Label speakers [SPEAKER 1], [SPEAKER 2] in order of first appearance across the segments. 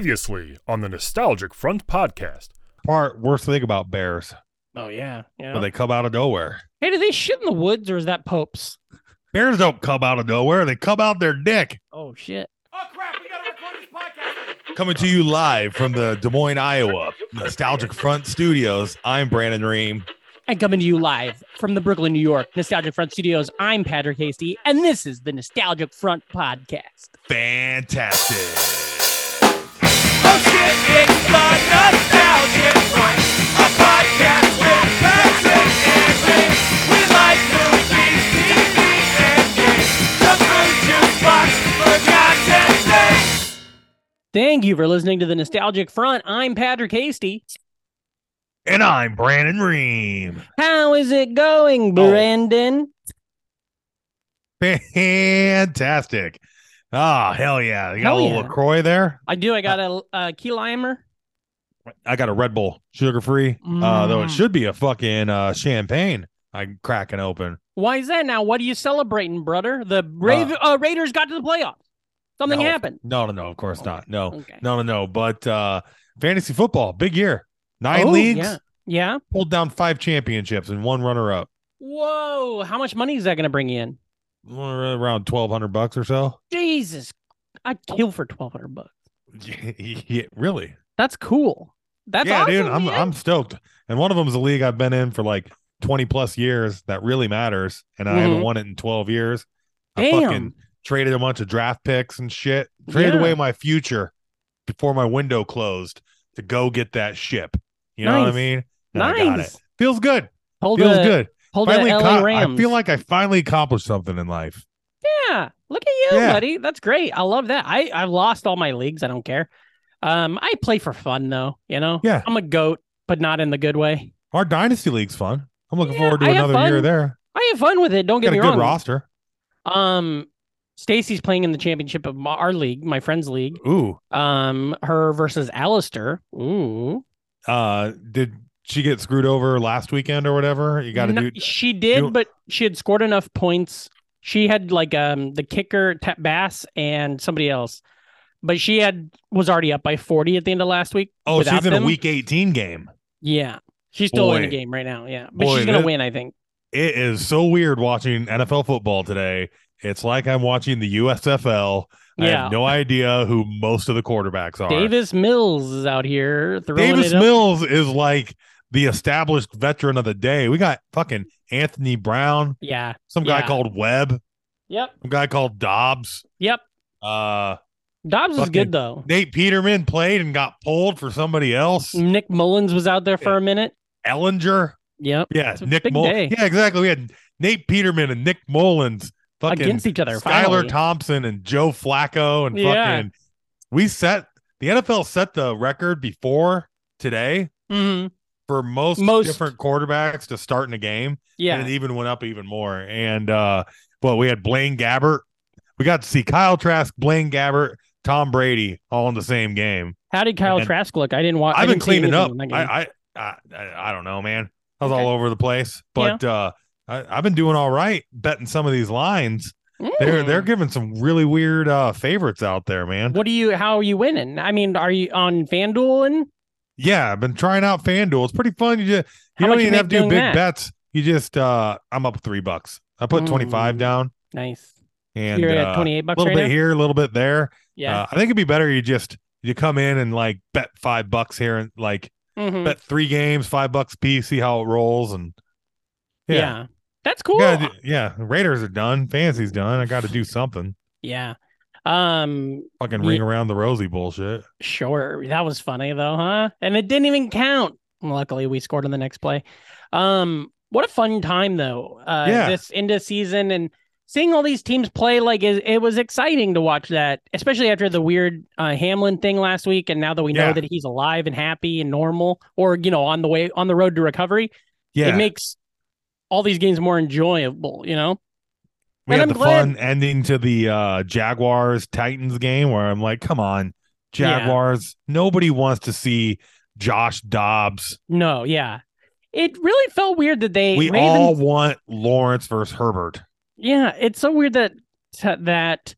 [SPEAKER 1] Previously on the Nostalgic Front podcast.
[SPEAKER 2] Part worst thing about bears
[SPEAKER 3] Oh yeah, you
[SPEAKER 2] when they come out of nowhere.
[SPEAKER 3] hey, do they shit in the woods or is that Pope's?
[SPEAKER 2] Bears don't come out of nowhere. They come out their dick.
[SPEAKER 3] Oh shit!
[SPEAKER 2] Coming to you live from the Des Moines, Iowa Nostalgic Front Studios. I'm Brandon Ream.
[SPEAKER 3] And coming to you live from the Brooklyn, New York Nostalgic Front Studios. I'm Patrick Hasty, and this is the Nostalgic Front podcast.
[SPEAKER 2] Fantastic.
[SPEAKER 3] Thank you for listening to the Nostalgic Front. I'm Patrick Hasty.
[SPEAKER 2] And I'm Brandon Ream.
[SPEAKER 3] How is it going, Brandon?
[SPEAKER 2] Fantastic. Ah, hell yeah. You got
[SPEAKER 3] Hell
[SPEAKER 2] a little
[SPEAKER 3] yeah.
[SPEAKER 2] LaCroix there.
[SPEAKER 3] I do. I got a, a key limer.
[SPEAKER 2] I got a Red Bull, sugar free. Uh, though it
[SPEAKER 3] Mm.
[SPEAKER 2] should be a fucking uh, champagne. I'm cracking open.
[SPEAKER 3] Why is that now? What are you celebrating, brother? The Brave, uh, Raiders got to the playoffs. Something
[SPEAKER 2] No.
[SPEAKER 3] happened.
[SPEAKER 2] No, no, no. Of course not. No.
[SPEAKER 3] Okay.
[SPEAKER 2] No, no, no. But uh fantasy football, big year. Nine
[SPEAKER 3] Oh,
[SPEAKER 2] leagues,
[SPEAKER 3] Yeah. yeah.
[SPEAKER 2] pulled down five championships and one runner up.
[SPEAKER 3] Whoa. How much money is that going to bring you in?
[SPEAKER 2] Around twelve hundred bucks or so.
[SPEAKER 3] Jesus, I'd kill for twelve hundred bucks.
[SPEAKER 2] yeah, really?
[SPEAKER 3] That's cool. That's
[SPEAKER 2] yeah,
[SPEAKER 3] awesome,
[SPEAKER 2] dude. I'm
[SPEAKER 3] man.
[SPEAKER 2] I'm stoked. And one of them's a league I've been in for like twenty plus years that really matters. And I haven't
[SPEAKER 3] Mhm.
[SPEAKER 2] won it in twelve years. I
[SPEAKER 3] Damn.
[SPEAKER 2] fucking traded a bunch of draft picks and shit. Traded
[SPEAKER 3] Yeah.
[SPEAKER 2] away my future before my window closed to go get that ship. You know what I
[SPEAKER 3] Nice.
[SPEAKER 2] mean? And I got
[SPEAKER 3] nice.
[SPEAKER 2] it. Feels good.
[SPEAKER 3] Hold
[SPEAKER 2] Feels
[SPEAKER 3] a,
[SPEAKER 2] good.
[SPEAKER 3] Hold
[SPEAKER 2] finally,
[SPEAKER 3] a LA
[SPEAKER 2] co-
[SPEAKER 3] Rams.
[SPEAKER 2] I feel like I finally accomplished something in life.
[SPEAKER 3] yeah. Look at you,
[SPEAKER 2] Yeah.
[SPEAKER 3] buddy. That's great. I love that. I I've lost all my leagues. I don't care. Um, I play for fun though. You know.
[SPEAKER 2] Yeah.
[SPEAKER 3] I'm a goat, but not in the good way.
[SPEAKER 2] Our dynasty league's fun. I'm looking
[SPEAKER 3] Yeah,
[SPEAKER 2] forward to
[SPEAKER 3] I have
[SPEAKER 2] another year
[SPEAKER 3] fun.
[SPEAKER 2] there.
[SPEAKER 3] I have fun with it. Don't get
[SPEAKER 2] Got a
[SPEAKER 3] me
[SPEAKER 2] good
[SPEAKER 3] wrong.
[SPEAKER 2] roster.
[SPEAKER 3] Um, Stacy's playing in the championship of my, our league, my friend's league.
[SPEAKER 2] Ooh,
[SPEAKER 3] Um, her versus Alistair. Ooh.
[SPEAKER 2] uh, did she get screwed over last weekend or whatever? You got to
[SPEAKER 3] No,
[SPEAKER 2] do.
[SPEAKER 3] She did,
[SPEAKER 2] you-
[SPEAKER 3] but she had scored enough points. She had like um the kicker Ta- Bass and somebody else, but she had was already up by forty at the end of last week.
[SPEAKER 2] Oh, she's
[SPEAKER 3] without
[SPEAKER 2] in
[SPEAKER 3] them.
[SPEAKER 2] a week 18 game.
[SPEAKER 3] Yeah, she's still in the
[SPEAKER 2] Boy.
[SPEAKER 3] game right now. Yeah, but
[SPEAKER 2] Boy,
[SPEAKER 3] she's gonna
[SPEAKER 2] that-
[SPEAKER 3] win, I think.
[SPEAKER 2] It is so weird watching NFL football today. It's like I'm watching the USFL. I
[SPEAKER 3] Yeah,
[SPEAKER 2] have no idea who most of the quarterbacks are.
[SPEAKER 3] Davis Mills is out here throwing
[SPEAKER 2] Davis
[SPEAKER 3] it up.
[SPEAKER 2] Mills is like the established veteran of the day. We got fucking Anthony Brown,
[SPEAKER 3] yeah.
[SPEAKER 2] some guy
[SPEAKER 3] Yeah.
[SPEAKER 2] called Webb.
[SPEAKER 3] Yep.
[SPEAKER 2] a guy called Dobbs.
[SPEAKER 3] Yep.
[SPEAKER 2] Uh,
[SPEAKER 3] Dobbs is
[SPEAKER 2] Fucking-
[SPEAKER 3] good though.
[SPEAKER 2] Nate Peterman played and got pulled for somebody else.
[SPEAKER 3] Nick Mullins was out there for a minute.
[SPEAKER 2] Ellinger.
[SPEAKER 3] Yep.
[SPEAKER 2] Yeah,
[SPEAKER 3] It's a
[SPEAKER 2] Nick
[SPEAKER 3] big day.
[SPEAKER 2] Mullins. Yeah, exactly. We had Nate Peterman and Nick Mullins. Fucking
[SPEAKER 3] Against each other.
[SPEAKER 2] Skylar
[SPEAKER 3] finally.
[SPEAKER 2] Thompson and Joe Flacco and fucking.
[SPEAKER 3] Yeah.
[SPEAKER 2] We set the NFL set the record before today
[SPEAKER 3] Mhm.
[SPEAKER 2] for most,
[SPEAKER 3] Most.
[SPEAKER 2] different quarterbacks to start in a game, and
[SPEAKER 3] Yeah.
[SPEAKER 2] it even went up even more. And uh, well, we had Blaine Gabbert. We got to see Kyle Trask, Blaine Gabbert, Tom Brady all in the same game.
[SPEAKER 3] How did Kyle
[SPEAKER 2] and-
[SPEAKER 3] Trask look? I didn't watch. I
[SPEAKER 2] I've been
[SPEAKER 3] didn't see
[SPEAKER 2] cleaning
[SPEAKER 3] anything
[SPEAKER 2] up.
[SPEAKER 3] in that game.
[SPEAKER 2] I, I I I I don't know, man. I was
[SPEAKER 3] Okay.
[SPEAKER 2] all over the place, but uh, I, I've been doing all right betting some of these lines. They're
[SPEAKER 3] Mm.
[SPEAKER 2] they're giving some really weird uh favorites out there, man.
[SPEAKER 3] What do you? How are you winning? I mean, are you on FanDuel? And
[SPEAKER 2] Yeah, I've been trying out FanDuel. It's pretty fun. You just you
[SPEAKER 3] How
[SPEAKER 2] don't
[SPEAKER 3] much you
[SPEAKER 2] even have
[SPEAKER 3] make
[SPEAKER 2] to do
[SPEAKER 3] doing
[SPEAKER 2] big
[SPEAKER 3] that?
[SPEAKER 2] bets. You just uh, I'm up three bucks. I put twenty five
[SPEAKER 3] Mm.
[SPEAKER 2] down
[SPEAKER 3] nice.
[SPEAKER 2] and
[SPEAKER 3] You're
[SPEAKER 2] uh,
[SPEAKER 3] at twenty eight
[SPEAKER 2] a
[SPEAKER 3] bucks
[SPEAKER 2] little
[SPEAKER 3] right
[SPEAKER 2] bit
[SPEAKER 3] now.
[SPEAKER 2] here, a little bit there.
[SPEAKER 3] Yeah.
[SPEAKER 2] Uh, I think it'd be better you just you come in and like bet five bucks here and like
[SPEAKER 3] Mhm.
[SPEAKER 2] bet three games, five bucks a piece, see how it rolls and
[SPEAKER 3] yeah.
[SPEAKER 2] yeah.
[SPEAKER 3] That's cool.
[SPEAKER 2] Yeah,
[SPEAKER 3] Yeah.
[SPEAKER 2] d- yeah. Raiders are done. Fancy's done. I got to do something.
[SPEAKER 3] Um.
[SPEAKER 2] Fucking
[SPEAKER 3] Yeah.
[SPEAKER 2] ring around the rosy bullshit.
[SPEAKER 3] Sure. That was funny though, huh? And it didn't even count. Luckily, we scored on the next play. Um. What a fun time though. Uh,
[SPEAKER 2] Yeah.
[SPEAKER 3] This into season and seeing all these teams play like it, it was exciting to watch that, especially after the weird uh, Hamlin thing last week, and now that we
[SPEAKER 2] Yeah.
[SPEAKER 3] know that he's alive and happy and normal, or you know, on the way on the road to recovery.
[SPEAKER 2] Yeah,
[SPEAKER 3] it makes all these games more enjoyable, you know?
[SPEAKER 2] we
[SPEAKER 3] and
[SPEAKER 2] had
[SPEAKER 3] I'm
[SPEAKER 2] the
[SPEAKER 3] glad-
[SPEAKER 2] fun ending to the uh, Jaguars Titans game where I'm like, come on,
[SPEAKER 3] Yeah.
[SPEAKER 2] Jaguars. Nobody wants to see Josh Dobbs.
[SPEAKER 3] No, yeah. It really felt weird that they
[SPEAKER 2] we
[SPEAKER 3] Ravens-
[SPEAKER 2] all want Lawrence versus Herbert.
[SPEAKER 3] Yeah, it's so weird that that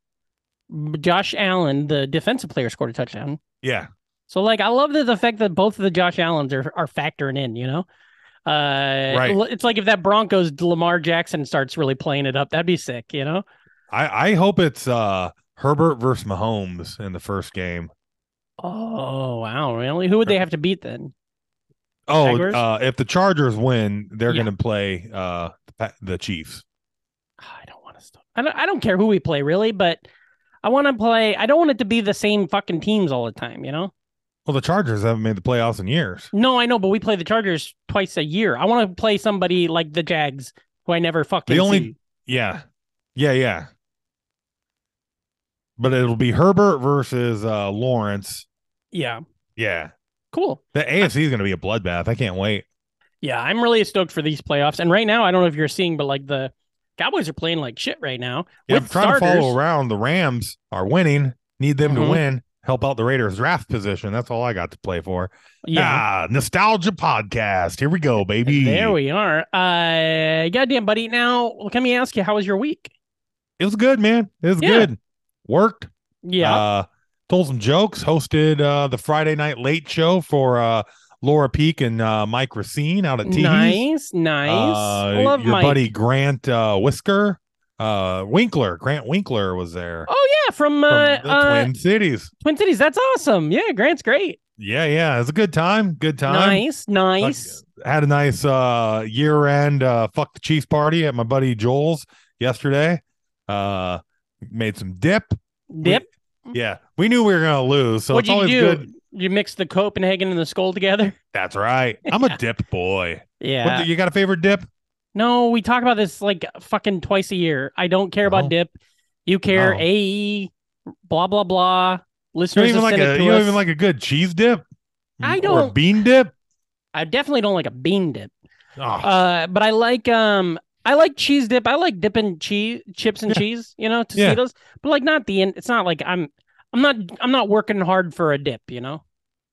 [SPEAKER 3] Josh Allen, the defensive player, scored a touchdown.
[SPEAKER 2] Yeah.
[SPEAKER 3] So like I love the, the fact that both of the Josh Allens are, are factoring in, you know? Uh
[SPEAKER 2] Right.
[SPEAKER 3] l- it's like if that Broncos Lamar Jackson starts really playing it up, that'd be sick, you know?
[SPEAKER 2] I, I hope it's uh Herbert versus Mahomes in the first game.
[SPEAKER 3] Oh wow, really? Who would they have to beat then?
[SPEAKER 2] Oh,
[SPEAKER 3] Jaguars?
[SPEAKER 2] uh, if the Chargers win, they're
[SPEAKER 3] Yeah.
[SPEAKER 2] going to play uh the, Pa- the Chiefs.
[SPEAKER 3] Ah, I don't want to stop. I don't I don't care who we play really, but I want to play I don't want it to be the same fucking teams all the time, you know?
[SPEAKER 2] Well, the Chargers haven't made the playoffs in years.
[SPEAKER 3] No, I know, but we play the Chargers twice a year. I want to play somebody like the Jags who I never fucking
[SPEAKER 2] The only-
[SPEAKER 3] see.
[SPEAKER 2] Yeah. Yeah, yeah. But it'll be Herbert versus uh Lawrence.
[SPEAKER 3] Yeah.
[SPEAKER 2] Yeah.
[SPEAKER 3] Cool.
[SPEAKER 2] The AFC is going to be a bloodbath. I can't wait.
[SPEAKER 3] Yeah, I'm really stoked for these playoffs. And right now, I don't know if you're seeing, but like the Cowboys are playing like shit right now.
[SPEAKER 2] Yeah,
[SPEAKER 3] with
[SPEAKER 2] I'm trying
[SPEAKER 3] starters,
[SPEAKER 2] to follow around. The Rams are winning. Need them
[SPEAKER 3] Mhm.
[SPEAKER 2] to win. Help out the Raiders draft position. That's all I got to play for.
[SPEAKER 3] Yeah.
[SPEAKER 2] Ah, nostalgia podcast. Here we go, baby.
[SPEAKER 3] There we are. Uh goddamn buddy. Now let me ask you, how was your week?
[SPEAKER 2] it was good, man. It was
[SPEAKER 3] Yeah.
[SPEAKER 2] good. Worked.
[SPEAKER 3] Yeah.
[SPEAKER 2] Uh, told some jokes. Hosted uh, the Friday night late show for uh, Laura Peak and uh, Mike Racine out at T.
[SPEAKER 3] nice, nice.
[SPEAKER 2] Uh,
[SPEAKER 3] I Love
[SPEAKER 2] your
[SPEAKER 3] Mike.
[SPEAKER 2] buddy Grant uh, Whisker. Uh, Winkler. Grant Winkler was there
[SPEAKER 3] Oh yeah, from,
[SPEAKER 2] from
[SPEAKER 3] uh,
[SPEAKER 2] the
[SPEAKER 3] uh, Twin.
[SPEAKER 2] Twin Cities.
[SPEAKER 3] Cities. That's awesome. Yeah, Grant's great.
[SPEAKER 2] Yeah, yeah. It was a good time. Good time.
[SPEAKER 3] Nice, nice.
[SPEAKER 2] had a nice uh year end uh fuck the Chiefs party at my buddy Joel's yesterday. Uh made some dip.
[SPEAKER 3] Dip.
[SPEAKER 2] Yeah. We knew we were gonna lose, so
[SPEAKER 3] Mm-hmm. What'd
[SPEAKER 2] it's
[SPEAKER 3] you
[SPEAKER 2] always
[SPEAKER 3] do?
[SPEAKER 2] good.
[SPEAKER 3] You mix the Copenhagen and the skull together.
[SPEAKER 2] That's right. I'm a dip boy.
[SPEAKER 3] Yeah.
[SPEAKER 2] What, you got a favorite dip?
[SPEAKER 3] No, we talk about this like fucking twice a year. I don't care about
[SPEAKER 2] No.
[SPEAKER 3] dip. You care
[SPEAKER 2] No.
[SPEAKER 3] AE, blah blah blah.
[SPEAKER 2] You don't
[SPEAKER 3] Listeners
[SPEAKER 2] even
[SPEAKER 3] have
[SPEAKER 2] like
[SPEAKER 3] sent it
[SPEAKER 2] a
[SPEAKER 3] to
[SPEAKER 2] you don't
[SPEAKER 3] us.
[SPEAKER 2] even like a good cheese dip?
[SPEAKER 3] I
[SPEAKER 2] Or
[SPEAKER 3] don't-
[SPEAKER 2] bean dip?
[SPEAKER 3] I definitely don't like a bean dip.
[SPEAKER 2] Oh,
[SPEAKER 3] Uh, but I like um I like cheese dip. I like dipping cheese chips and
[SPEAKER 2] Yeah.
[SPEAKER 3] cheese, you know,
[SPEAKER 2] Yeah.
[SPEAKER 3] Tostitos. But like not the end. It's not like I'm I'm not I'm not working hard for a dip, you know?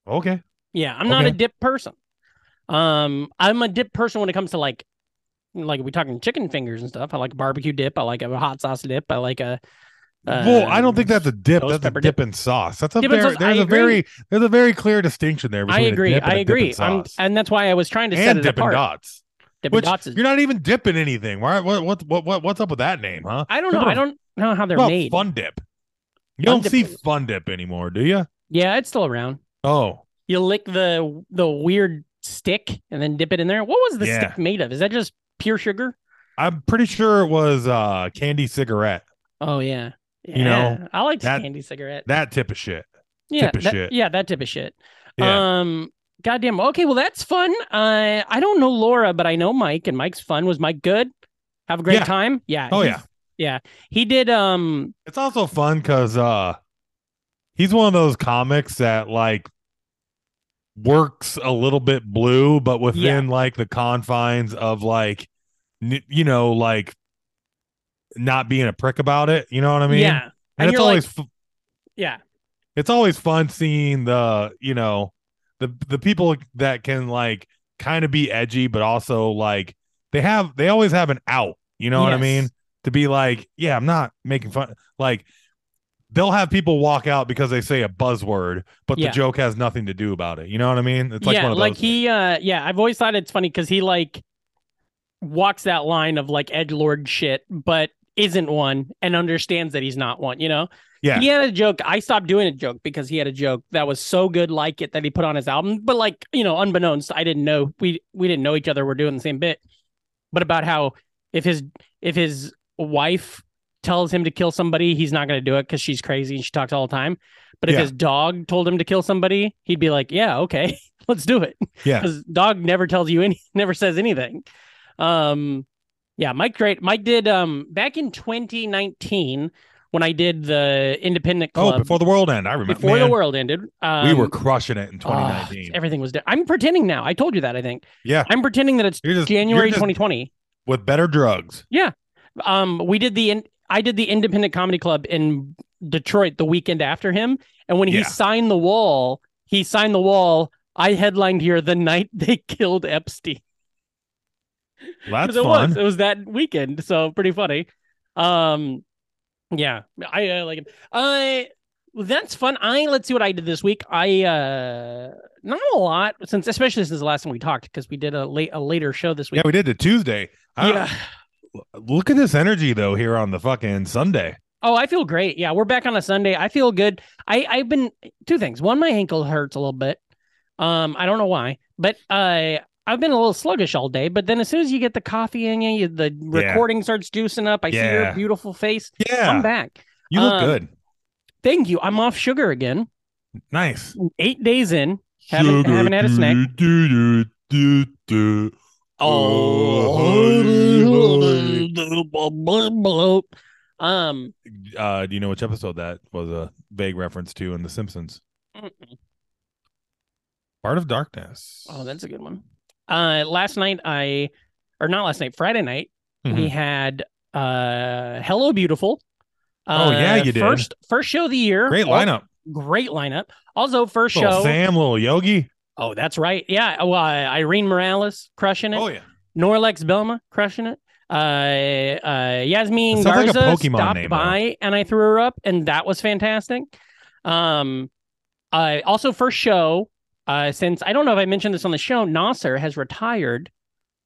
[SPEAKER 2] Oh, okay.
[SPEAKER 3] Yeah, I'm not a
[SPEAKER 2] Okay.
[SPEAKER 3] dip person. Um, I'm a dip person when it comes to like, like we talking chicken fingers and stuff. I like a barbecue dip. I like a hot sauce dip. I like a. um,
[SPEAKER 2] well, I don't think that's a dip.
[SPEAKER 3] ghost
[SPEAKER 2] That's a
[SPEAKER 3] Uh, pepper
[SPEAKER 2] dip,
[SPEAKER 3] dip.
[SPEAKER 2] and sauce. That's a
[SPEAKER 3] Dip and
[SPEAKER 2] very
[SPEAKER 3] sauce, I
[SPEAKER 2] there's a
[SPEAKER 3] agree.
[SPEAKER 2] very there's a very clear distinction there
[SPEAKER 3] I
[SPEAKER 2] between a
[SPEAKER 3] agree.
[SPEAKER 2] dip and
[SPEAKER 3] I
[SPEAKER 2] a dip and
[SPEAKER 3] agree. I'm,
[SPEAKER 2] sauce.
[SPEAKER 3] and that's why I was trying to set
[SPEAKER 2] and
[SPEAKER 3] it
[SPEAKER 2] dip and
[SPEAKER 3] apart.
[SPEAKER 2] dots.
[SPEAKER 3] Dip
[SPEAKER 2] Which
[SPEAKER 3] and dots. Is,
[SPEAKER 2] you're not even dipping anything. Why? What? What? What? what what's up with that name, huh?
[SPEAKER 3] I don't know.
[SPEAKER 2] Remember-
[SPEAKER 3] I don't know how they're
[SPEAKER 2] Well,
[SPEAKER 3] made.
[SPEAKER 2] Fun dip. You
[SPEAKER 3] Fun
[SPEAKER 2] don't
[SPEAKER 3] Dip
[SPEAKER 2] see
[SPEAKER 3] is-
[SPEAKER 2] fun dip anymore, do you?
[SPEAKER 3] Yeah, it's still around.
[SPEAKER 2] Oh,
[SPEAKER 3] You lick the the weird stick and then dip it in there. What was the
[SPEAKER 2] Yeah.
[SPEAKER 3] stick made of? Is that just pure sugar?
[SPEAKER 2] I'm pretty sure it was uh candy cigarette.
[SPEAKER 3] Oh yeah. Yeah.
[SPEAKER 2] You know,
[SPEAKER 3] I like
[SPEAKER 2] that-
[SPEAKER 3] candy cigarette.
[SPEAKER 2] That tip of shit.
[SPEAKER 3] yeah,
[SPEAKER 2] tip of
[SPEAKER 3] that,
[SPEAKER 2] shit.
[SPEAKER 3] yeah, that tip of shit.
[SPEAKER 2] Yeah.
[SPEAKER 3] Um, goddamn. Okay, well that's fun. Uh, I don't know Laura, but I know Mike, and Mike's fun. Was Mike good? Have a great
[SPEAKER 2] Yeah.
[SPEAKER 3] time. Yeah.
[SPEAKER 2] oh
[SPEAKER 3] he's-
[SPEAKER 2] yeah.
[SPEAKER 3] He did. Um.
[SPEAKER 2] It's also fun because uh, he's one of those comics that like works a little bit blue, but within like the confines of like, n- you know, like not being a prick about it. You know what I mean?
[SPEAKER 3] yeah.
[SPEAKER 2] And,
[SPEAKER 3] And
[SPEAKER 2] it's
[SPEAKER 3] you're like-
[SPEAKER 2] always f-
[SPEAKER 3] Yeah.
[SPEAKER 2] it's always fun seeing the you know the the people that can like kind of be edgy but also like they have they always have an out you know what i
[SPEAKER 3] Yes.
[SPEAKER 2] mean to be like yeah i'm not making fun like they'll have people walk out because they say a buzzword but
[SPEAKER 3] Yeah.
[SPEAKER 2] the joke has nothing to do about it you know what i mean it's like
[SPEAKER 3] yeah.
[SPEAKER 2] one of
[SPEAKER 3] like
[SPEAKER 2] those
[SPEAKER 3] he. Uh. Yeah. I've always thought it's funny because he like walks that line of like edge lord shit, but isn't one and understands that he's not one. You know.
[SPEAKER 2] Yeah.
[SPEAKER 3] He had a joke. I stopped doing a joke because he had a joke that was so good, like it, that he put on his album. But like you know, unbeknownst, I didn't know we we didn't know each other. We're doing the same bit, but about how if his if his wife tells him to kill somebody, he's not going to do it because she's crazy and she talks all the time. But if
[SPEAKER 2] Yeah.
[SPEAKER 3] his dog told him to kill somebody, he'd be like, "Yeah, okay, let's do it."
[SPEAKER 2] Yeah.
[SPEAKER 3] because dog never tells you any, never says anything. Um, yeah, Mike great. Mike did um back in 2019 when I did the independent
[SPEAKER 2] oh
[SPEAKER 3] club
[SPEAKER 2] before the world end i remember
[SPEAKER 3] before the
[SPEAKER 2] man,
[SPEAKER 3] world ended. Um,
[SPEAKER 2] we were crushing it in
[SPEAKER 3] oh,
[SPEAKER 2] 2019
[SPEAKER 3] everything was. di- I'm pretending now. I told you that. I think
[SPEAKER 2] yeah
[SPEAKER 3] I'm pretending that it's
[SPEAKER 2] you're just you're
[SPEAKER 3] January
[SPEAKER 2] just
[SPEAKER 3] 2020.
[SPEAKER 2] with better drugs
[SPEAKER 3] Um, we did the in, I did the independent comedy club in Detroit the weekend after him, and when he
[SPEAKER 2] Yeah.
[SPEAKER 3] signed the wall, he signed the wall. I headlined here the night they killed Epstein.
[SPEAKER 2] well,
[SPEAKER 3] 'Cause
[SPEAKER 2] that's
[SPEAKER 3] it
[SPEAKER 2] fun
[SPEAKER 3] was it was that weekend, so pretty funny. Um, yeah, I, I like it. I Well, that's fun. I let's see what I did this week. I uh not a lot since especially since the last time we talked because we did a late a later show this
[SPEAKER 2] Yeah,
[SPEAKER 3] week.
[SPEAKER 2] we did it Tuesday. I-
[SPEAKER 3] yeah.
[SPEAKER 2] Look at this energy though here on the fucking Sunday.
[SPEAKER 3] Oh, I feel great. Yeah, we're back on a Sunday. I feel good. I I've been two things. One, my ankle hurts a little bit. Um, I don't know why, but uh, I've been a little sluggish all day. But then as soon as you get the coffee in you, you the recording starts juicing up. I see your
[SPEAKER 2] Yeah.
[SPEAKER 3] beautiful face. I'm
[SPEAKER 2] Yeah,
[SPEAKER 3] back.
[SPEAKER 2] you look
[SPEAKER 3] um,
[SPEAKER 2] good.
[SPEAKER 3] Thank you. I'm off sugar again.
[SPEAKER 2] Nice.
[SPEAKER 3] Eight days in. Haven't-
[SPEAKER 2] Sugar,
[SPEAKER 3] haven't had a snack.
[SPEAKER 2] do, do, do, do, do. Oh,
[SPEAKER 3] Oh, um,
[SPEAKER 2] Uh, do you know which episode that was a vague reference to in The Simpsons?
[SPEAKER 3] Um,
[SPEAKER 2] Part of Darkness.
[SPEAKER 3] oh, that's a good one. Uh, last night I, or not last night, Friday night we
[SPEAKER 2] Mhm.
[SPEAKER 3] had uh, Hello Beautiful. Uh,
[SPEAKER 2] Oh, yeah, you did.
[SPEAKER 3] First, first show of the year.
[SPEAKER 2] Great
[SPEAKER 3] Al-
[SPEAKER 2] lineup.
[SPEAKER 3] great lineup. Also, first
[SPEAKER 2] Little
[SPEAKER 3] show.
[SPEAKER 2] Sam, little Yogi.
[SPEAKER 3] Oh, that's right. Yeah. Well, uh, Irene Morales crushing it.
[SPEAKER 2] Oh yeah.
[SPEAKER 3] Norlex Belma crushing it. Uh, uh,
[SPEAKER 2] That
[SPEAKER 3] Yasmin
[SPEAKER 2] sounds like a
[SPEAKER 3] Garza
[SPEAKER 2] Pokemon
[SPEAKER 3] stopped
[SPEAKER 2] name,
[SPEAKER 3] by and I threw her up, and that was fantastic. Um, I also first show uh, since I don't know if I mentioned this on the show, Nasser has retired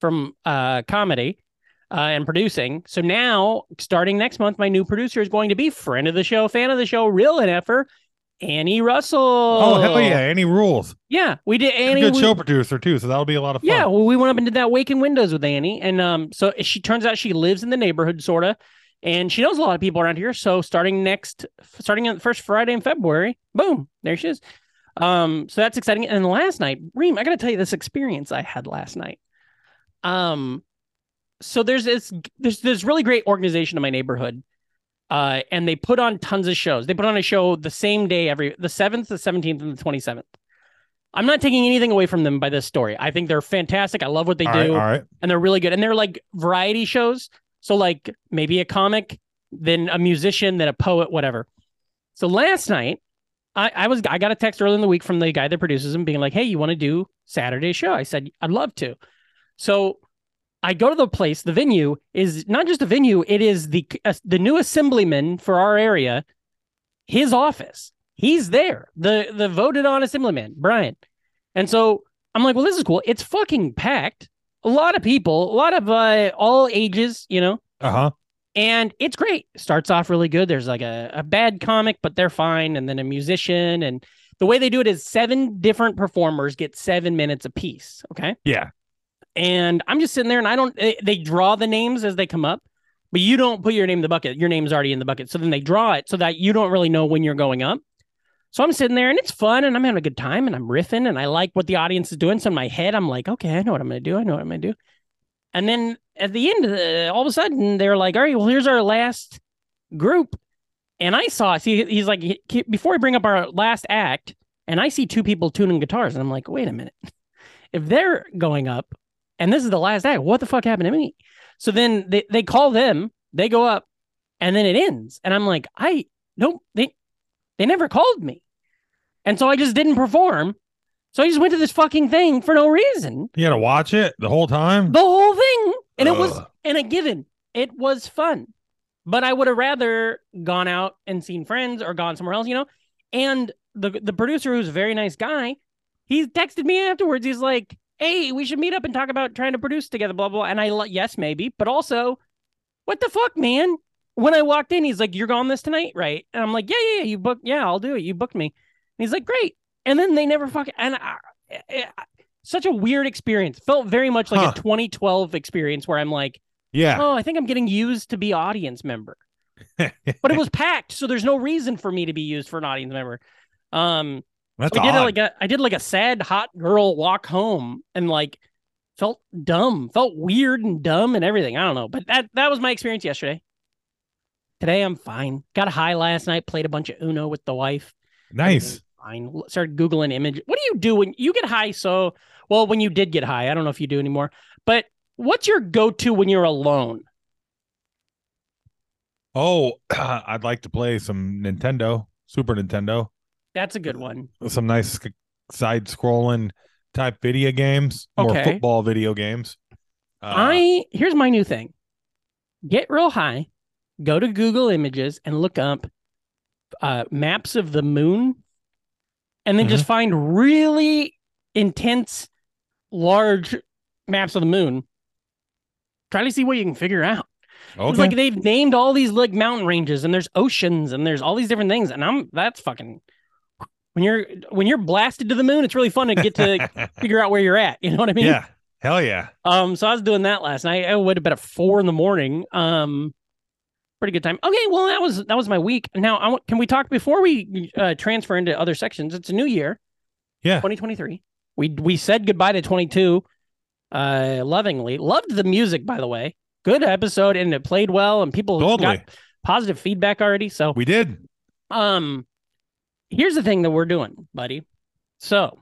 [SPEAKER 3] from uh, comedy uh, and producing. So now, starting next month, my new producer is going to be friend of the show, fan of the show, real and effer, Annie Russell.
[SPEAKER 2] Oh, hell yeah! Any rules?
[SPEAKER 3] yeah, we did.
[SPEAKER 2] She's a
[SPEAKER 3] Annie,
[SPEAKER 2] good
[SPEAKER 3] we-
[SPEAKER 2] show producer too, so that'll be a lot of fun.
[SPEAKER 3] yeah, well, we went up and did that Waking Windows with Annie, and um, so she turns out she lives in the neighborhood, sorta, and she knows a lot of people around here. So starting next, starting on the first Friday in February, boom, there she is. Um, so that's exciting. And last night, Reem, I gotta tell you this experience I had last night. Um, so there's this there's this really great organization in my neighborhood, uh, and they put on tons of shows. They put on a show the same day every the seventh, the seventeenth, and the twenty seventh. I'm not taking anything away from them by this story. I think they're fantastic. I love what they
[SPEAKER 2] All
[SPEAKER 3] do
[SPEAKER 2] right, all right.
[SPEAKER 3] and they're really good. And they're like variety shows. So like maybe a comic, then a musician, then a poet, whatever. So last night, I, I was I got a text early in the week from the guy that produces them being like, Hey, you want to do Saturday show? I said, I'd love to. So I go to the place, the venue is not just a venue, it is the uh, the new assemblyman for our area, his office. He's there. The the voted on assemblyman, Brian. And so I'm like, well, this is cool. It's fucking packed a lot of people, a lot of uh, all ages, you know,
[SPEAKER 2] Uh huh.
[SPEAKER 3] and it's great. Starts off really good. There's like a, a bad comic, but they're fine, and then a musician. And the way they do it is seven different performers get seven minutes apiece. Okay.
[SPEAKER 2] Yeah.
[SPEAKER 3] And I'm just sitting there and I don't, they, they draw the names as they come up, but you don't put your name in the bucket. Your name's already in the bucket. So then they draw it so that you don't really know when you're going up. So I'm sitting there and it's fun and I'm having a good time and I'm riffing and I like what the audience is doing. So in my head, I'm like, okay, I know what I'm going to do. I know what I'm going to do. And then at the end, of the, all of a sudden, they're like, all right, well, here's our last group. And I saw, see, he's like, he- he- before we bring up our last act, and I see two people tuning guitars. And I'm like, wait a minute. If they're going up and this is the last act, what the fuck happened to me? So then they, they call them, they go up, and then it ends. And I'm like, I, no, they, they never called me. And so I just didn't perform. So I just went to this fucking thing for no reason
[SPEAKER 2] You had to watch it the whole time.
[SPEAKER 3] the whole thing and it was
[SPEAKER 2] Ugh.
[SPEAKER 3] and a given it was fun but i would have rather gone out and seen friends or gone somewhere else you know and the the producer who's a very nice guy he texted me afterwards he's like hey we should meet up and talk about trying to produce together blah blah and i like yes maybe but also what the fuck man when i walked in he's like you're gone this tonight right and i'm like yeah yeah, yeah you booked yeah i'll do it you booked me and he's like great and then they never fucking and I, I- I- such a weird experience felt very much like
[SPEAKER 2] Huh.
[SPEAKER 3] a 2012 experience where i'm like
[SPEAKER 2] yeah.
[SPEAKER 3] oh i think i'm getting used to be audience member but it was packed so there's no reason for me to be used for an audience member um
[SPEAKER 2] That's
[SPEAKER 3] I did
[SPEAKER 2] odd.
[SPEAKER 3] like a I did like a sad hot girl walk home and like felt dumb, felt weird and dumb and everything. I don't know, but that that was my experience yesterday. Today I'm fine. Got high last night, played a bunch of Uno with the wife.
[SPEAKER 2] nice.
[SPEAKER 3] Fine. L- Started googling image. What do you do when you get high? So well, when you did get high, I don't know if you do anymore. But what's your go to when you're alone?
[SPEAKER 2] Oh, I'd like to play some Nintendo, Super Nintendo,
[SPEAKER 3] That's a good one.
[SPEAKER 2] some nice sc- side-scrolling type video games, more
[SPEAKER 3] Okay.
[SPEAKER 2] football video games. Uh,
[SPEAKER 3] I here's my new thing. Get real high, go to Google Images and look up uh, maps of the moon, and then
[SPEAKER 2] Mm-hmm.
[SPEAKER 3] just find really intense, large maps of the moon. Try to see what you can figure out.
[SPEAKER 2] Okay.
[SPEAKER 3] It's like they've named all these like mountain ranges and there's oceans and there's all these different things. And I'm that's fucking when you're when you're blasted to the moon, it's really fun to get to figure out where you're at. You know what I mean?
[SPEAKER 2] yeah. Hell yeah.
[SPEAKER 3] Um, so I was doing that last night. I went to bed at four in the morning. Um, pretty good time. Okay, well that was that was my week. Now I want, can we talk before we uh, transfer into other sections? It's a new year.
[SPEAKER 2] Yeah.
[SPEAKER 3] 2023. We we said goodbye to 22, uh, lovingly. Loved the music, by the way. Good episode, and it played well, and people
[SPEAKER 2] Totally.
[SPEAKER 3] got positive feedback already. So
[SPEAKER 2] We did.
[SPEAKER 3] um, here's the thing that we're doing, buddy. So,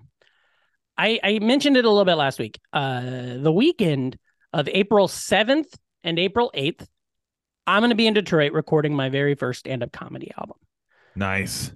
[SPEAKER 3] I I mentioned it a little bit last week. Uh, the weekend of April seventh and April eighth, I'm going to be in Detroit recording my very first stand up comedy album.
[SPEAKER 2] Nice.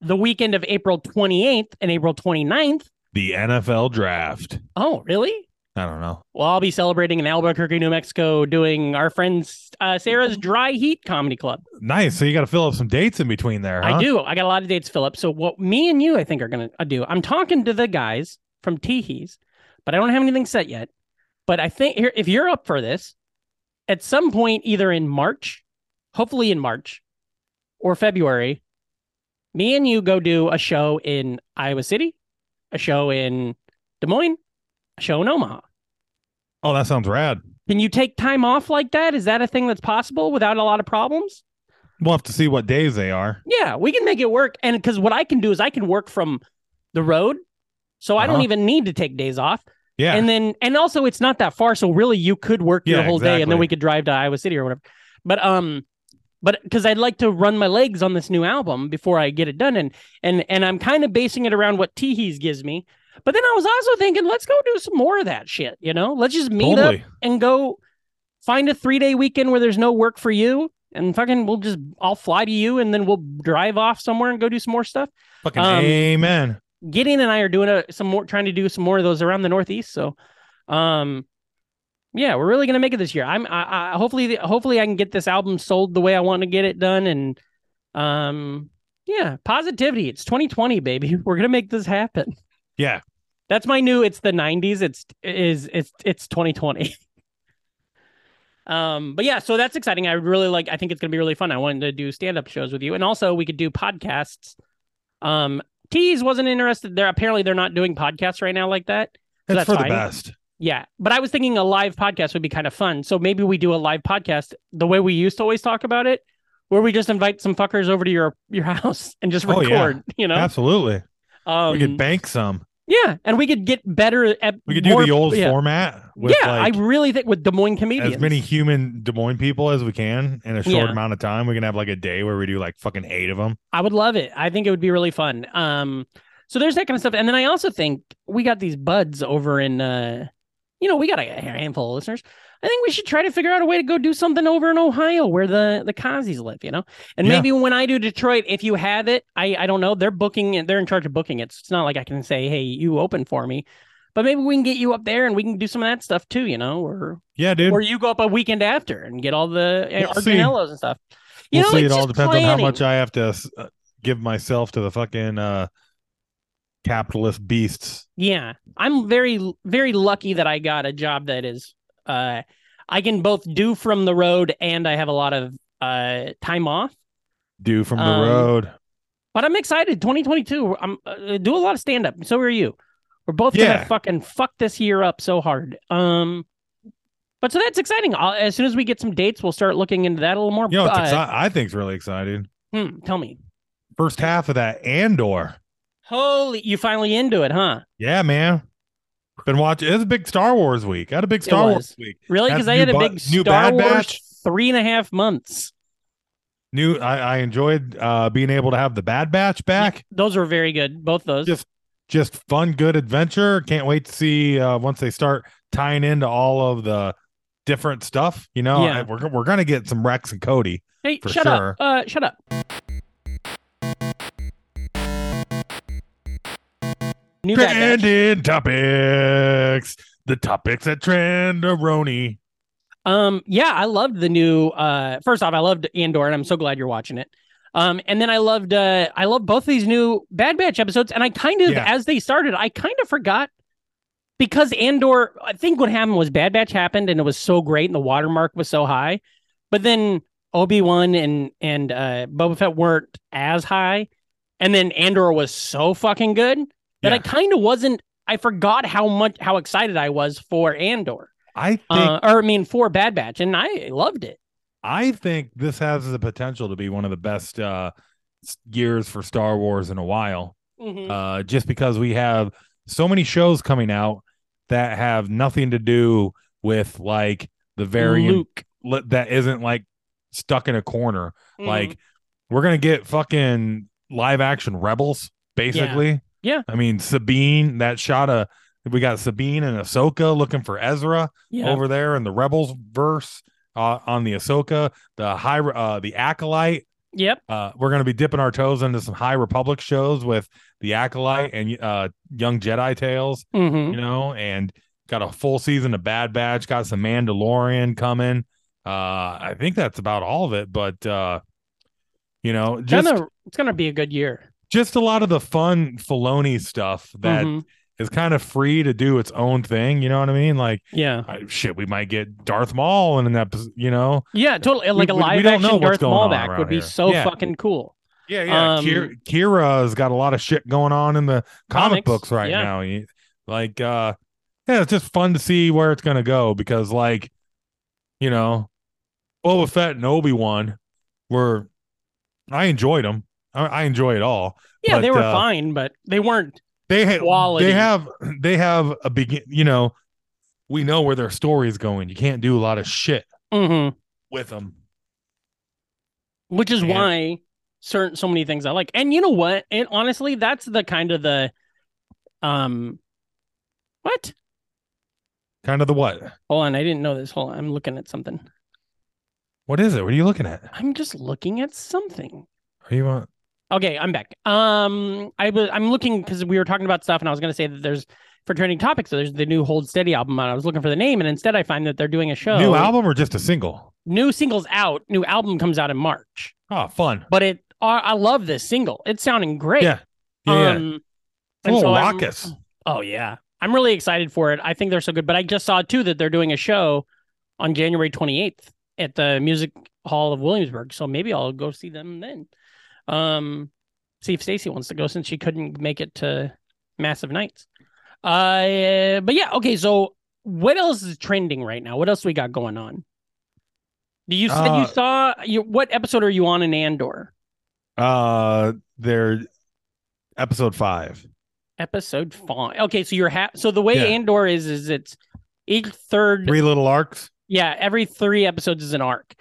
[SPEAKER 3] The weekend of April 28th and April 29th.
[SPEAKER 2] The NFL draft.
[SPEAKER 3] Oh, really?
[SPEAKER 2] I don't know.
[SPEAKER 3] Well, I'll be celebrating in Albuquerque, New Mexico, doing our friends uh, Sarah's Dry Heat Comedy Club.
[SPEAKER 2] Nice. So you got to fill up some dates in between there. Huh?
[SPEAKER 3] I do. I got a lot of dates, Philip. So what me and you, I think, are gonna uh, do. I'm talking to the guys from Teehees, but I don't have anything set yet. But I think here, if you're up for this, at some point, either in March, hopefully in March, or February, me and you go do a show in Iowa City, a show in Des Moines, a show in Omaha.
[SPEAKER 2] Oh, that sounds rad.
[SPEAKER 3] Can you take time off like that? Is that a thing that's possible without a lot of problems?
[SPEAKER 2] We'll have to see what days they are.
[SPEAKER 3] Yeah, we can make it work. And because what I can do is I can work from the road. So I don't
[SPEAKER 2] Uh-huh.
[SPEAKER 3] even need to take days off.
[SPEAKER 2] Yeah.
[SPEAKER 3] And then, and also it's not that far. So really you could work your
[SPEAKER 2] Yeah,
[SPEAKER 3] whole day and then
[SPEAKER 2] exactly.
[SPEAKER 3] we could drive to Iowa City or whatever. But, um, but because I'd like to run my legs on this new album before I get it done. And, and, and I'm kind of basing it around what Teehees gives me. But then I was also thinking, let's go do some more of that shit. You know, let's just meet up
[SPEAKER 2] totally.
[SPEAKER 3] and go find a three day weekend where there's no work for you and fucking we'll just I'll fly to you and then we'll drive off somewhere and go do some more stuff.
[SPEAKER 2] Fucking
[SPEAKER 3] Um,
[SPEAKER 2] amen.
[SPEAKER 3] Gideon and I are doing a, some more trying to do some more of those around the Northeast. So um yeah, we're really gonna make it this year. I'm I, I hopefully the, hopefully I can get this album sold the way I want to get it done and um yeah, positivity. It's 2020, baby. We're gonna make this happen.
[SPEAKER 2] Yeah.
[SPEAKER 3] That's my new. It's the '90s. It's is it's it's 2020. um, but yeah, so that's exciting. I really like. I think it's gonna be really fun. I wanted to do stand up shows with you, and also we could do podcasts. Um, Tease wasn't interested. They're apparently they're not doing podcasts right now like that.
[SPEAKER 2] It's
[SPEAKER 3] that's
[SPEAKER 2] for
[SPEAKER 3] fine.
[SPEAKER 2] the best.
[SPEAKER 3] Yeah, but I was thinking a live podcast would be kind of fun. So maybe we do a live podcast the way we used to always talk about it, where we just invite some fuckers over to your your house and just
[SPEAKER 2] Oh,
[SPEAKER 3] record.
[SPEAKER 2] yeah.
[SPEAKER 3] You know,
[SPEAKER 2] Absolutely.
[SPEAKER 3] um,
[SPEAKER 2] we could bank some.
[SPEAKER 3] yeah, and we could get better at
[SPEAKER 2] We could do
[SPEAKER 3] more-
[SPEAKER 2] the old
[SPEAKER 3] yeah.
[SPEAKER 2] format with
[SPEAKER 3] yeah,
[SPEAKER 2] like
[SPEAKER 3] I really think with Des Moines comedians,
[SPEAKER 2] as many human Des Moines people as we can in a short
[SPEAKER 3] Yeah.
[SPEAKER 2] amount of time. We can have like a day where we do like fucking eight of them.
[SPEAKER 3] I would love it. I think it would be really fun. Um, so there's that kind of stuff, and then I also think we got these buds over in, uh, you know, we got a handful of listeners. I think we should try to figure out a way to go do something over in Ohio where the the Kazis live, you know. And
[SPEAKER 2] Yeah.
[SPEAKER 3] maybe when I do Detroit, if you have it, I I don't know. They're booking it. They're in charge of booking it. So it's not like I can say, hey, you open for me. But maybe we can get you up there and we can do some of that stuff too, you know, or
[SPEAKER 2] Yeah, dude.
[SPEAKER 3] or you go up a weekend after and get all the
[SPEAKER 2] We'll
[SPEAKER 3] uh,
[SPEAKER 2] see.
[SPEAKER 3] organellos and stuff. You
[SPEAKER 2] we'll
[SPEAKER 3] know,
[SPEAKER 2] see.
[SPEAKER 3] it's
[SPEAKER 2] It all
[SPEAKER 3] just
[SPEAKER 2] depends on how
[SPEAKER 3] planning.
[SPEAKER 2] much I have to uh, give myself to the fucking uh, capitalist beasts.
[SPEAKER 3] Yeah, I'm very very lucky that I got a job that is uh I can both do from the road and I have a lot of uh time off.
[SPEAKER 2] Do from the
[SPEAKER 3] Um,
[SPEAKER 2] road.
[SPEAKER 3] But I'm excited 2022. I'm uh, do a lot of stand up. So are you. We're both going
[SPEAKER 2] Yeah.
[SPEAKER 3] to fucking fuck this year up so hard. Um but so that's exciting. I'll, as soon as we get some dates, we'll start looking into that a little more.
[SPEAKER 2] You know, it's
[SPEAKER 3] oh, but-
[SPEAKER 2] exci- I think's really exciting.
[SPEAKER 3] hmm, tell me.
[SPEAKER 2] First half of that Andor.
[SPEAKER 3] Holy, you finally into it, huh?
[SPEAKER 2] Yeah, man. Been watching. It's a big Star Wars week. I had a big
[SPEAKER 3] It
[SPEAKER 2] Star
[SPEAKER 3] was.
[SPEAKER 2] Wars week.
[SPEAKER 3] Really? Because
[SPEAKER 2] That's
[SPEAKER 3] I
[SPEAKER 2] new
[SPEAKER 3] had a
[SPEAKER 2] Ba-
[SPEAKER 3] big
[SPEAKER 2] new
[SPEAKER 3] Star
[SPEAKER 2] Bad
[SPEAKER 3] Wars
[SPEAKER 2] Batch?
[SPEAKER 3] three and a half months.
[SPEAKER 2] New. I, I enjoyed uh, being able to have the Bad Batch back.
[SPEAKER 3] Those were very good. Both those.
[SPEAKER 2] Just just fun, good adventure. Can't wait to see uh, once they start tying into all of the different stuff. You know,
[SPEAKER 3] Yeah.
[SPEAKER 2] I- we're we're gonna get some Rex and Cody.
[SPEAKER 3] Hey,
[SPEAKER 2] for
[SPEAKER 3] shut
[SPEAKER 2] sure.
[SPEAKER 3] up. Uh, shut up. New Bad Batch.
[SPEAKER 2] Trending topics. The topics at Trendaroni.
[SPEAKER 3] Um, yeah, I loved the new. Uh, first off, I loved Andor, and I'm so glad you're watching it. Um, and then I loved uh I love both of these new Bad Batch episodes, and I kind of
[SPEAKER 2] Yeah.
[SPEAKER 3] as they started, I kind of forgot because Andor, I think what happened was Bad Batch happened and it was so great and the watermark was so high, but then Obi Wan and and uh Boba Fett weren't as high, and then Andor was so fucking good that I
[SPEAKER 2] Yeah.
[SPEAKER 3] kind of wasn't I forgot how much how excited I was for Andor.
[SPEAKER 2] I think
[SPEAKER 3] Uh, or I mean for Bad Batch, and I loved it.
[SPEAKER 2] I think this has the potential to be one of the best uh s- years for Star Wars in a while.
[SPEAKER 3] Mm.
[SPEAKER 2] Uh just because we have so many shows coming out that have nothing to do with like the very
[SPEAKER 3] Luke.
[SPEAKER 2] li- that isn't like stuck in a corner.
[SPEAKER 3] Mm-hmm.
[SPEAKER 2] Like we're gonna get fucking live action rebels, basically.
[SPEAKER 3] Yeah.
[SPEAKER 2] I mean Sabine, that shot of we got Sabine and Ahsoka looking for Ezra
[SPEAKER 3] yeah.
[SPEAKER 2] over there in the Rebels verse uh, on the Ahsoka, the high Re- uh, the acolyte.
[SPEAKER 3] Yep.
[SPEAKER 2] Uh, we're gonna be dipping our toes into some High Republic shows with the acolyte
[SPEAKER 3] Uh-huh.
[SPEAKER 2] and uh, Young Jedi Tales,
[SPEAKER 3] hmm
[SPEAKER 2] you know, and got a full season of Bad Batch. Got some Mandalorian coming. Uh, I think that's about all of it, but uh, you know, just
[SPEAKER 3] gonna, it's gonna be a good year.
[SPEAKER 2] just a lot of the fun Filoni stuff that is
[SPEAKER 3] Mhm.
[SPEAKER 2] kind of free to do its own thing. You know what I mean? Like.
[SPEAKER 3] yeah,
[SPEAKER 2] I, shit, we might get Darth Maul in an episode, you know?
[SPEAKER 3] yeah, totally. Like a
[SPEAKER 2] we- we
[SPEAKER 3] live
[SPEAKER 2] don't know
[SPEAKER 3] action
[SPEAKER 2] what's
[SPEAKER 3] Darth
[SPEAKER 2] going
[SPEAKER 3] Maul
[SPEAKER 2] on
[SPEAKER 3] back
[SPEAKER 2] around
[SPEAKER 3] would be
[SPEAKER 2] here.
[SPEAKER 3] so
[SPEAKER 2] Yeah.
[SPEAKER 3] fucking cool.
[SPEAKER 2] Yeah,
[SPEAKER 3] yeah.
[SPEAKER 2] Kira, Kira's got a lot of shit going on in the comic
[SPEAKER 3] Comics,
[SPEAKER 2] books right
[SPEAKER 3] yeah.
[SPEAKER 2] now. You- Like, uh, yeah, it's just fun to see where it's going to go because, like, you know, Boba Fett and Obi Wan were, I enjoyed them. I, I enjoy it all.
[SPEAKER 3] Yeah, they
[SPEAKER 2] But,
[SPEAKER 3] were
[SPEAKER 2] uh,
[SPEAKER 3] fine, but they weren't.
[SPEAKER 2] They ha-
[SPEAKER 3] Quality.
[SPEAKER 2] They have. They have a begin. You know, we know where their story's going. You can't do a lot of shit
[SPEAKER 3] hmm
[SPEAKER 2] with them.
[SPEAKER 3] Which is
[SPEAKER 2] Yeah.
[SPEAKER 3] why certain so many things I like. And you know what? And honestly, that's the kind of the, um, what?
[SPEAKER 2] Kind of the what?
[SPEAKER 3] Hold on, I didn't know this. Hold on, I'm looking at something.
[SPEAKER 2] What is it? What are you looking at?
[SPEAKER 3] I'm just looking at something.
[SPEAKER 2] Are you on?
[SPEAKER 3] Okay, I'm back. Um, I was I'm looking because we were talking about stuff, and I was gonna say that there's for trending topics. There's the new Hold Steady album, and I was looking for the name, and instead I find that they're doing a show.
[SPEAKER 2] New album or just a single?
[SPEAKER 3] new singles out. New album comes out in March,
[SPEAKER 2] Oh, fun.
[SPEAKER 3] but it I I love this single. It's sounding great.
[SPEAKER 2] Yeah, Yeah. yeah. a
[SPEAKER 3] Um, and
[SPEAKER 2] little
[SPEAKER 3] so I'm-
[SPEAKER 2] raucous.
[SPEAKER 3] Oh yeah, I'm really excited for it. I think they're so good. But I just saw too that they're doing a show on January 28th at the Music Hall of Williamsburg. So maybe I'll go see them then. Um, see if Stacy wants to go since she couldn't make it to Massive Nights. Uh, but yeah, okay. So what else is trending right now? What else we got going on? Do you said
[SPEAKER 2] Uh,
[SPEAKER 3] you saw you, what episode are you on in Andor?
[SPEAKER 2] Uh, they're episode five.
[SPEAKER 3] Episode five. Okay, so you're half. So the way
[SPEAKER 2] Yeah.
[SPEAKER 3] Andor is is it's each third
[SPEAKER 2] Three little arcs.
[SPEAKER 3] Yeah, every three episodes is an arc.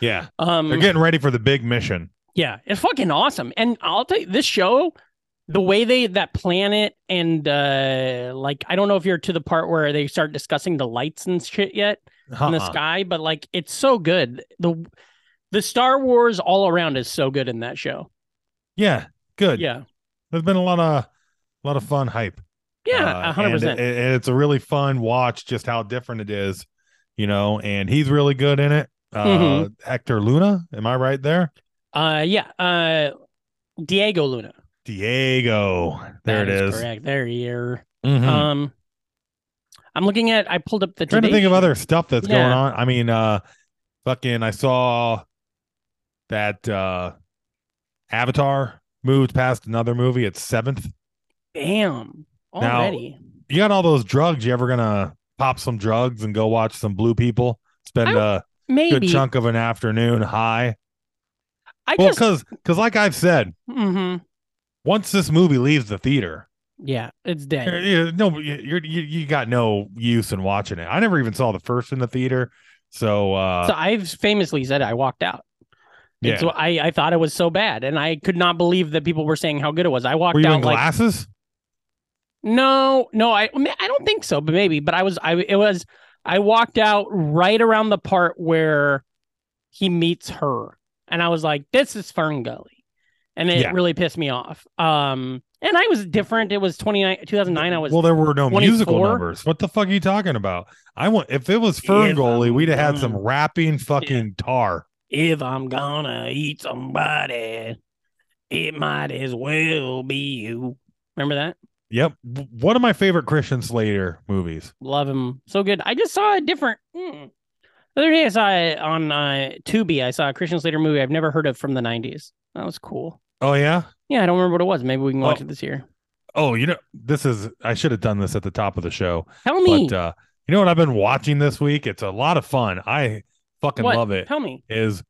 [SPEAKER 2] Yeah.
[SPEAKER 3] Um,
[SPEAKER 2] They're getting ready for the big mission.
[SPEAKER 3] yeah, it's fucking awesome. And I'll tell you, this show, the way they that planet and uh like I don't know if you're to the part where they start discussing the lights and shit yet in the
[SPEAKER 2] Uh-uh.
[SPEAKER 3] sky, but like it's so good. The the Star Wars all around is so good in that show.
[SPEAKER 2] Yeah. Good.
[SPEAKER 3] Yeah,
[SPEAKER 2] There's been a lot of a lot of fun hype.
[SPEAKER 3] yeah,
[SPEAKER 2] Uh,
[SPEAKER 3] a hundred
[SPEAKER 2] and
[SPEAKER 3] percent.
[SPEAKER 2] it- and it's a really fun watch just how different it is, you know, and he's really good in it. Uh
[SPEAKER 3] Mhm.
[SPEAKER 2] Hector Luna, am I right there?
[SPEAKER 3] Uh, yeah, uh, Diego Luna.
[SPEAKER 2] Diego. There
[SPEAKER 3] That
[SPEAKER 2] it is.
[SPEAKER 3] Correct. There you're.
[SPEAKER 2] Mhm.
[SPEAKER 3] Um, I'm looking at. I pulled up the.
[SPEAKER 2] trying to
[SPEAKER 3] Today
[SPEAKER 2] think of
[SPEAKER 3] Show.
[SPEAKER 2] other stuff that's going
[SPEAKER 3] Yeah.
[SPEAKER 2] on. I mean, uh fucking I saw that uh Avatar moved past another movie. It's seventh.
[SPEAKER 3] Damn.
[SPEAKER 2] Now-
[SPEAKER 3] Already.
[SPEAKER 2] You got all those drugs, you ever gonna pop some drugs and go watch some blue people? Spend a
[SPEAKER 3] Maybe.
[SPEAKER 2] good chunk of an afternoon high.
[SPEAKER 3] I
[SPEAKER 2] Well,
[SPEAKER 3] just
[SPEAKER 2] cause cause like I've said,
[SPEAKER 3] hmm
[SPEAKER 2] once this movie leaves the theater,
[SPEAKER 3] yeah, it's
[SPEAKER 2] you're-
[SPEAKER 3] dead.
[SPEAKER 2] you're- no you're, you you got no use in watching it. I never even saw the first in the theater. So uh
[SPEAKER 3] so I've famously said I walked out.
[SPEAKER 2] yeah.
[SPEAKER 3] It's, I, I thought it was so bad and I could not believe that people were saying how good it was. I walked
[SPEAKER 2] Were you
[SPEAKER 3] out
[SPEAKER 2] in
[SPEAKER 3] like
[SPEAKER 2] glasses?
[SPEAKER 3] no, no, I I mean, I don't think so, but maybe. But I was I it was I walked out right around the part where he meets her. And I was like, this is Fern Gully. And it
[SPEAKER 2] Yeah.
[SPEAKER 3] really pissed me off. Um and I was different. It was 29 2009 I was
[SPEAKER 2] well. There were no musical
[SPEAKER 3] 24.
[SPEAKER 2] numbers. What the fuck are you talking about? I want if it was Ferngully,
[SPEAKER 3] I'm
[SPEAKER 2] we'd have had some
[SPEAKER 3] done.
[SPEAKER 2] rapping fucking tar.
[SPEAKER 3] If I'm gonna eat somebody, it might as well be you. Remember that?
[SPEAKER 2] Yep. W- One of my favorite Christian Slater movies.
[SPEAKER 3] Love him so good. I just saw a different. Mm. The other day I saw it on uh, Tubi. I saw a Christian Slater movie I've never heard of from the '90s. That was cool.
[SPEAKER 2] Oh yeah.
[SPEAKER 3] Yeah, I don't remember what it was. Maybe we can watch
[SPEAKER 2] Oh.
[SPEAKER 3] it this year.
[SPEAKER 2] Oh, you know this is I should have done this at the top of the show,
[SPEAKER 3] Tell me.
[SPEAKER 2] but uh, you know what I've been watching this week? It's a lot of fun. I fucking
[SPEAKER 3] What?
[SPEAKER 2] love it.
[SPEAKER 3] Tell me.
[SPEAKER 2] Is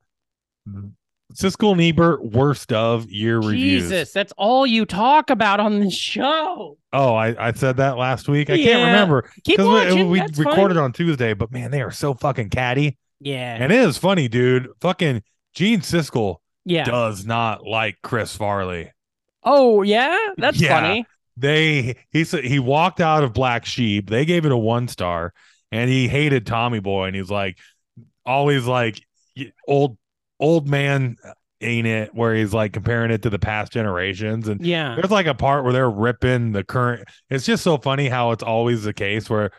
[SPEAKER 2] Siskel and Ebert worst of year reviews?
[SPEAKER 3] Jesus, that's all you talk about on this show.
[SPEAKER 2] Oh, I, I said that last week. I can't
[SPEAKER 3] Yeah.
[SPEAKER 2] remember
[SPEAKER 3] Keep
[SPEAKER 2] we- uh,
[SPEAKER 3] watching.
[SPEAKER 2] we,
[SPEAKER 3] that's
[SPEAKER 2] recorded
[SPEAKER 3] fine.
[SPEAKER 2] on Tuesday, but man, they are so fucking catty.
[SPEAKER 3] Yeah.
[SPEAKER 2] And it is funny, dude. Fucking Gene Siskel
[SPEAKER 3] yeah.
[SPEAKER 2] does not like Chris Farley.
[SPEAKER 3] Oh yeah, that's
[SPEAKER 2] Yeah.
[SPEAKER 3] funny.
[SPEAKER 2] They he said he walked out of Black Sheep. They gave it a one star, and he hated Tommy Boy, and he's like always like y- old old man ain't it where he's like comparing it to the past generations and
[SPEAKER 3] Yeah.
[SPEAKER 2] There's like a part where they're ripping the current. It's just so funny how it's always the case where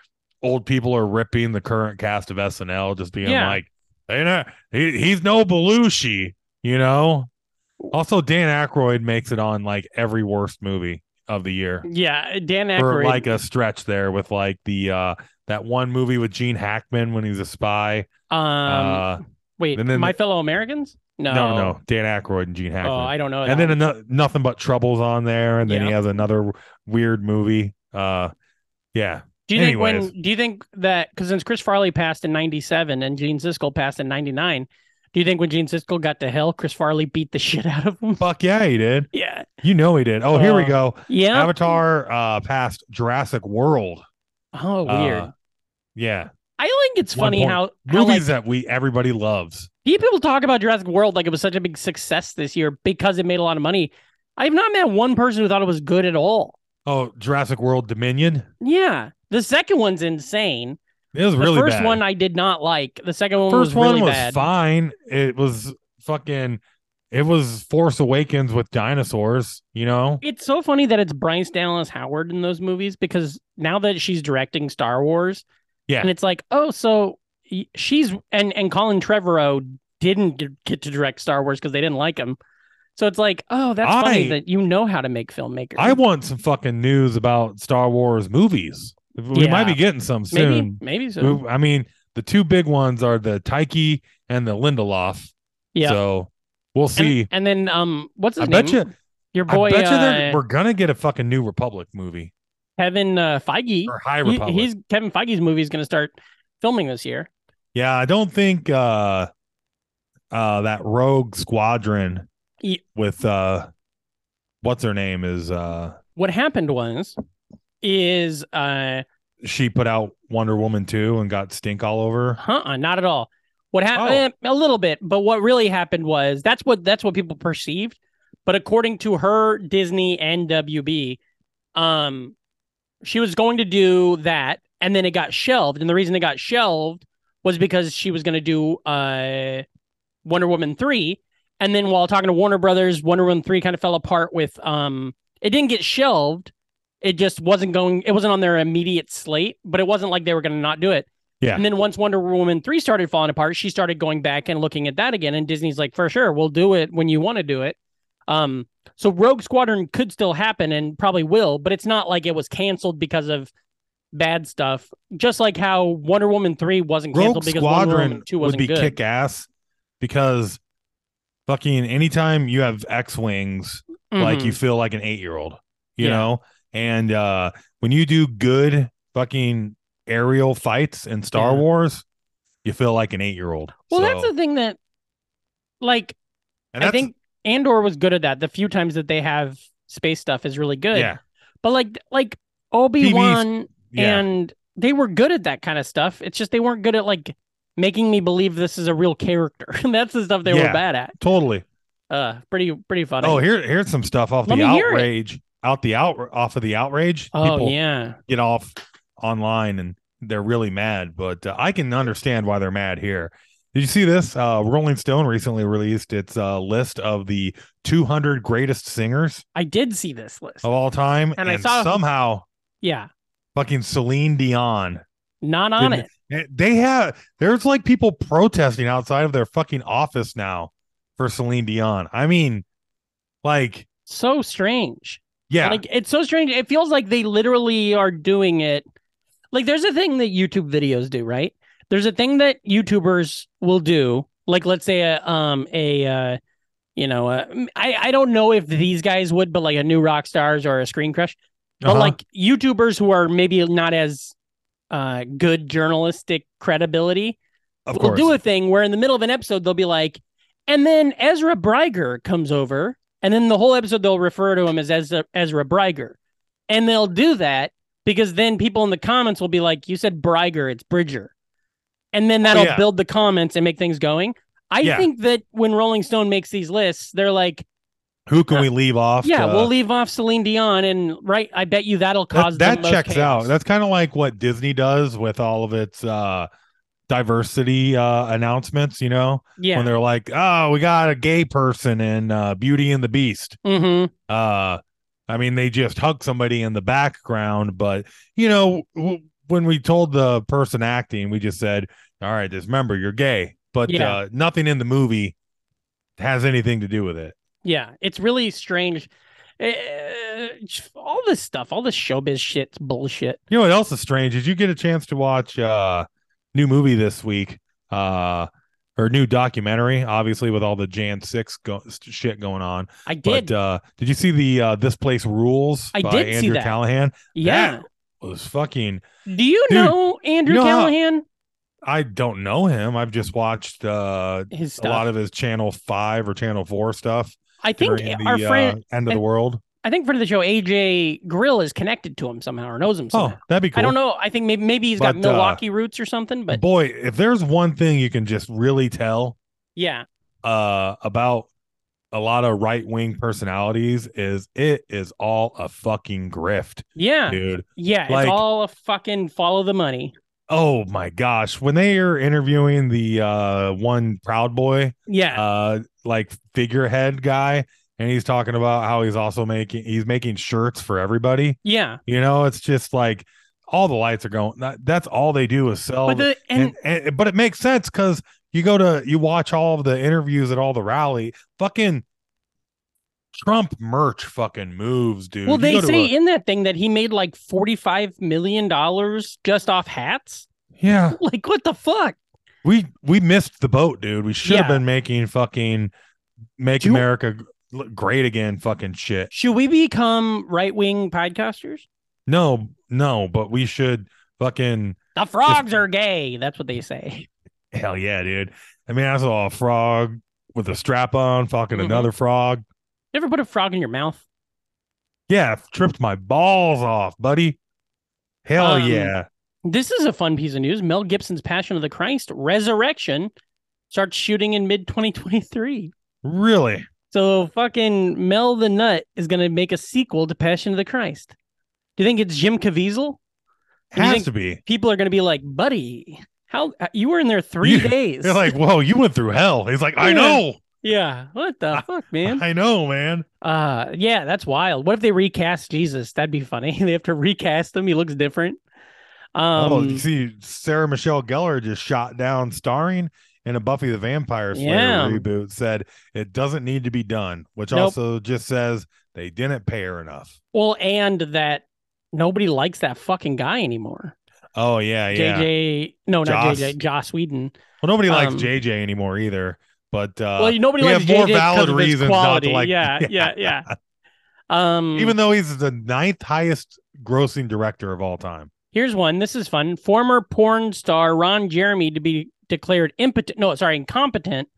[SPEAKER 2] old people are ripping the current cast of SNL, just being
[SPEAKER 3] Yeah.
[SPEAKER 2] like, "They not, he, he's no Belushi," you know. Also, Dan Aykroyd makes it on like every worst movie of the year
[SPEAKER 3] Yeah, Dan
[SPEAKER 2] for
[SPEAKER 3] Aykroyd.
[SPEAKER 2] like a stretch there with like the uh that one movie with Gene Hackman when he's a spy.
[SPEAKER 3] um,
[SPEAKER 2] uh,
[SPEAKER 3] wait,
[SPEAKER 2] and then-
[SPEAKER 3] my fellow Americans? No,
[SPEAKER 2] no, no, Dan Aykroyd and Gene Hackman.
[SPEAKER 3] Oh, I don't know.
[SPEAKER 2] and
[SPEAKER 3] that
[SPEAKER 2] then ano- nothing but troubles on there, and then he
[SPEAKER 3] Yeah.
[SPEAKER 2] has another w- weird movie. Uh, yeah,
[SPEAKER 3] Do you think
[SPEAKER 2] Anyways.
[SPEAKER 3] when do you think that because since Chris Farley passed in '97 and Gene Siskel passed in '99, do you think when Gene Siskel got to hell, Chris Farley beat the shit out of him?
[SPEAKER 2] fuck yeah, he did.
[SPEAKER 3] Yeah,
[SPEAKER 2] You know he did. Oh, here we
[SPEAKER 3] Uh,
[SPEAKER 2] go.
[SPEAKER 3] yeah.
[SPEAKER 2] Avatar uh passed Jurassic World.
[SPEAKER 3] oh, weird.
[SPEAKER 2] Uh, Yeah,
[SPEAKER 3] I think it's
[SPEAKER 2] one
[SPEAKER 3] funny
[SPEAKER 2] point.
[SPEAKER 3] how, how
[SPEAKER 2] movies
[SPEAKER 3] like,
[SPEAKER 2] that we everybody loves.
[SPEAKER 3] few people talk about Jurassic World like it was such a big success this year because it made a lot of money. I've not met one person who thought it was good at all.
[SPEAKER 2] Oh, Jurassic World Dominion.
[SPEAKER 3] Yeah, the second one's insane.
[SPEAKER 2] It was
[SPEAKER 3] The
[SPEAKER 2] really
[SPEAKER 3] first
[SPEAKER 2] bad.
[SPEAKER 3] one I did not like. The second one
[SPEAKER 2] First
[SPEAKER 3] was
[SPEAKER 2] one
[SPEAKER 3] really
[SPEAKER 2] was
[SPEAKER 3] bad.
[SPEAKER 2] fine. It was fucking. It was Force Awakens with dinosaurs. You know.
[SPEAKER 3] It's so funny that it's Bryce Dallas Howard in those movies because now that she's directing Star Wars,
[SPEAKER 2] Yeah.
[SPEAKER 3] and it's like, oh, so y- she's and and Colin Trevorrow didn't g- get to direct Star Wars because they didn't like him. So it's like, oh, that's
[SPEAKER 2] I-
[SPEAKER 3] funny that you know how to make filmmakers.
[SPEAKER 2] I want some fucking news about Star Wars movies. We might
[SPEAKER 3] Yeah.
[SPEAKER 2] be getting some
[SPEAKER 3] maybe
[SPEAKER 2] soon.
[SPEAKER 3] maybe so.
[SPEAKER 2] We- I mean, the two big ones are the Taiki and the Lindelof.
[SPEAKER 3] Yeah.
[SPEAKER 2] So we'll
[SPEAKER 3] And-
[SPEAKER 2] see.
[SPEAKER 3] And, then um, what's
[SPEAKER 2] I
[SPEAKER 3] his name?
[SPEAKER 2] bet you.
[SPEAKER 3] Your boy
[SPEAKER 2] I bet you
[SPEAKER 3] uh,
[SPEAKER 2] that we're gonna get a fucking new Republic movie
[SPEAKER 3] Kevin uh, Feige.
[SPEAKER 2] or High
[SPEAKER 3] He-
[SPEAKER 2] Republic.
[SPEAKER 3] he's Kevin Feige's movie is going to start filming this year.
[SPEAKER 2] yeah, I don't think uh uh that Rogue Squadron
[SPEAKER 3] Ye-
[SPEAKER 2] with uh what's her name is uh
[SPEAKER 3] What happened was, is uh.
[SPEAKER 2] she put out Wonder Woman 2 and got stink all over. her.
[SPEAKER 3] Uh-uh, not at all. What
[SPEAKER 2] Oh.
[SPEAKER 3] happened? A little bit, but what really happened was that's what that's what people perceived. But according to her, Disney and WB, um, she was going to do that, and then it got shelved. And the reason it got shelved was because she was going to do uh, Wonder Woman three. And then while talking to Warner Brothers, Wonder Woman three kind of fell apart with um, it didn't get shelved. It just wasn't going. It wasn't on their immediate slate, but it wasn't like they were going to not do it. And then once Wonder Woman 3 started falling apart, she started going back and looking at that again. And Disney's like, for sure, we'll do it when you want to do it. Um, so Rogue Squadron could still happen and probably will, but it's not like it was canceled because of bad stuff. Just like how Wonder Woman 3 wasn't
[SPEAKER 2] Rogue
[SPEAKER 3] canceled because Wonder
[SPEAKER 2] Squadron
[SPEAKER 3] Woman 2
[SPEAKER 2] would
[SPEAKER 3] wasn't
[SPEAKER 2] be
[SPEAKER 3] good.
[SPEAKER 2] kick ass because fucking anytime you have X Wings, like
[SPEAKER 3] Mhm.
[SPEAKER 2] you feel like an eight year old, you
[SPEAKER 3] Yeah.
[SPEAKER 2] know? And uh when you do good fucking aerial fights in Star
[SPEAKER 3] Yeah.
[SPEAKER 2] Wars, you feel like an eight year old.
[SPEAKER 3] Well, that's the thing that, like,
[SPEAKER 2] and
[SPEAKER 3] I
[SPEAKER 2] that's-
[SPEAKER 3] think Andor was good at that. The few times that they have space stuff is really good.
[SPEAKER 2] yeah,
[SPEAKER 3] But like, like Obi Wan
[SPEAKER 2] yeah.
[SPEAKER 3] and they were good at that kind of stuff. It's just they weren't good at like making me believe this is a real character. That's the stuff they
[SPEAKER 2] Yeah.
[SPEAKER 3] were bad at.
[SPEAKER 2] totally.
[SPEAKER 3] Uh, pretty pretty funny.
[SPEAKER 2] Oh, here here's some stuff off
[SPEAKER 3] Let
[SPEAKER 2] the
[SPEAKER 3] me hear it.
[SPEAKER 2] outrage. Out the out off of the outrage.
[SPEAKER 3] Oh,
[SPEAKER 2] People
[SPEAKER 3] yeah,
[SPEAKER 2] get off online and they're really mad, but uh, I can understand why they're mad here. Did you see this? Uh, Rolling Stone recently released its uh, list of the 200 greatest singers
[SPEAKER 3] I did see this list.
[SPEAKER 2] of all time,
[SPEAKER 3] And I saw-
[SPEAKER 2] somehow
[SPEAKER 3] Yeah,
[SPEAKER 2] fucking Celine Dion
[SPEAKER 3] not on
[SPEAKER 2] didn't-
[SPEAKER 3] it.
[SPEAKER 2] They- They have there's like people protesting outside of their fucking office now for Celine Dion. I mean, like,
[SPEAKER 3] So strange.
[SPEAKER 2] yeah,
[SPEAKER 3] Like it's so strange. It feels like they literally are doing it. Like there's a thing that YouTube videos do, right? There's a thing that YouTubers will do. Like let's say a um a uh you know, uh, I I don't know if these guys would, but like a new rock stars or a screen crush, but
[SPEAKER 2] uh-huh.
[SPEAKER 3] like YouTubers who are maybe not as uh good journalistic credibility,
[SPEAKER 2] of
[SPEAKER 3] we'll
[SPEAKER 2] course,
[SPEAKER 3] do a thing where in the middle of an episode they'll be like, and then Ezra Briger comes over, and then the whole episode they'll refer to him as Ezra, Ezra Briger, and they'll do that because then people in the comments will be like, you said Briger, it's Bridger, and then that'll
[SPEAKER 2] yeah.
[SPEAKER 3] build the comments and make things going. I
[SPEAKER 2] Yeah.
[SPEAKER 3] think that when Rolling Stone makes these lists, they're like,
[SPEAKER 2] who can we leave off?
[SPEAKER 3] yeah,
[SPEAKER 2] to-
[SPEAKER 3] we'll leave off Celine Dion, and right, I bet you that'll
[SPEAKER 2] that,
[SPEAKER 3] cause the
[SPEAKER 2] that
[SPEAKER 3] most
[SPEAKER 2] checks
[SPEAKER 3] chaos.
[SPEAKER 2] out. That's kind of like what Disney does with all of its uh diversity uh announcements, you know,
[SPEAKER 3] yeah.
[SPEAKER 2] when they're like, "Oh, we got a gay person in uh Beauty and the Beast."
[SPEAKER 3] Mm-hmm.
[SPEAKER 2] uh i mean they just hug somebody in the background but you know w- when we told the person acting we just said all right just remember you're gay but
[SPEAKER 3] Yeah.
[SPEAKER 2] uh nothing in the movie has anything to do with it
[SPEAKER 3] Yeah, it's really strange. Uh, all this stuff, all this showbiz shit's bullshit.
[SPEAKER 2] you know what else is strange is you get a chance to watch uh new movie this week uh or new documentary obviously with all the jan 6 go- shit going on
[SPEAKER 3] I did.
[SPEAKER 2] but uh did you see the uh this place rules
[SPEAKER 3] I
[SPEAKER 2] by
[SPEAKER 3] did see
[SPEAKER 2] andrew
[SPEAKER 3] that.
[SPEAKER 2] callahan
[SPEAKER 3] yeah.
[SPEAKER 2] was fucking
[SPEAKER 3] Do you
[SPEAKER 2] Dude,
[SPEAKER 3] know Andrew
[SPEAKER 2] you know how-
[SPEAKER 3] Callahan?
[SPEAKER 2] I don't know him. I've just watched uh,
[SPEAKER 3] His
[SPEAKER 2] a
[SPEAKER 3] stuff.
[SPEAKER 2] lot of his Channel Five or Channel Four stuff.
[SPEAKER 3] I think
[SPEAKER 2] during
[SPEAKER 3] our
[SPEAKER 2] the,
[SPEAKER 3] friend,
[SPEAKER 2] uh, end of the
[SPEAKER 3] and-
[SPEAKER 2] world.
[SPEAKER 3] I think friend of the show, AJ Grill, is connected to him somehow or knows him somehow.
[SPEAKER 2] Oh, that'd be cool.
[SPEAKER 3] I don't know. I think maybe maybe he's got
[SPEAKER 2] But, uh,
[SPEAKER 3] Milwaukee roots or something. But
[SPEAKER 2] Boy, if there's one thing you can just really tell
[SPEAKER 3] yeah,
[SPEAKER 2] uh, about a lot of right wing personalities is it is all a fucking grift,
[SPEAKER 3] yeah,
[SPEAKER 2] dude.
[SPEAKER 3] yeah. It's
[SPEAKER 2] like-
[SPEAKER 3] all a fucking follow the money.
[SPEAKER 2] Oh my gosh, when they are interviewing the uh, one Proud Boy
[SPEAKER 3] Yeah,
[SPEAKER 2] uh like figurehead guy and he's talking about how he's also making he's making shirts for everybody
[SPEAKER 3] yeah.
[SPEAKER 2] you know it's just like all the lights are going that, that's all they do is sell
[SPEAKER 3] But
[SPEAKER 2] the-
[SPEAKER 3] the and
[SPEAKER 2] and, and- but it makes sense because you go to you watch all of the interviews at all the rally fucking trump merch fucking moves dude
[SPEAKER 3] Well,
[SPEAKER 2] You
[SPEAKER 3] they
[SPEAKER 2] go to
[SPEAKER 3] say
[SPEAKER 2] a-
[SPEAKER 3] in that thing that he made like forty-five million dollars just off hats.
[SPEAKER 2] yeah
[SPEAKER 3] Like, what the fuck?
[SPEAKER 2] we we missed the boat dude we should have
[SPEAKER 3] Yeah.
[SPEAKER 2] been making fucking make
[SPEAKER 3] Do you-
[SPEAKER 2] america G- great again fucking shit
[SPEAKER 3] Should we become right-wing podcasters?
[SPEAKER 2] No, no, but we should fucking
[SPEAKER 3] The frogs are gay. That's what they say.
[SPEAKER 2] hell yeah, dude. I mean, I saw a frog with a strap on, fucking
[SPEAKER 3] Mhm.
[SPEAKER 2] another frog.
[SPEAKER 3] You ever put a frog in your mouth?
[SPEAKER 2] Yeah, tripped my balls off, buddy. Hell
[SPEAKER 3] Um,
[SPEAKER 2] yeah.
[SPEAKER 3] This is a fun piece of news. Mel Gibson's Passion of the Christ Resurrection starts shooting in mid 2023.
[SPEAKER 2] Really?
[SPEAKER 3] So fucking Mel the Nut is going to make a sequel to Passion of the Christ. Do you think it's Jim Caviezel? you
[SPEAKER 2] Has
[SPEAKER 3] think-
[SPEAKER 2] to be.
[SPEAKER 3] People are going to be like, "Buddy, how you were in there 3
[SPEAKER 2] You-
[SPEAKER 3] days?"
[SPEAKER 2] They're like, whoa, you went through hell. He's like, I
[SPEAKER 3] Yeah.
[SPEAKER 2] know.
[SPEAKER 3] Yeah, what the fuck, man?
[SPEAKER 2] I know, man.
[SPEAKER 3] Uh, yeah, that's wild. What if they recast Jesus? That'd be funny. they have to recast him. He looks different. Um,
[SPEAKER 2] oh, you see, Sarah Michelle Gellar just shot down starring in a Buffy the Vampire Slayer
[SPEAKER 3] Yeah.
[SPEAKER 2] reboot, said it doesn't need to be done, which
[SPEAKER 3] Nope.
[SPEAKER 2] also just says they didn't pay her enough.
[SPEAKER 3] well, and that nobody likes that fucking guy anymore.
[SPEAKER 2] Oh yeah, yeah.
[SPEAKER 3] JJ, no, not
[SPEAKER 2] Joss.
[SPEAKER 3] JJ, Joss Whedon.
[SPEAKER 2] Well, nobody likes
[SPEAKER 3] Um,
[SPEAKER 2] JJ anymore either. But uh,
[SPEAKER 3] well, nobody
[SPEAKER 2] we
[SPEAKER 3] likes
[SPEAKER 2] have more
[SPEAKER 3] JJ 'cause
[SPEAKER 2] valid
[SPEAKER 3] of his
[SPEAKER 2] reasons not to
[SPEAKER 3] quality.
[SPEAKER 2] like-
[SPEAKER 3] Yeah, yeah, yeah. Um,
[SPEAKER 2] even though he's the ninth highest grossing director of all time,
[SPEAKER 3] Here's one. This is fun. Former porn star Ron Jeremy to be declared impotent. No, sorry, incompetent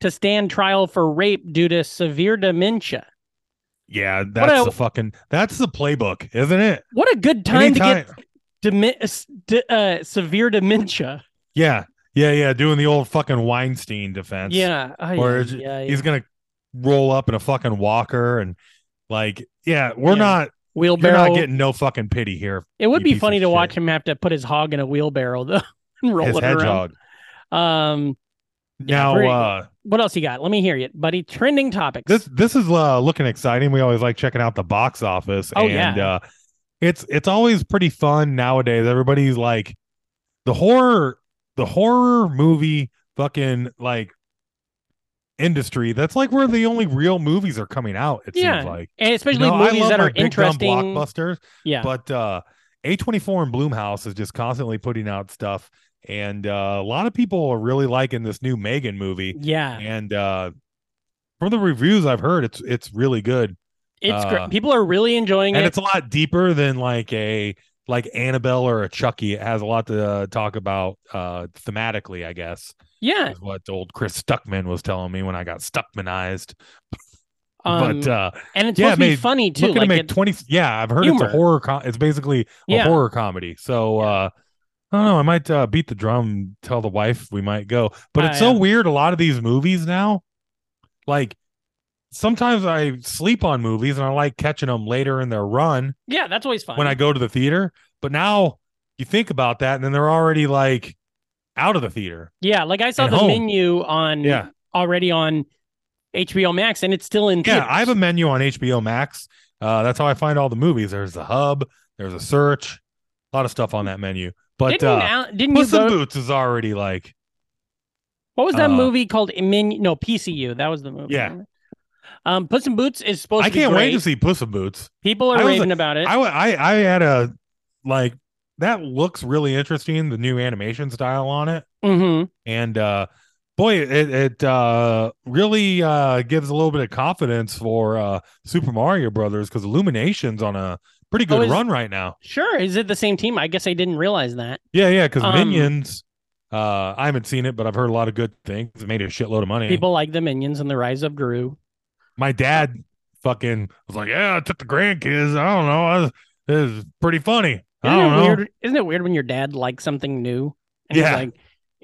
[SPEAKER 3] to stand trial for rape due to severe dementia.
[SPEAKER 2] yeah, that's
[SPEAKER 3] a-
[SPEAKER 2] the fucking that's the playbook, isn't it?
[SPEAKER 3] What a good time to
[SPEAKER 2] Anytime-
[SPEAKER 3] get demi- s- de- uh, severe dementia.
[SPEAKER 2] yeah, yeah, yeah, doing the old fucking Weinstein defense.
[SPEAKER 3] yeah. Ay,
[SPEAKER 2] Or
[SPEAKER 3] ay,
[SPEAKER 2] is-
[SPEAKER 3] ay,
[SPEAKER 2] he's
[SPEAKER 3] ay.
[SPEAKER 2] gonna roll up in a fucking walker and like, yeah, we're
[SPEAKER 3] Yeah.
[SPEAKER 2] not, you're
[SPEAKER 3] wheelbarrow.
[SPEAKER 2] not getting no fucking pity here.
[SPEAKER 3] it would
[SPEAKER 2] you
[SPEAKER 3] be
[SPEAKER 2] piece
[SPEAKER 3] funny
[SPEAKER 2] of
[SPEAKER 3] to watch
[SPEAKER 2] shit.
[SPEAKER 3] him have to put his hog in a wheelbarrow though and roll
[SPEAKER 2] His
[SPEAKER 3] it
[SPEAKER 2] hedgehog.
[SPEAKER 3] around. Um, Yeah,
[SPEAKER 2] now,
[SPEAKER 3] pretty-
[SPEAKER 2] uh,
[SPEAKER 3] what else you got? Let me hear it, buddy. Trending topics.
[SPEAKER 2] this this is uh, looking exciting. We always like checking out the box office,
[SPEAKER 3] Oh,
[SPEAKER 2] and
[SPEAKER 3] yeah.
[SPEAKER 2] uh, it's it's always pretty fun nowadays. Everybody's like the horror the horror movie fucking like industry that's like where the only real movies are coming out it
[SPEAKER 3] Yeah,
[SPEAKER 2] seems like
[SPEAKER 3] and
[SPEAKER 2] You
[SPEAKER 3] especially
[SPEAKER 2] know, I
[SPEAKER 3] movies
[SPEAKER 2] love
[SPEAKER 3] that
[SPEAKER 2] my
[SPEAKER 3] are
[SPEAKER 2] big dumb
[SPEAKER 3] interesting.
[SPEAKER 2] blockbusters
[SPEAKER 3] Yeah,
[SPEAKER 2] but uh a24 and bloomhouse is just constantly putting out stuff and uh, a lot of people are really liking this new megan movie
[SPEAKER 3] yeah,
[SPEAKER 2] and uh from the reviews i've heard it's it's really good
[SPEAKER 3] it's
[SPEAKER 2] uh,
[SPEAKER 3] great. People are really enjoying
[SPEAKER 2] and
[SPEAKER 3] it.
[SPEAKER 2] it's a lot deeper than like a like Annabelle or a Chucky. It has a lot to uh, talk about uh thematically, I guess.
[SPEAKER 3] yeah,
[SPEAKER 2] Is what old Chris Stuckman was telling me when I got Stuckmanized.
[SPEAKER 3] um,
[SPEAKER 2] but uh
[SPEAKER 3] and it's
[SPEAKER 2] yeah,
[SPEAKER 3] supposed to be
[SPEAKER 2] made-
[SPEAKER 3] funny too.
[SPEAKER 2] looking to
[SPEAKER 3] Like
[SPEAKER 2] make
[SPEAKER 3] it-
[SPEAKER 2] twenty. Yeah, I've heard
[SPEAKER 3] humor.
[SPEAKER 2] it's a horror. Com- it's basically
[SPEAKER 3] Yeah.
[SPEAKER 2] a horror comedy. So uh I don't know. I might uh, beat the drum. Tell the wife we might go. But it's
[SPEAKER 3] I,
[SPEAKER 2] so
[SPEAKER 3] um,
[SPEAKER 2] weird. A lot of these movies now, like sometimes I sleep on movies and I like catching them later in their run.
[SPEAKER 3] yeah, that's always fun.
[SPEAKER 2] when I go to the theater. But now you think about that, and then they're already like out of the theater.
[SPEAKER 3] yeah, like I saw
[SPEAKER 2] At
[SPEAKER 3] the
[SPEAKER 2] home.
[SPEAKER 3] menu on
[SPEAKER 2] Yeah.
[SPEAKER 3] already on HBO Max, and it's still in
[SPEAKER 2] Yeah, I have a
[SPEAKER 3] theaters.
[SPEAKER 2] menu on HBO Max. Uh, that's how I find all the movies. There's the hub. There's a search. A lot of stuff on that menu. But
[SPEAKER 3] Mm. didn't
[SPEAKER 2] uh,
[SPEAKER 3] Al- didn't you
[SPEAKER 2] Puss in
[SPEAKER 3] go?
[SPEAKER 2] Boots is already like
[SPEAKER 3] What was that
[SPEAKER 2] uh,
[SPEAKER 3] movie called? Menu? No, PCU. That was the movie.
[SPEAKER 2] Yeah.
[SPEAKER 3] Um, Puss in Boots is supposed
[SPEAKER 2] I
[SPEAKER 3] to be
[SPEAKER 2] can't
[SPEAKER 3] great.
[SPEAKER 2] wait to see Puss in Boots.
[SPEAKER 3] People
[SPEAKER 2] I
[SPEAKER 3] are
[SPEAKER 2] was
[SPEAKER 3] raving about it.
[SPEAKER 2] I, wa- I I had a like that looks really interesting. The new animation style on it.
[SPEAKER 3] mm-hmm.
[SPEAKER 2] and uh boy it it uh really uh gives a little bit of confidence for uh super mario brothers because illuminations on a pretty good
[SPEAKER 3] Oh, is-
[SPEAKER 2] run right now
[SPEAKER 3] Sure. Is it the same team? I guess I didn't realize that.
[SPEAKER 2] yeah yeah because
[SPEAKER 3] Um,
[SPEAKER 2] minions uh i haven't seen it but i've heard a lot of good things it made a shitload of money
[SPEAKER 3] People like the Minions and the Rise of Gru.
[SPEAKER 2] my dad fucking was like yeah i took the grandkids i don't know I was, it was pretty funny
[SPEAKER 3] Isn't
[SPEAKER 2] i don't
[SPEAKER 3] it
[SPEAKER 2] know
[SPEAKER 3] weird? Isn't it weird when your dad likes something new? And
[SPEAKER 2] Yeah.
[SPEAKER 3] he's like,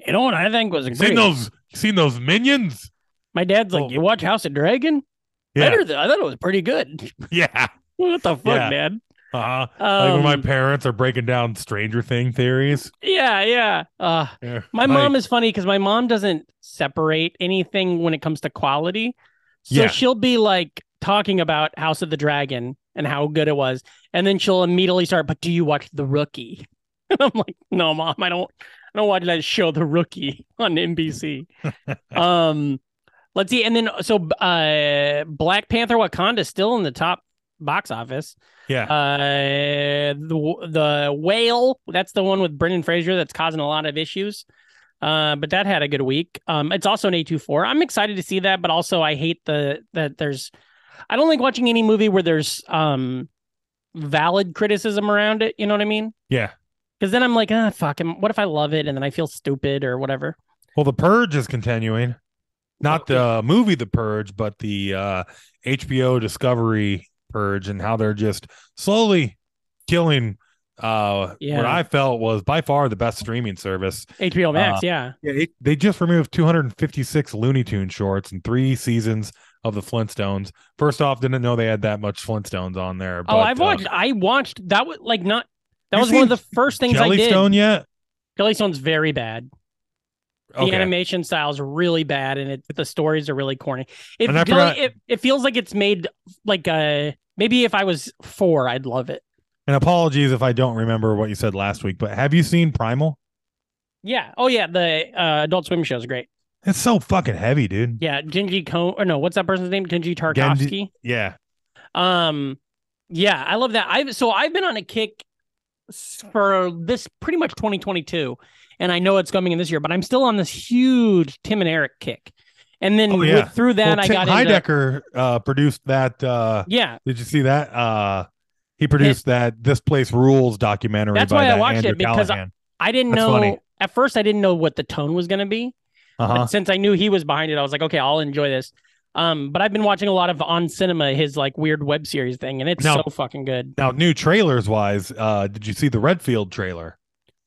[SPEAKER 3] you know what I think was
[SPEAKER 2] You
[SPEAKER 3] great.
[SPEAKER 2] seen those you seen those minions
[SPEAKER 3] My dad's like,
[SPEAKER 2] Oh.
[SPEAKER 3] you watch House of Dragon?
[SPEAKER 2] yeah
[SPEAKER 3] Better than I thought it was pretty good.
[SPEAKER 2] yeah
[SPEAKER 3] what the fuck,
[SPEAKER 2] Yeah.
[SPEAKER 3] Dad?
[SPEAKER 2] uh-huh. like
[SPEAKER 3] Um,
[SPEAKER 2] when my parents are breaking down stranger thing theories
[SPEAKER 3] yeah, yeah. Uh,
[SPEAKER 2] Yeah.
[SPEAKER 3] my mom is funny because my mom doesn't separate anything when it comes to quality. So
[SPEAKER 2] Yeah.
[SPEAKER 3] she'll be like talking about House of the Dragon and how good it was. And then she'll immediately start, but do you watch The Rookie? And I'm like, no, mom, I don't I don't watch that show The Rookie on NBC. um let's see. And then so uh Black Panther Wakanda's still in the top box office.
[SPEAKER 2] yeah.
[SPEAKER 3] Uh, the the whale. That's the one with Brendan Fraser that's causing a lot of issues. Uh, but that had a good week. Um, it's also an A 24 I'm excited to see that, but also I hate the that there's. I don't like watching any movie where there's um valid criticism around it. You know what I mean?
[SPEAKER 2] Yeah.
[SPEAKER 3] Because then I'm like, ah, fuck. am- What if I love it and then I feel stupid or whatever?
[SPEAKER 2] Well, The Purge is continuing. Not
[SPEAKER 3] Okay.
[SPEAKER 2] the movie The Purge, but the uh, HBO Discovery Purge and how they're just slowly killing uh, what
[SPEAKER 3] Yeah.
[SPEAKER 2] I felt was by far the best streaming service.
[SPEAKER 3] HBO Max.
[SPEAKER 2] Uh,
[SPEAKER 3] yeah.
[SPEAKER 2] Yeah, it, they just removed 256 Looney Tune shorts and three seasons of the Flintstones. First off, didn't know they had that much Flintstones on there.
[SPEAKER 3] Oh,
[SPEAKER 2] but,
[SPEAKER 3] I've
[SPEAKER 2] uh,
[SPEAKER 3] watched. I watched that was like not. That
[SPEAKER 2] You've
[SPEAKER 3] was one of
[SPEAKER 2] seen
[SPEAKER 3] the first things I did.
[SPEAKER 2] Jellystone yet?
[SPEAKER 3] Jellystone's very bad. the
[SPEAKER 2] Okay.
[SPEAKER 3] animation style's really bad and it the stories are really corny it,
[SPEAKER 2] And I
[SPEAKER 3] feel like-
[SPEAKER 2] forgot-
[SPEAKER 3] it, it feels like it's made like uh maybe if i was four i'd love it
[SPEAKER 2] and apologies if I don't remember what you said last week, but have you seen Primal?
[SPEAKER 3] yeah oh yeah the uh, adult swim show is great
[SPEAKER 2] It's so fucking heavy, dude.
[SPEAKER 3] yeah genji Ko or no what's that person's name genji tarkovsky
[SPEAKER 2] Genji- Yeah.
[SPEAKER 3] um yeah i love that i've so i've been on a kick s- for this pretty much 2022 and i know it's coming in this year but i'm still on this huge tim and eric kick and then
[SPEAKER 2] Oh, yeah.
[SPEAKER 3] with, through that
[SPEAKER 2] well,
[SPEAKER 3] i
[SPEAKER 2] Tim
[SPEAKER 3] got into
[SPEAKER 2] Heidecker uh, produced that. Uh,
[SPEAKER 3] yeah
[SPEAKER 2] did you see that? Uh, he produced that "This Place Rules" documentary.
[SPEAKER 3] That's
[SPEAKER 2] by
[SPEAKER 3] why I
[SPEAKER 2] that
[SPEAKER 3] watched
[SPEAKER 2] Andrew
[SPEAKER 3] it, because I-
[SPEAKER 2] Callahan.
[SPEAKER 3] i didn't
[SPEAKER 2] That's
[SPEAKER 3] know
[SPEAKER 2] funny.
[SPEAKER 3] at first i didn't know what the tone was going to be
[SPEAKER 2] uh-huh.
[SPEAKER 3] But since I knew he was behind it, I was like, okay, I'll enjoy this. Um, but I've been watching a lot of on cinema, his like weird web series thing, and it's
[SPEAKER 2] Now-
[SPEAKER 3] so fucking good.
[SPEAKER 2] Now, new trailers wise, uh, did you see the Redfield trailer?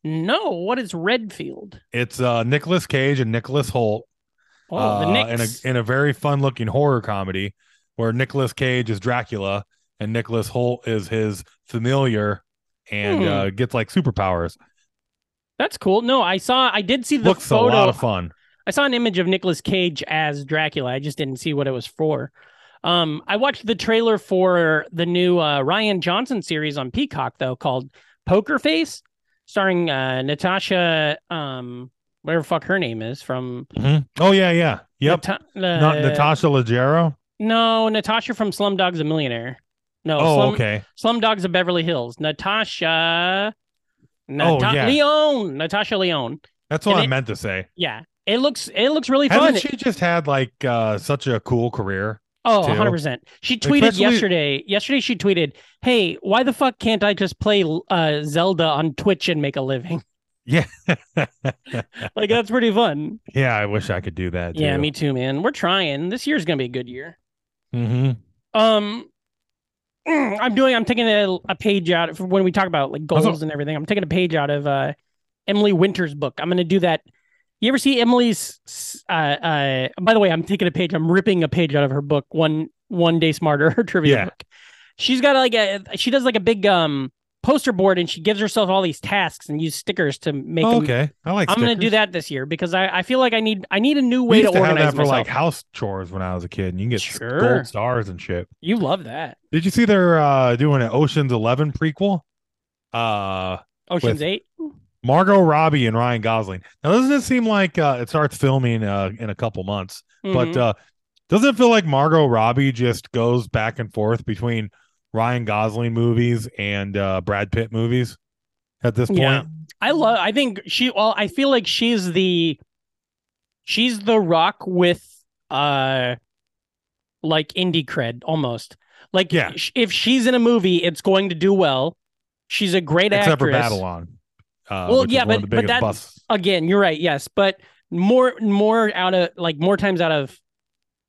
[SPEAKER 3] No, what is Redfield?
[SPEAKER 2] It's uh, Nicholas Cage and Nicholas Holt
[SPEAKER 3] Oh,
[SPEAKER 2] uh,
[SPEAKER 3] the
[SPEAKER 2] in
[SPEAKER 3] Knicks.
[SPEAKER 2] a in a very fun looking horror comedy where Nicholas Cage is Dracula and Nicholas Holt is his familiar and
[SPEAKER 3] Hmm.
[SPEAKER 2] uh, gets like superpowers.
[SPEAKER 3] That's cool. No, I saw, I did see the
[SPEAKER 2] Looks a
[SPEAKER 3] photo.
[SPEAKER 2] lot of fun.
[SPEAKER 3] I saw an image of Nicolas Cage as Dracula. I just didn't see what it was for. Um, I watched the trailer for the new uh, Ryan Johnson series on Peacock though, called Poker Face, starring uh, Natasha, um, whatever the fuck her name is from.
[SPEAKER 2] Mhm. Oh yeah, yeah. Yep.
[SPEAKER 3] Nata-
[SPEAKER 2] Not
[SPEAKER 3] uh,
[SPEAKER 2] Natasha Leggero.
[SPEAKER 3] No, Natasha from Slumdog's a Millionaire. No,
[SPEAKER 2] oh,
[SPEAKER 3] Slum,
[SPEAKER 2] okay.
[SPEAKER 3] Slumdog's of Beverly Hills. Natasha. Nata-
[SPEAKER 2] Oh, yeah.
[SPEAKER 3] Leon. Natasha Leon.
[SPEAKER 2] That's what
[SPEAKER 3] and
[SPEAKER 2] I
[SPEAKER 3] it-
[SPEAKER 2] meant to say.
[SPEAKER 3] Yeah. It looks it looks really fun.
[SPEAKER 2] Hasn't she just had like uh such a cool career?
[SPEAKER 3] Oh,
[SPEAKER 2] too.
[SPEAKER 3] 100%. She tweeted
[SPEAKER 2] Especially-
[SPEAKER 3] yesterday. Yesterday she tweeted, "Hey, why the fuck can't I just play uh, Zelda on Twitch and make a living?"
[SPEAKER 2] Yeah.
[SPEAKER 3] Like that's pretty fun.
[SPEAKER 2] yeah, I wish I could do that.
[SPEAKER 3] Yeah,
[SPEAKER 2] too.
[SPEAKER 3] me too, man. We're trying. This year's going to be a good year.
[SPEAKER 2] Mhm.
[SPEAKER 3] Um mm, I'm doing I'm taking a, a page out for when we talk about like
[SPEAKER 2] Also-
[SPEAKER 3] goals and everything. I'm taking a page out of uh Emily Winter's book. I'm going to do that. You ever see Emily's s- uh uh by the way, I'm taking a page. I'm ripping a page out of her book, One One Day Smarter, her trivia
[SPEAKER 2] Yeah.
[SPEAKER 3] book. She's got like a she does like a big um poster board and she gives herself all these tasks and use stickers to make
[SPEAKER 2] Oh,
[SPEAKER 3] them-
[SPEAKER 2] okay. I like
[SPEAKER 3] I'm going to do
[SPEAKER 2] stickers.
[SPEAKER 3] that this year because I, I feel like I need I need a new
[SPEAKER 2] We
[SPEAKER 3] way
[SPEAKER 2] used
[SPEAKER 3] to
[SPEAKER 2] to have
[SPEAKER 3] organize
[SPEAKER 2] that for
[SPEAKER 3] myself.
[SPEAKER 2] like house chores when I was a kid, and you can get s-
[SPEAKER 3] Sure.
[SPEAKER 2] gold stars and shit.
[SPEAKER 3] you love that.
[SPEAKER 2] Did you see they're uh, doing an Ocean's Eleven prequel? Uh,
[SPEAKER 3] Ocean's
[SPEAKER 2] With-
[SPEAKER 3] 8.
[SPEAKER 2] Margot Robbie and Ryan Gosling. Now, doesn't it seem like uh, it starts filming uh, in a couple months? But
[SPEAKER 3] Mhm.
[SPEAKER 2] uh, doesn't it feel like Margot Robbie just goes back and forth between Ryan Gosling movies and uh, Brad Pitt movies at this point?
[SPEAKER 3] Yeah. I
[SPEAKER 2] Mm-hmm.
[SPEAKER 3] love I think she well I feel like she's the she's the rock with uh like indie cred almost. Like
[SPEAKER 2] Yeah.
[SPEAKER 3] sh- if she's in a movie it's going to do well. She's a great
[SPEAKER 2] Except for
[SPEAKER 3] actress.
[SPEAKER 2] Babylon. Uh,
[SPEAKER 3] Well,
[SPEAKER 2] which is
[SPEAKER 3] yeah,
[SPEAKER 2] one
[SPEAKER 3] but-
[SPEAKER 2] of the
[SPEAKER 3] but
[SPEAKER 2] biggest
[SPEAKER 3] that-
[SPEAKER 2] busts.
[SPEAKER 3] Again, you're right. Yes, but more more out of like more times out of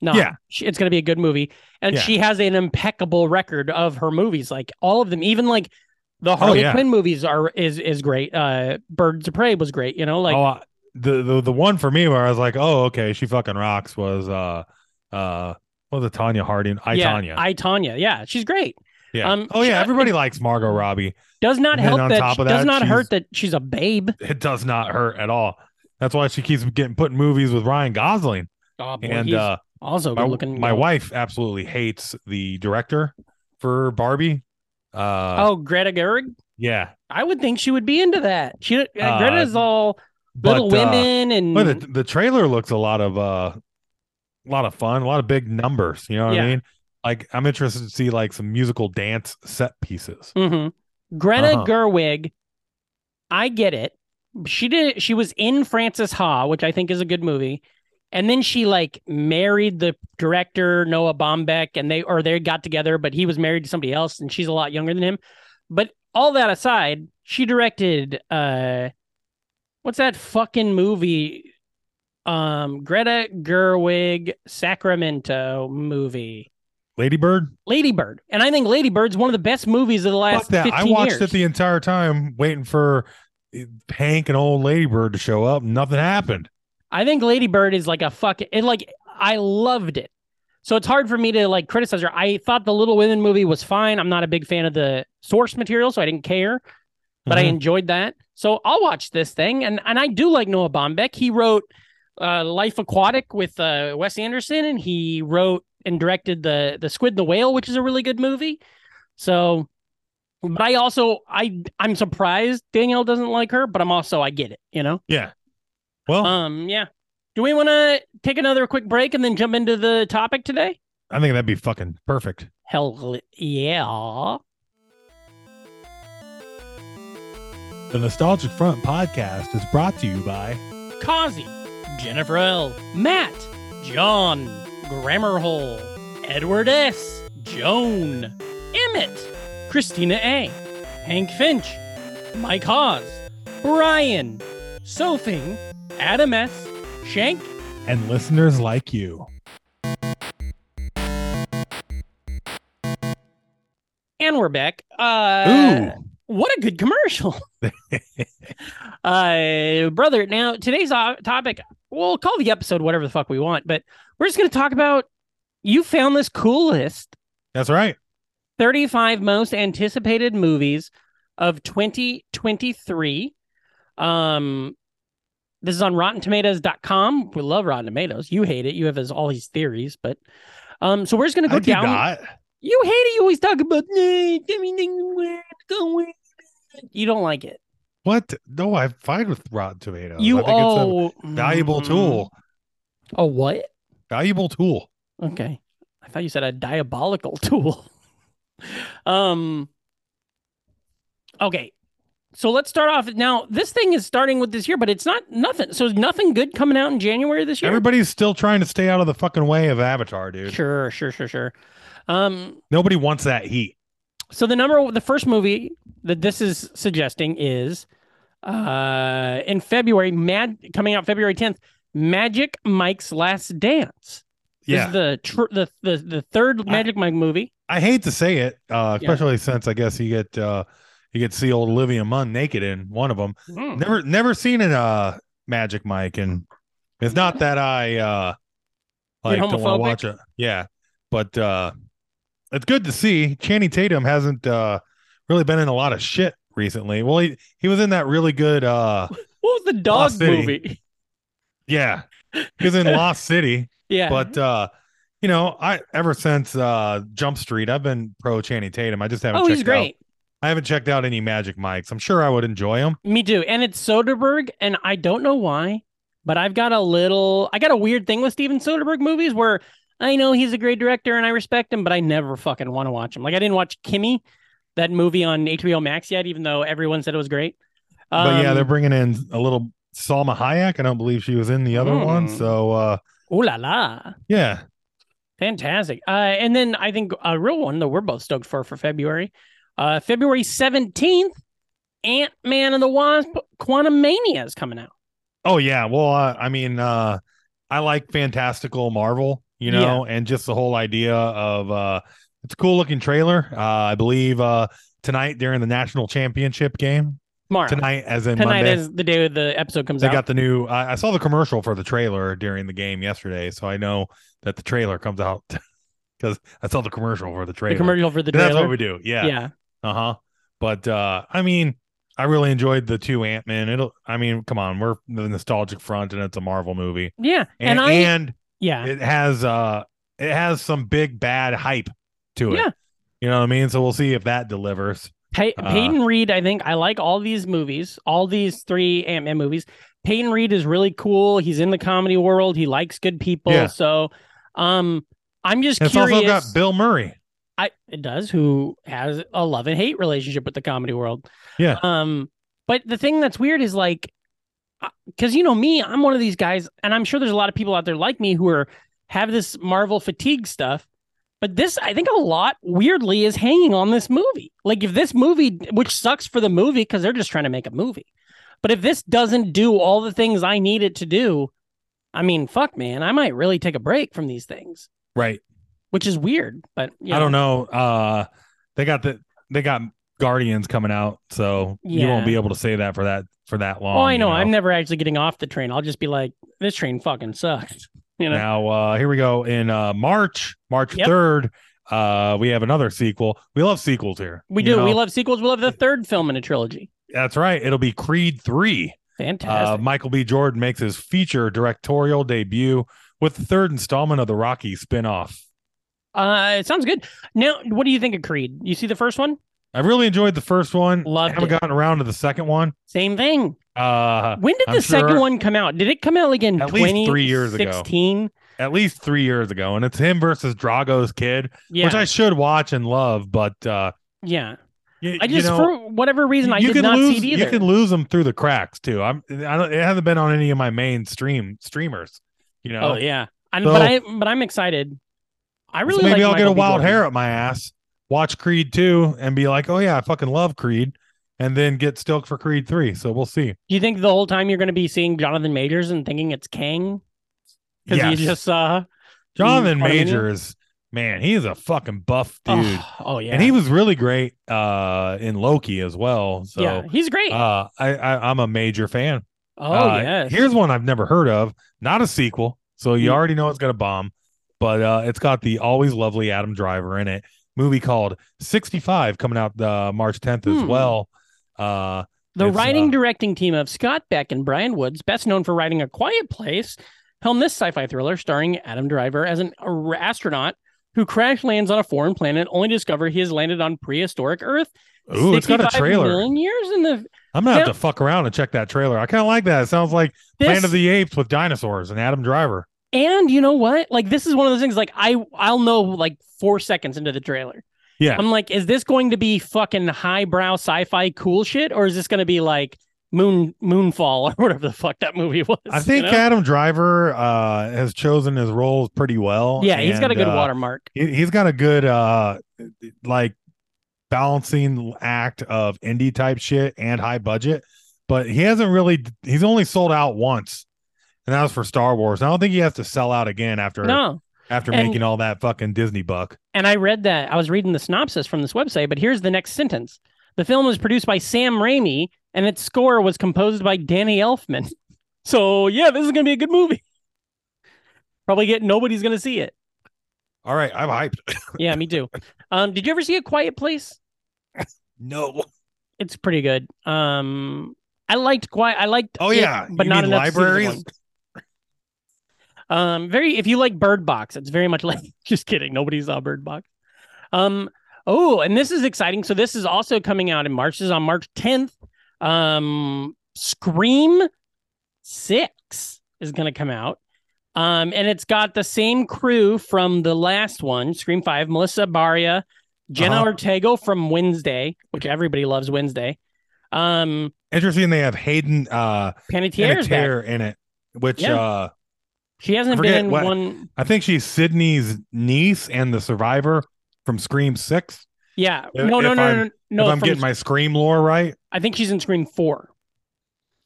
[SPEAKER 3] no.
[SPEAKER 2] Yeah.
[SPEAKER 3] sh- It's going to be a good movie and
[SPEAKER 2] Yeah.
[SPEAKER 3] she has an impeccable record of her movies like all of them even like the Harley
[SPEAKER 2] Oh, yeah.
[SPEAKER 3] Quinn movies are is is great. Uh Birds of Prey was great, you know, like
[SPEAKER 2] oh, I- the, the the one for me where I was like, oh, okay, she fucking rocks was uh uh what was it, Tanya Harding? I
[SPEAKER 3] yeah,
[SPEAKER 2] Tanya.
[SPEAKER 3] I Tanya. Yeah, she's great.
[SPEAKER 2] yeah.
[SPEAKER 3] um,
[SPEAKER 2] oh
[SPEAKER 3] she-
[SPEAKER 2] yeah, everybody likes Margot Robbie.
[SPEAKER 3] Does not
[SPEAKER 2] And then
[SPEAKER 3] help
[SPEAKER 2] on
[SPEAKER 3] that,
[SPEAKER 2] top of
[SPEAKER 3] does
[SPEAKER 2] that,
[SPEAKER 3] not
[SPEAKER 2] she's-
[SPEAKER 3] hurt that she's a babe.
[SPEAKER 2] It does not hurt at all. That's why she keeps getting put in movies with Ryan Gosling.
[SPEAKER 3] Oh, boy,
[SPEAKER 2] and
[SPEAKER 3] he's
[SPEAKER 2] uh
[SPEAKER 3] also
[SPEAKER 2] my,
[SPEAKER 3] good looking.
[SPEAKER 2] my
[SPEAKER 3] girl.
[SPEAKER 2] wife absolutely hates the director for Barbie. Uh
[SPEAKER 3] Oh, Greta Gerwig.
[SPEAKER 2] yeah.
[SPEAKER 3] I would think she would be into that. She uh,
[SPEAKER 2] Uh,
[SPEAKER 3] Greta's all
[SPEAKER 2] But,
[SPEAKER 3] Little
[SPEAKER 2] uh,
[SPEAKER 3] Women and
[SPEAKER 2] But the, the trailer looks a lot of uh, a lot of fun, a lot of big numbers. You know what
[SPEAKER 3] Yeah.
[SPEAKER 2] I mean? Like I'm interested to see like some musical dance set pieces.
[SPEAKER 3] Mhm. Greta
[SPEAKER 2] Uh-huh.
[SPEAKER 3] Gerwig. I get it. She did. She was in Frances Ha, which I think is a good movie, and then she like married the director Noah Baumbach, and they or they got together, but he was married to somebody else, and she's a lot younger than him. But all that aside, she directed uh, what's that fucking movie? Um, Greta Gerwig Sacramento movie,
[SPEAKER 2] Ladybird,
[SPEAKER 3] Ladybird, and I think Ladybird's one of the best movies of the
[SPEAKER 2] fuck
[SPEAKER 3] last.
[SPEAKER 2] that!
[SPEAKER 3] 15
[SPEAKER 2] I watched
[SPEAKER 3] years.
[SPEAKER 2] it the entire time, waiting for uh, Hank and old Ladybird to show up. Nothing happened.
[SPEAKER 3] I think Lady Bird is like a fuck. It like I loved it, so it's hard for me to like criticize her. I thought the Little Women movie was fine. I'm not a big fan of the source material, so I didn't care, but I
[SPEAKER 2] Mhm.
[SPEAKER 3] enjoyed that. So I'll watch this thing, and and I do like Noah Baumbach. He wrote uh, Life Aquatic with uh, Wes Anderson, and he wrote and directed the the Squid and the Whale, which is a really good movie. So. But I also I I'm surprised Danielle doesn't like her, but I'm also I get it, you know.
[SPEAKER 2] well,
[SPEAKER 3] Um, yeah. Do we want to take another quick break and then jump into the topic today?
[SPEAKER 2] I think that'd be fucking perfect.
[SPEAKER 3] Hell yeah.
[SPEAKER 2] The Nostalgic Front podcast is brought to you by.
[SPEAKER 3] Kazi, Jennifer L, Matt, John, Grammarhole, Edward S, Joan, Emmett, Christina A, Hank Finch, Mike Hawes, Brian, Sophing, Adam S, Shank,
[SPEAKER 2] and listeners like you.
[SPEAKER 3] and we're back. Uh, what a good commercial uh brother now today's uh, topic we'll call the episode whatever the fuck we want but we're just going to talk about you found this cool list
[SPEAKER 2] That's right.
[SPEAKER 3] 35 most anticipated movies of 2023 um this is on rottentomatoes.com we love rotten tomatoes you hate it you have all these theories but um so we're just going to go
[SPEAKER 2] I did
[SPEAKER 3] down
[SPEAKER 2] not.
[SPEAKER 3] you hate it. You always talk about "Eh, everything where it's going. You don't like it.
[SPEAKER 2] What? No, I'm fine with Rotten Tomatoes.
[SPEAKER 3] You
[SPEAKER 2] I think it's
[SPEAKER 3] owe
[SPEAKER 2] a valuable tool.
[SPEAKER 3] A what?
[SPEAKER 2] Valuable tool.
[SPEAKER 3] Okay. I thought you said a diabolical tool. um Okay. So let's start off now. This thing is starting with this year, but it's not nothing. So is nothing good coming out in January this year?
[SPEAKER 2] Everybody's still trying to stay out of the fucking way of Avatar, dude.
[SPEAKER 3] Sure, sure, sure, sure. Um
[SPEAKER 2] Nobody wants that heat.
[SPEAKER 3] so the number the first movie that this is suggesting is uh in February, Mad coming out February 10th, Magic Mike's Last Dance. This
[SPEAKER 2] Yeah.
[SPEAKER 3] is the tr- the the the third
[SPEAKER 2] I-
[SPEAKER 3] Magic Mike movie.
[SPEAKER 2] I hate to say it, uh,
[SPEAKER 3] Yeah.
[SPEAKER 2] especially since I guess you get uh you get to see old Olivia Munn naked in one of them.
[SPEAKER 3] Mm.
[SPEAKER 2] Never never seen an uh Magic Mike and it's not that I uh
[SPEAKER 3] You're
[SPEAKER 2] like don't want
[SPEAKER 3] homophobic?
[SPEAKER 2] to watch it. Yeah. But uh it's good to see Channing Tatum hasn't uh really been in a lot of shit recently. Well, he he was in that really good uh
[SPEAKER 3] What was the dog
[SPEAKER 2] Lost City.
[SPEAKER 3] movie?
[SPEAKER 2] yeah. He was in Lost City,
[SPEAKER 3] Yeah.
[SPEAKER 2] but uh you know, I ever since uh Jump Street, I've been pro Channing Tatum. I just haven't
[SPEAKER 3] oh,
[SPEAKER 2] checked
[SPEAKER 3] he's great.
[SPEAKER 2] out I haven't checked out any Magic Mics. I'm sure I would enjoy them.
[SPEAKER 3] Me too. And it's Soderbergh, and I don't know why, but I've got a little, I got a weird thing with Steven Soderbergh movies where I know he's a great director and I respect him, but I never fucking want to watch him. Like I didn't watch Kimmy, that movie on HBO Max yet, even though everyone said it was great.
[SPEAKER 2] but yeah,
[SPEAKER 3] Um,
[SPEAKER 2] they're bringing in a little Salma Hayek. I don't believe she was in the other one.
[SPEAKER 3] Hmm.
[SPEAKER 2] So uh
[SPEAKER 3] ooh la la.
[SPEAKER 2] yeah.
[SPEAKER 3] Fantastic. Uh, and then I think a real one that we're both stoked for for February, uh, February 17th, Ant Man and the Wasp Quantum Mania is coming out.
[SPEAKER 2] Oh yeah. Well, uh, I mean, uh I like fantastical Marvel, you
[SPEAKER 3] Yeah.
[SPEAKER 2] know, and just the whole idea of uh it's a cool looking trailer. Uh I believe uh tonight during the national championship game.
[SPEAKER 3] Tomorrow.
[SPEAKER 2] Tonight as in
[SPEAKER 3] Tonight
[SPEAKER 2] Monday.
[SPEAKER 3] is the day the episode comes
[SPEAKER 2] they
[SPEAKER 3] out.
[SPEAKER 2] got the new I, I saw the commercial for the trailer during the game yesterday, so I know that the trailer comes out because I saw the commercial for the
[SPEAKER 3] the
[SPEAKER 2] trailer.
[SPEAKER 3] commercial for the trailer.
[SPEAKER 2] That's what we do. Yeah.
[SPEAKER 3] yeah.
[SPEAKER 2] Uh-huh. But uh I mean, I really enjoyed the two Ant Man. It'll I mean, come on, we're the nostalgic front and it's a Marvel movie.
[SPEAKER 3] Yeah.
[SPEAKER 2] And
[SPEAKER 3] And, I,
[SPEAKER 2] and
[SPEAKER 3] yeah.
[SPEAKER 2] it has uh it has some big bad hype to it.
[SPEAKER 3] Yeah.
[SPEAKER 2] You know what I mean? So we'll see if that delivers.
[SPEAKER 3] Pey-
[SPEAKER 2] uh,
[SPEAKER 3] Peyton Reed, I think I like all these movies, all these three Ant Man movies. Peyton Reed is really cool. He's in the comedy world. He likes good people.
[SPEAKER 2] Yeah.
[SPEAKER 3] So, um, I'm just
[SPEAKER 2] And it's
[SPEAKER 3] curious.
[SPEAKER 2] also got Bill Murray.
[SPEAKER 3] I it does who has a love and hate relationship with the comedy world.
[SPEAKER 2] Yeah.
[SPEAKER 3] Um but the thing that's weird is like cuz you know me, I'm one of these guys and I'm sure there's a lot of people out there like me who are have this Marvel fatigue stuff. But this I think a lot weirdly is hanging on this movie. Like if this movie which sucks for the movie cuz they're just trying to make a movie. But if this doesn't do all the things I need it to do, I mean, fuck man, I might really take a break from these things,
[SPEAKER 2] Right.
[SPEAKER 3] which is weird, but you
[SPEAKER 2] I
[SPEAKER 3] know.
[SPEAKER 2] don't know. Uh they got the they got Guardians coming out, so you
[SPEAKER 3] Yeah.
[SPEAKER 2] won't be able to say that for that for that long.
[SPEAKER 3] Oh, I know.
[SPEAKER 2] you
[SPEAKER 3] I'm never actually getting off the train. I'll just be like, this train fucking sucks. You know?
[SPEAKER 2] Now, uh, here we go. In uh, March, March
[SPEAKER 3] Yep.
[SPEAKER 2] 3rd, uh, we have another sequel. We love sequels here.
[SPEAKER 3] we
[SPEAKER 2] you
[SPEAKER 3] do. We
[SPEAKER 2] know?
[SPEAKER 3] love sequels. We love the third film in a trilogy.
[SPEAKER 2] That's right. It'll be Creed 3. Uh,
[SPEAKER 3] Fantastic.
[SPEAKER 2] Michael B. Jordan makes his feature directorial debut with the third installment of the Rocky spinoff.
[SPEAKER 3] Uh, it sounds good. Now, what do you think of Creed? You see the first one?
[SPEAKER 2] I really enjoyed the first one.
[SPEAKER 3] Loved
[SPEAKER 2] haven't
[SPEAKER 3] it.
[SPEAKER 2] gotten around to the second one.
[SPEAKER 3] Same thing.
[SPEAKER 2] Uh,
[SPEAKER 3] When did
[SPEAKER 2] I'm
[SPEAKER 3] the second
[SPEAKER 2] sure-
[SPEAKER 3] one come out? Did it come out like in
[SPEAKER 2] At least three years ago.
[SPEAKER 3] 2016?
[SPEAKER 2] at least three years ago, and it's him versus Drago's kid,
[SPEAKER 3] Yeah.
[SPEAKER 2] which I should watch and love. But uh,
[SPEAKER 3] yeah.
[SPEAKER 2] y-
[SPEAKER 3] I
[SPEAKER 2] you
[SPEAKER 3] just,
[SPEAKER 2] know-
[SPEAKER 3] for whatever reason, I
[SPEAKER 2] you
[SPEAKER 3] did
[SPEAKER 2] can
[SPEAKER 3] not
[SPEAKER 2] lose
[SPEAKER 3] see it either.
[SPEAKER 2] you can lose them through the cracks too. I'm I don't it hasn't been on any of my main stream streamers. You know,
[SPEAKER 3] Oh, yeah. And,
[SPEAKER 2] So-
[SPEAKER 3] but, I, but I'm excited. I
[SPEAKER 2] So
[SPEAKER 3] really
[SPEAKER 2] maybe
[SPEAKER 3] like
[SPEAKER 2] I'll get
[SPEAKER 3] Michael
[SPEAKER 2] a
[SPEAKER 3] B.
[SPEAKER 2] wild
[SPEAKER 3] Jordan.
[SPEAKER 2] hair up my ass, watch Creed two, and be like, oh yeah, I fucking love Creed, and then get stoked for Creed three. So we'll see.
[SPEAKER 3] Do you think the whole time you're going to be seeing Jonathan Majors and thinking it's Kang? Because
[SPEAKER 2] Yes.
[SPEAKER 3] you just saw.
[SPEAKER 2] Jonathan
[SPEAKER 3] Mm,
[SPEAKER 2] Majors, man, he is a fucking buff dude,
[SPEAKER 3] Oh, oh, yeah.
[SPEAKER 2] and he was really great uh in Loki as well. So.
[SPEAKER 3] yeah, he's great.
[SPEAKER 2] Uh, I, I I'm a major fan.
[SPEAKER 3] oh
[SPEAKER 2] Uh,
[SPEAKER 3] yes.
[SPEAKER 2] Here's one I've never heard of. Not a sequel, so you
[SPEAKER 3] Mm.
[SPEAKER 2] already know it's gonna bomb. But uh, it's got the always lovely Adam Driver in it. Movie called 65 coming out uh, March 10th as
[SPEAKER 3] Hmm.
[SPEAKER 2] well. Uh,
[SPEAKER 3] the
[SPEAKER 2] it's,
[SPEAKER 3] writing
[SPEAKER 2] uh,
[SPEAKER 3] directing team of Scott Beck and Brian Woods, best known for writing A Quiet Place, helm this sci-fi thriller starring Adam Driver as an ar- astronaut who crash lands on a foreign planet only to discover he has landed on prehistoric Earth
[SPEAKER 2] Ooh, it's got a
[SPEAKER 3] 65
[SPEAKER 2] trailer.
[SPEAKER 3] million years in the
[SPEAKER 2] I'm gonna have
[SPEAKER 3] Yeah.
[SPEAKER 2] to fuck around and check that trailer. I kind of like that. It sounds like
[SPEAKER 3] this,
[SPEAKER 2] Planet of the Apes with dinosaurs and Adam Driver.
[SPEAKER 3] and you know what? Like this is one of those things. Like I I'll know like four seconds into the trailer.
[SPEAKER 2] Yeah.
[SPEAKER 3] I'm like, is this going to be fucking highbrow sci-fi cool shit, or is this going to be like Moon Moonfall or whatever the fuck that movie was?
[SPEAKER 2] I
[SPEAKER 3] you
[SPEAKER 2] think
[SPEAKER 3] know?
[SPEAKER 2] Adam Driver uh, has chosen his roles pretty well.
[SPEAKER 3] yeah, he's got a
[SPEAKER 2] and,
[SPEAKER 3] good
[SPEAKER 2] uh,
[SPEAKER 3] watermark.
[SPEAKER 2] he- He's got a good uh, like balancing act of indie type shit and high budget, but he hasn't really. He's only sold out once, and that was for Star Wars. I don't think he has to sell out again after
[SPEAKER 3] No,
[SPEAKER 2] after
[SPEAKER 3] and-
[SPEAKER 2] making all that fucking Disney buck.
[SPEAKER 3] and I read that I was reading the synopsis from this website, but here's the next sentence: the film was produced by Sam Raimi, and its score was composed by Danny Elfman. So yeah, this is going to be a good movie. Probably get nobody's going to see it.
[SPEAKER 2] All right, I'm hyped.
[SPEAKER 3] Yeah, me too. Um, did you ever see A Quiet Place?
[SPEAKER 2] No.
[SPEAKER 3] it's pretty good. Um, I liked quite. I liked.
[SPEAKER 2] Oh,
[SPEAKER 3] it,
[SPEAKER 2] yeah.
[SPEAKER 3] but
[SPEAKER 2] You
[SPEAKER 3] not
[SPEAKER 2] mean
[SPEAKER 3] enough. to see the
[SPEAKER 2] libraries?
[SPEAKER 3] one. Um, very. If you like Bird Box, it's very much like. Just kidding. Nobody saw Bird Box. Um. Oh, and this is exciting. So this is also coming out in March. This is on March 10th. Um, Scream Six is going to come out. Um, and it's got the same crew from the last one, Scream Five, Melissa Barria, Jenna
[SPEAKER 2] Uh-huh.
[SPEAKER 3] Ortega from Wednesday, which everybody loves Wednesday. Um,
[SPEAKER 2] Interesting. They have Hayden uh,
[SPEAKER 3] Panettiere's back.
[SPEAKER 2] Panettiere in it, which
[SPEAKER 3] Yeah.
[SPEAKER 2] uh,
[SPEAKER 3] She hasn't
[SPEAKER 2] forget
[SPEAKER 3] been in
[SPEAKER 2] what-
[SPEAKER 3] one.
[SPEAKER 2] I think she's Sydney's niece and the survivor from Scream Six.
[SPEAKER 3] Yeah,
[SPEAKER 2] If-
[SPEAKER 3] no, no, no,
[SPEAKER 2] if
[SPEAKER 3] no,
[SPEAKER 2] I'm-
[SPEAKER 3] no. no
[SPEAKER 2] if I'm
[SPEAKER 3] from-
[SPEAKER 2] getting my Scream lore right.
[SPEAKER 3] I think she's in Scream Four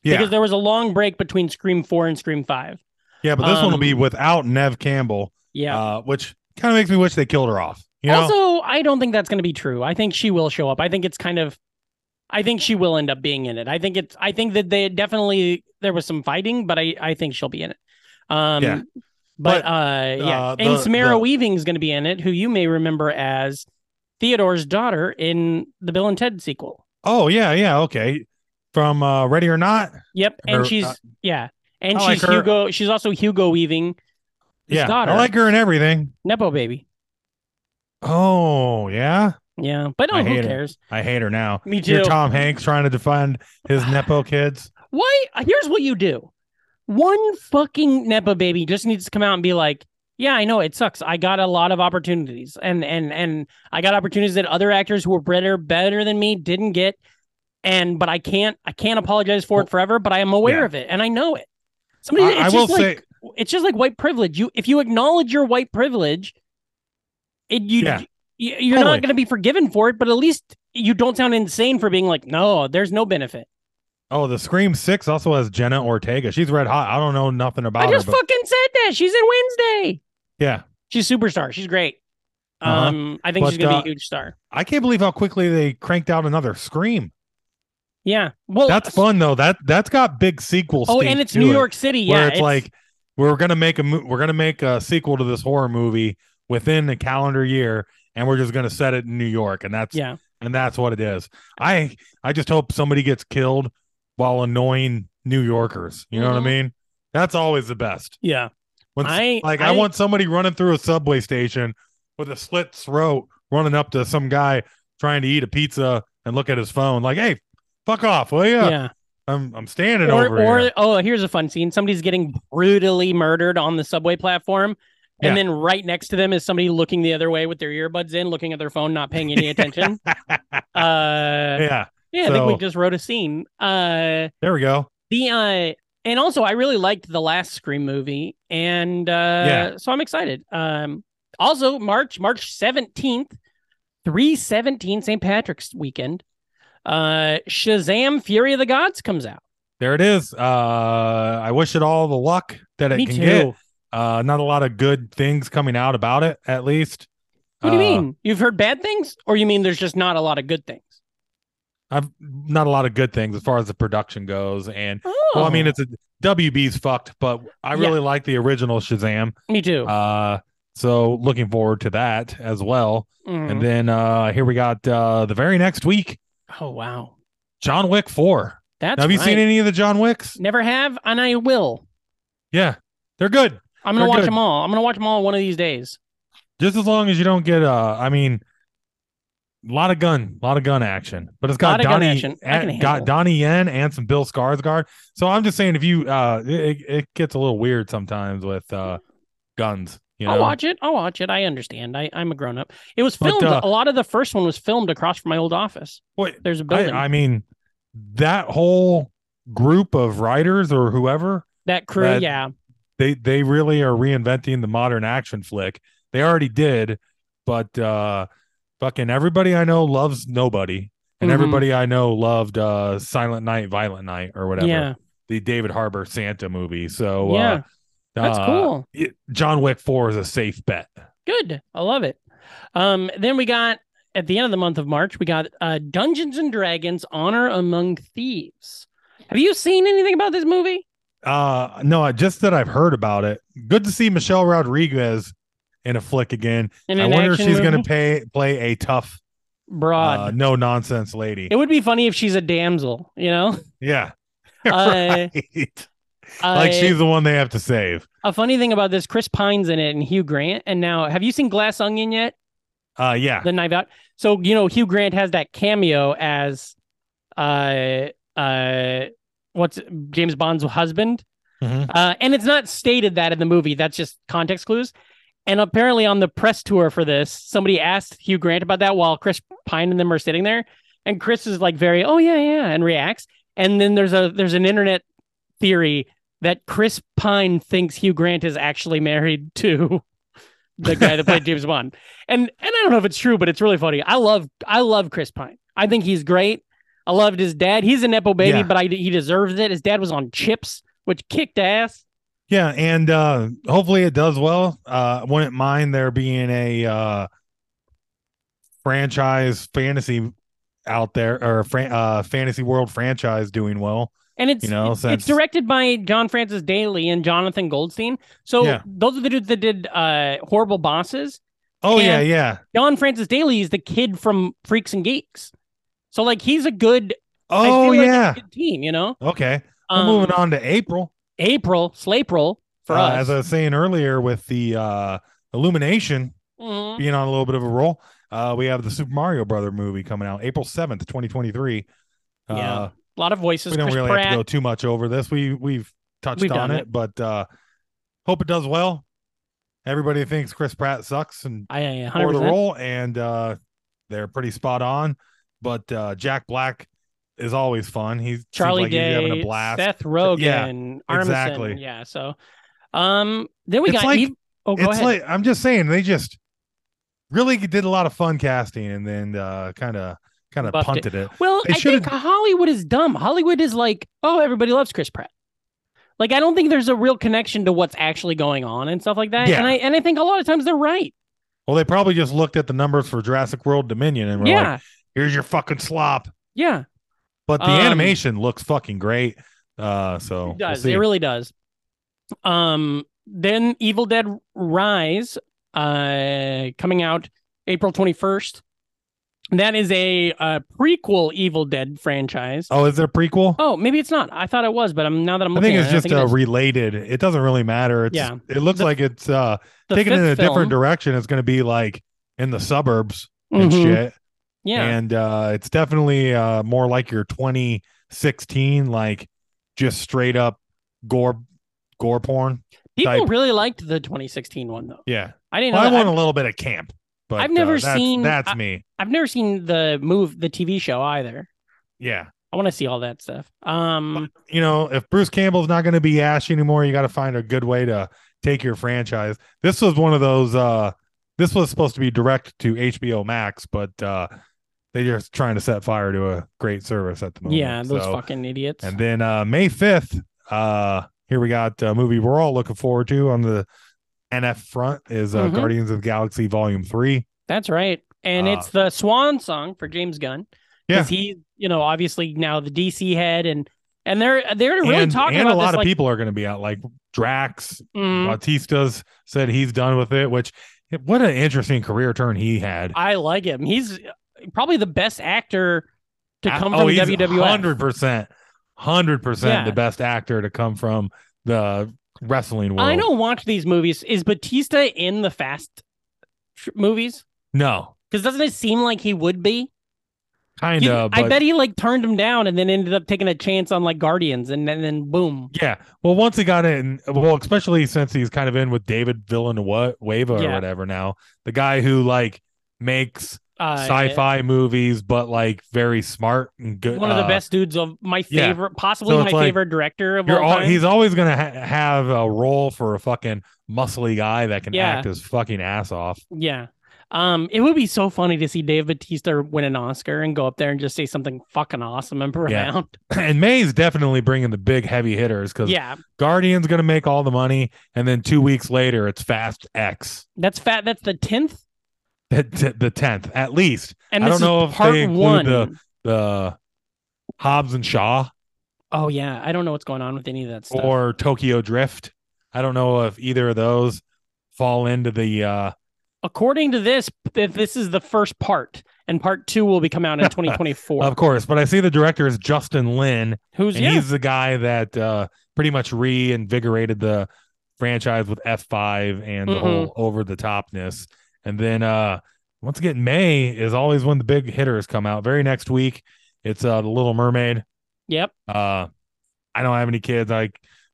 [SPEAKER 2] Yeah,
[SPEAKER 3] because there was a long break between Scream Four and Scream Five.
[SPEAKER 2] yeah, but this one will be
[SPEAKER 3] um,
[SPEAKER 2] without Nev Campbell,
[SPEAKER 3] Yeah.
[SPEAKER 2] uh, which kind of makes me wish they killed her off. You know,
[SPEAKER 3] also, I don't think that's going to be true. I think she will show up. I think it's kind of, I think she will end up being in it. I think it's, I think that they definitely there was some fighting, but I, I think she'll be in it. Um,
[SPEAKER 2] Yeah.
[SPEAKER 3] But,
[SPEAKER 2] But,
[SPEAKER 3] uh, yeah,
[SPEAKER 2] uh,
[SPEAKER 3] and
[SPEAKER 2] the-
[SPEAKER 3] Samara
[SPEAKER 2] the-
[SPEAKER 3] Weaving is going to be in it, who you may remember as Theodore's daughter in the Bill and Ted sequel.
[SPEAKER 2] oh yeah, yeah, okay. From uh, Ready or Not,
[SPEAKER 3] Yep, and
[SPEAKER 2] Her-
[SPEAKER 3] she's
[SPEAKER 2] uh,
[SPEAKER 3] yeah, and
[SPEAKER 2] I
[SPEAKER 3] she's
[SPEAKER 2] like her.
[SPEAKER 3] Hugo. She's also Hugo Weaving, His
[SPEAKER 2] yeah,
[SPEAKER 3] daughter.
[SPEAKER 2] I like her and everything.
[SPEAKER 3] nepo baby.
[SPEAKER 2] Oh yeah,
[SPEAKER 3] Yeah, but
[SPEAKER 2] I
[SPEAKER 3] no, who
[SPEAKER 2] hate her.
[SPEAKER 3] cares?
[SPEAKER 2] I hate her now.
[SPEAKER 3] Me too.
[SPEAKER 2] You're Tom Hanks trying to defend his nepo kids.
[SPEAKER 3] Why? Here's what you do. One fucking nepa baby just needs to come out and be like, "Yeah, I know it sucks. I got a lot of opportunities, and and and I got opportunities that other actors who were better better than me didn't get. And but I can't I can't apologize for it forever. But I am aware
[SPEAKER 2] Yeah.
[SPEAKER 3] of it, and I know it. Somebody,
[SPEAKER 2] I,
[SPEAKER 3] it's
[SPEAKER 2] I
[SPEAKER 3] just
[SPEAKER 2] will
[SPEAKER 3] like,
[SPEAKER 2] say,
[SPEAKER 3] it's just like white privilege. You if you acknowledge your white privilege, it you
[SPEAKER 2] Yeah.
[SPEAKER 3] y- you're
[SPEAKER 2] Totally.
[SPEAKER 3] not going to be forgiven for it. But at least you don't sound insane for being like, no, there's no benefit.
[SPEAKER 2] oh, the Scream Six also has Jenna Ortega. She's red hot. I don't know nothing about
[SPEAKER 3] I just
[SPEAKER 2] her, but
[SPEAKER 3] fucking said that. She's in Wednesday.
[SPEAKER 2] yeah,
[SPEAKER 3] She's superstar. She's great.
[SPEAKER 2] Uh-huh.
[SPEAKER 3] Um, I think
[SPEAKER 2] But,
[SPEAKER 3] she's gonna
[SPEAKER 2] uh,
[SPEAKER 3] be a huge star.
[SPEAKER 2] I can't believe how quickly they cranked out another Scream.
[SPEAKER 3] Yeah. Well,
[SPEAKER 2] That's fun though. That that's got big sequel.
[SPEAKER 3] Oh,
[SPEAKER 2] stink
[SPEAKER 3] and it's
[SPEAKER 2] to
[SPEAKER 3] New
[SPEAKER 2] it.
[SPEAKER 3] York City.
[SPEAKER 2] where
[SPEAKER 3] yeah.
[SPEAKER 2] it's, like we're gonna make a mo- we're gonna make a sequel to this horror movie within a calendar year, and we're just gonna set it in New York, and that's
[SPEAKER 3] yeah.
[SPEAKER 2] and that's what it is. I I just hope somebody gets killed while annoying New Yorkers. You know what
[SPEAKER 3] Mhm.
[SPEAKER 2] I mean? That's always the best.
[SPEAKER 3] Yeah.
[SPEAKER 2] When s-
[SPEAKER 3] I
[SPEAKER 2] like I, want somebody running through a subway station with a slit throat, running up to some guy trying to eat a pizza and look at his phone, like, "Hey, fuck off, will ya?
[SPEAKER 3] Yeah.
[SPEAKER 2] I'm I'm standing
[SPEAKER 3] or
[SPEAKER 2] over
[SPEAKER 3] or
[SPEAKER 2] here."
[SPEAKER 3] oh, here's a fun scene. Somebody's getting brutally murdered on the subway platform. And
[SPEAKER 2] Yeah.
[SPEAKER 3] then right next to them is somebody looking the other way with their earbuds in, looking at their phone, not paying any attention. uh,
[SPEAKER 2] yeah,
[SPEAKER 3] yeah, I think we
[SPEAKER 2] So-
[SPEAKER 3] just wrote a scene. Uh,
[SPEAKER 2] there we go.
[SPEAKER 3] the uh and also I really liked the last Scream movie and uh
[SPEAKER 2] Yeah.
[SPEAKER 3] so I'm excited. Um also March March 17th 317 St. Patrick's weekend. Uh Shazam Fury of the Gods comes out.
[SPEAKER 2] There it is. Uh, I wish it all the luck that it
[SPEAKER 3] Me
[SPEAKER 2] can
[SPEAKER 3] too.
[SPEAKER 2] get. Uh, not a lot of good things coming out about it, at least.
[SPEAKER 3] What do you
[SPEAKER 2] Uh,
[SPEAKER 3] mean? You've heard bad things or you mean there's just not a lot of good things?
[SPEAKER 2] Uh, I've not a lot of good things as far as the production goes, and
[SPEAKER 3] Oh.
[SPEAKER 2] well, I mean, it's a WB's fucked, but I
[SPEAKER 3] Yeah.
[SPEAKER 2] really like the original Shazam.
[SPEAKER 3] me too.
[SPEAKER 2] Uh, so looking forward to that as well.
[SPEAKER 3] Mhm.
[SPEAKER 2] And then uh, here we got uh, the very next week,
[SPEAKER 3] oh wow.
[SPEAKER 2] John Wick Four.
[SPEAKER 3] That's
[SPEAKER 2] Now, have you
[SPEAKER 3] right.
[SPEAKER 2] seen any of the John Wicks?
[SPEAKER 3] Never have and I will.
[SPEAKER 2] Yeah, they're good.
[SPEAKER 3] I'm going to
[SPEAKER 2] They're
[SPEAKER 3] watch
[SPEAKER 2] good.
[SPEAKER 3] them all. I'm going to watch them all one of these days.
[SPEAKER 2] just as long as you don't get uh i mean A lot of gun, a lot of gun action, but it's got
[SPEAKER 3] Lot of gun
[SPEAKER 2] Donnie,
[SPEAKER 3] action. I can
[SPEAKER 2] a-
[SPEAKER 3] handle
[SPEAKER 2] got
[SPEAKER 3] it.
[SPEAKER 2] Donnie Yen and some Bill Skarsgård. So I'm just saying, if you, uh, it, it- it gets a little weird sometimes with uh, guns. You know,
[SPEAKER 3] I'll watch it. I'll watch it. I understand. I, I'm a grown up. It was
[SPEAKER 2] But,
[SPEAKER 3] filmed.
[SPEAKER 2] uh,
[SPEAKER 3] a lot of the first one was filmed across from my old office.
[SPEAKER 2] Wait,
[SPEAKER 3] There's a
[SPEAKER 2] I,
[SPEAKER 3] building.
[SPEAKER 2] I mean, that whole group of writers or whoever,
[SPEAKER 3] that crew,
[SPEAKER 2] that-
[SPEAKER 3] yeah.
[SPEAKER 2] they they really are reinventing the modern action flick. They already did, but uh, fucking everybody I know loves nobody, and
[SPEAKER 3] Mhm.
[SPEAKER 2] everybody I know loved uh, Silent Night, Violent Night, or whatever.
[SPEAKER 3] Yeah.
[SPEAKER 2] the David Harbor Santa movie. So
[SPEAKER 3] yeah.
[SPEAKER 2] uh,
[SPEAKER 3] That's
[SPEAKER 2] uh,
[SPEAKER 3] cool.
[SPEAKER 2] it- John Wick Four is a safe bet.
[SPEAKER 3] Good. I love it. Um, then we got at the end of the month of March, we got uh, Dungeons and Dragons: Honor Among Thieves. Have you seen anything about this movie?
[SPEAKER 2] Uh, no, I- just that I've heard about it. Good to see Michelle Rodriguez in a flick again.
[SPEAKER 3] In
[SPEAKER 2] I
[SPEAKER 3] an
[SPEAKER 2] wonder if
[SPEAKER 3] action
[SPEAKER 2] she's going
[SPEAKER 3] movie?
[SPEAKER 2] to pay play a tough,
[SPEAKER 3] broad.
[SPEAKER 2] uh, no nonsense lady.
[SPEAKER 3] it would be funny if she's a damsel, you know.
[SPEAKER 2] yeah,
[SPEAKER 3] Uh,
[SPEAKER 2] right. like
[SPEAKER 3] Uh,
[SPEAKER 2] she's the one they have to save.
[SPEAKER 3] a funny thing about this: Chris Pine's in it and Hugh Grant. And now, have you seen Glass Onion yet?
[SPEAKER 2] Uh, yeah,
[SPEAKER 3] the knife out. So you know, Hugh Grant has that cameo as, uh, uh, what's James Bond's husband,
[SPEAKER 2] Mhm.
[SPEAKER 3] uh, and it's not stated that in the movie. That's just context clues. And apparently, on the press tour for this, somebody asked Hugh Grant about that while Chris Pine and them are sitting there, and Chris is like very, oh yeah, yeah, and reacts. And then there's a there's an internet theory that Chris Pine thinks Hugh Grant is actually married to the guy that played James Bond. And and I don't know if it's true, but it's really funny. I love I love Chris Pine. I think he's great. I loved his dad. He's a nepo baby,
[SPEAKER 2] Yeah.
[SPEAKER 3] but I, he deserves it. His dad was on Chips, which kicked ass.
[SPEAKER 2] yeah, and uh, hopefully it does well. Uh, wouldn't mind there being a uh, franchise fantasy out there or fran- uh, fantasy world franchise doing well.
[SPEAKER 3] And it's
[SPEAKER 2] You know,
[SPEAKER 3] it's-
[SPEAKER 2] since-
[SPEAKER 3] it's directed by John Francis Daly and Jonathan Goldstein. So
[SPEAKER 2] Yeah.
[SPEAKER 3] those are the dudes that did uh, horrible bosses.
[SPEAKER 2] Oh yeah,
[SPEAKER 3] And-
[SPEAKER 2] yeah.
[SPEAKER 3] John Francis Daly is the kid from Freaks and Geeks. So like he's a good I feel
[SPEAKER 2] Oh
[SPEAKER 3] like it's a
[SPEAKER 2] yeah.
[SPEAKER 3] good team, you know.
[SPEAKER 2] Okay.
[SPEAKER 3] Um,
[SPEAKER 2] We're moving on to April.
[SPEAKER 3] April, Slapril for
[SPEAKER 2] Uh,
[SPEAKER 3] us.
[SPEAKER 2] As I was saying earlier, with the uh, Illumination
[SPEAKER 3] Mhm.
[SPEAKER 2] being on a little bit of a roll, uh, we have the Super Mario Brother movie coming out April seventh, twenty twenty three.
[SPEAKER 3] Yeah.
[SPEAKER 2] Uh,
[SPEAKER 3] A lot of voices.
[SPEAKER 2] we don't
[SPEAKER 3] Chris
[SPEAKER 2] really
[SPEAKER 3] Pratt.
[SPEAKER 2] have to go too much over this. We we've touched
[SPEAKER 3] We've
[SPEAKER 2] on
[SPEAKER 3] done
[SPEAKER 2] it, but uh, hope it does well. Everybody thinks Chris Pratt sucks and
[SPEAKER 3] I, I-
[SPEAKER 2] for the
[SPEAKER 3] 100%.
[SPEAKER 2] role, and uh, they're pretty spot on. But uh, Jack Black is always fun. He's seems
[SPEAKER 3] Charlie
[SPEAKER 2] like
[SPEAKER 3] Day,
[SPEAKER 2] he's having a blast.
[SPEAKER 3] Seth Rogen,
[SPEAKER 2] Yeah,
[SPEAKER 3] Armisen.
[SPEAKER 2] exactly.
[SPEAKER 3] Yeah. So, um, then we
[SPEAKER 2] It's
[SPEAKER 3] got.
[SPEAKER 2] like-
[SPEAKER 3] Eve- oh, go
[SPEAKER 2] it's
[SPEAKER 3] ahead.
[SPEAKER 2] like I'm just saying they just really did a lot of fun casting and then uh kind of kind of
[SPEAKER 3] Buffed it.
[SPEAKER 2] punted it.
[SPEAKER 3] well,
[SPEAKER 2] they
[SPEAKER 3] I
[SPEAKER 2] should've-
[SPEAKER 3] think Hollywood is dumb. Hollywood is like, oh, everybody loves Chris Pratt. Like, I don't think there's a real connection to what's actually going on and stuff like that.
[SPEAKER 2] Yeah.
[SPEAKER 3] And I and I think a lot of times they're right.
[SPEAKER 2] Well, they probably just looked at the numbers for Jurassic World Dominion and were
[SPEAKER 3] yeah.
[SPEAKER 2] like, "Here's your fucking slop."
[SPEAKER 3] yeah.
[SPEAKER 2] But the
[SPEAKER 3] Um,
[SPEAKER 2] animation looks fucking great. Uh so we'll
[SPEAKER 3] It does.
[SPEAKER 2] see.
[SPEAKER 3] it really does. Um, then Evil Dead Rise, uh, coming out April 21st. That is a uh, prequel Evil Dead franchise.
[SPEAKER 2] Oh, is it a prequel?
[SPEAKER 3] Oh, maybe it's not. I thought it was, but I'm now that I'm
[SPEAKER 2] I
[SPEAKER 3] looking
[SPEAKER 2] think it's
[SPEAKER 3] at it, I
[SPEAKER 2] just
[SPEAKER 3] think it
[SPEAKER 2] uh,
[SPEAKER 3] is.
[SPEAKER 2] related. It doesn't really matter. It's,
[SPEAKER 3] Yeah.
[SPEAKER 2] It looks
[SPEAKER 3] The-
[SPEAKER 2] like it's uh
[SPEAKER 3] The
[SPEAKER 2] taken in
[SPEAKER 3] fifth
[SPEAKER 2] a
[SPEAKER 3] film.
[SPEAKER 2] different direction. It's going to be like in the suburbs and
[SPEAKER 3] Mhm.
[SPEAKER 2] shit.
[SPEAKER 3] Yeah,
[SPEAKER 2] And uh, it's definitely uh, more like your 2016, like just straight up gore gore porn.
[SPEAKER 3] people
[SPEAKER 2] type.
[SPEAKER 3] really liked the 2016 one though.
[SPEAKER 2] Yeah.
[SPEAKER 3] I didn't.
[SPEAKER 2] Well, I
[SPEAKER 3] know that.
[SPEAKER 2] want
[SPEAKER 3] I've,
[SPEAKER 2] a little bit of camp, but
[SPEAKER 3] I've never
[SPEAKER 2] uh, that's,
[SPEAKER 3] seen-
[SPEAKER 2] that's
[SPEAKER 3] I-
[SPEAKER 2] me.
[SPEAKER 3] I've never seen the move, the TV show either.
[SPEAKER 2] Yeah.
[SPEAKER 3] I want to see all that stuff. Um,
[SPEAKER 2] You know, if Bruce Campbell's not going to be Ash anymore, you got to find a good way to take your franchise. This was one of those uh this was supposed to be direct to HBO Max, but uh they're just trying to set fire to a great service at the moment.
[SPEAKER 3] yeah, those
[SPEAKER 2] So-
[SPEAKER 3] fucking idiots.
[SPEAKER 2] And then uh, May 5th, uh, here we got a movie we're all looking forward to on the NF front is uh,
[SPEAKER 3] Mhm.
[SPEAKER 2] Guardians of the Galaxy Volume 3.
[SPEAKER 3] That's right. And
[SPEAKER 2] Uh,
[SPEAKER 3] it's the swan song for James Gunn.
[SPEAKER 2] Yeah.
[SPEAKER 3] Because he, you know, obviously now the DC head and and they're they're really
[SPEAKER 2] and
[SPEAKER 3] talking
[SPEAKER 2] and
[SPEAKER 3] about
[SPEAKER 2] a lot
[SPEAKER 3] this,
[SPEAKER 2] of
[SPEAKER 3] like,
[SPEAKER 2] people are going to be out, like Drax.
[SPEAKER 3] mm,
[SPEAKER 2] Bautista's said he's done with it, which what an interesting career turn he had.
[SPEAKER 3] I like him. He's probably the best actor to come from
[SPEAKER 2] oh, he's
[SPEAKER 3] WWF.
[SPEAKER 2] 100%, 100%
[SPEAKER 3] Yeah.
[SPEAKER 2] the best actor to come from the wrestling world.
[SPEAKER 3] I don't watch these movies. Is Batista in the Fast tr- movies?
[SPEAKER 2] No.
[SPEAKER 3] Because doesn't it seem like he would be?
[SPEAKER 2] Kind
[SPEAKER 3] You-
[SPEAKER 2] of.
[SPEAKER 3] I bet he like turned him down and then ended up taking a chance on like Guardians and then, then boom.
[SPEAKER 2] Yeah. Well, once he got in, well, especially since he's kind of in with David Villanueva or
[SPEAKER 3] Yeah.
[SPEAKER 2] whatever now, the guy who like makes
[SPEAKER 3] Uh,
[SPEAKER 2] sci-fi movies, but like very smart and good.
[SPEAKER 3] One of the
[SPEAKER 2] uh,
[SPEAKER 3] best dudes of my
[SPEAKER 2] yeah.
[SPEAKER 3] favorite, possibly
[SPEAKER 2] So
[SPEAKER 3] my
[SPEAKER 2] it's like,
[SPEAKER 3] favorite director of
[SPEAKER 2] You're
[SPEAKER 3] all
[SPEAKER 2] all,
[SPEAKER 3] time.
[SPEAKER 2] he's always gonna ha- have a role for a fucking muscly guy that can
[SPEAKER 3] Yeah.
[SPEAKER 2] act his fucking ass off.
[SPEAKER 3] Yeah. Um, it would be so funny to see Dave Batista win an Oscar and go up there and just say something fucking awesome and profound.
[SPEAKER 2] and May's definitely bringing the big heavy hitters because
[SPEAKER 3] Yeah,
[SPEAKER 2] Guardian's gonna make all the money, and then two weeks later it's Fast X,
[SPEAKER 3] that's fat. That's the tenth,
[SPEAKER 2] the the tenth at least.
[SPEAKER 3] and
[SPEAKER 2] I
[SPEAKER 3] this
[SPEAKER 2] don't
[SPEAKER 3] is
[SPEAKER 2] know if
[SPEAKER 3] part
[SPEAKER 2] they include
[SPEAKER 3] one.
[SPEAKER 2] the- The Hobbs and Shaw
[SPEAKER 3] Oh yeah, I don't know what's going on with any of that stuff.
[SPEAKER 2] or Tokyo Drift. I don't know if either of those fall into the uh
[SPEAKER 3] According to this, th- this is the first part, and part two will be come out in 2024.
[SPEAKER 2] Of course, but I see the director is Justin Lin,
[SPEAKER 3] Who's
[SPEAKER 2] and
[SPEAKER 3] yeah?
[SPEAKER 2] he's the guy that uh, pretty much reinvigorated the franchise with F5 and the
[SPEAKER 3] Mhm.
[SPEAKER 2] whole over the topness. And then uh, once again, May is always when the big hitters come out. Very next week, it's uh, the Little Mermaid.
[SPEAKER 3] Yep.
[SPEAKER 2] Uh, I don't have any kids. I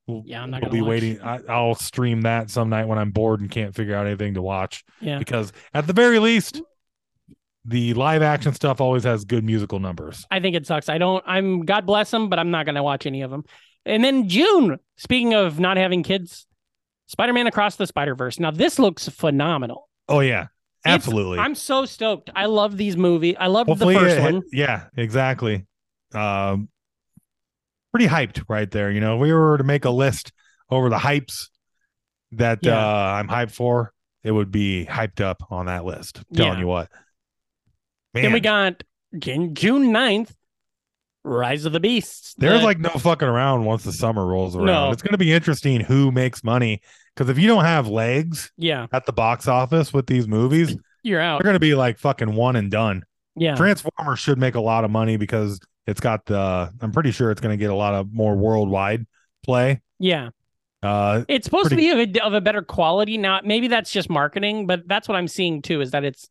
[SPEAKER 2] will
[SPEAKER 3] Yeah, I'm not
[SPEAKER 2] will
[SPEAKER 3] gonna
[SPEAKER 2] be
[SPEAKER 3] watch.
[SPEAKER 2] waiting. I, I'll stream that some night when I'm bored and can't figure out anything to watch.
[SPEAKER 3] Yeah.
[SPEAKER 2] Because at the very least, the live action stuff always has good musical numbers.
[SPEAKER 3] I think it sucks. I don't. I'm God bless them, but I'm not gonna watch any of them. And then June. Speaking of not having kids, Spider-Man Across the Spider-Verse. Now this looks phenomenal.
[SPEAKER 2] Oh yeah,
[SPEAKER 3] It's-
[SPEAKER 2] absolutely.
[SPEAKER 3] I'm so stoked. I love these movies. I love the
[SPEAKER 2] Hopefully,
[SPEAKER 3] first
[SPEAKER 2] it-
[SPEAKER 3] one.
[SPEAKER 2] yeah, exactly. Um, pretty hyped right there. You know, if we were to make a list over the hypes that
[SPEAKER 3] Yeah.
[SPEAKER 2] uh, I'm hyped for, it would be hyped up on that list. Telling
[SPEAKER 3] Yeah.
[SPEAKER 2] you what. Man,
[SPEAKER 3] Then we got June, June 9th, Rise of the Beasts.
[SPEAKER 2] there's
[SPEAKER 3] The-
[SPEAKER 2] like no fucking around once the summer rolls around.
[SPEAKER 3] No.
[SPEAKER 2] It's going to be interesting who makes money because if you don't have legs
[SPEAKER 3] yeah,
[SPEAKER 2] at the box office with these movies,
[SPEAKER 3] you're out.
[SPEAKER 2] they're going to be like fucking one and done.
[SPEAKER 3] Yeah,
[SPEAKER 2] Transformers should make a lot of money because it's got the. I'm pretty sure it's going to get a lot of more worldwide play.
[SPEAKER 3] yeah.
[SPEAKER 2] Uh,
[SPEAKER 3] It's supposed
[SPEAKER 2] Pretty-
[SPEAKER 3] to be of a, of a better quality. Now, maybe that's just marketing, but that's what I'm seeing too. Is that it's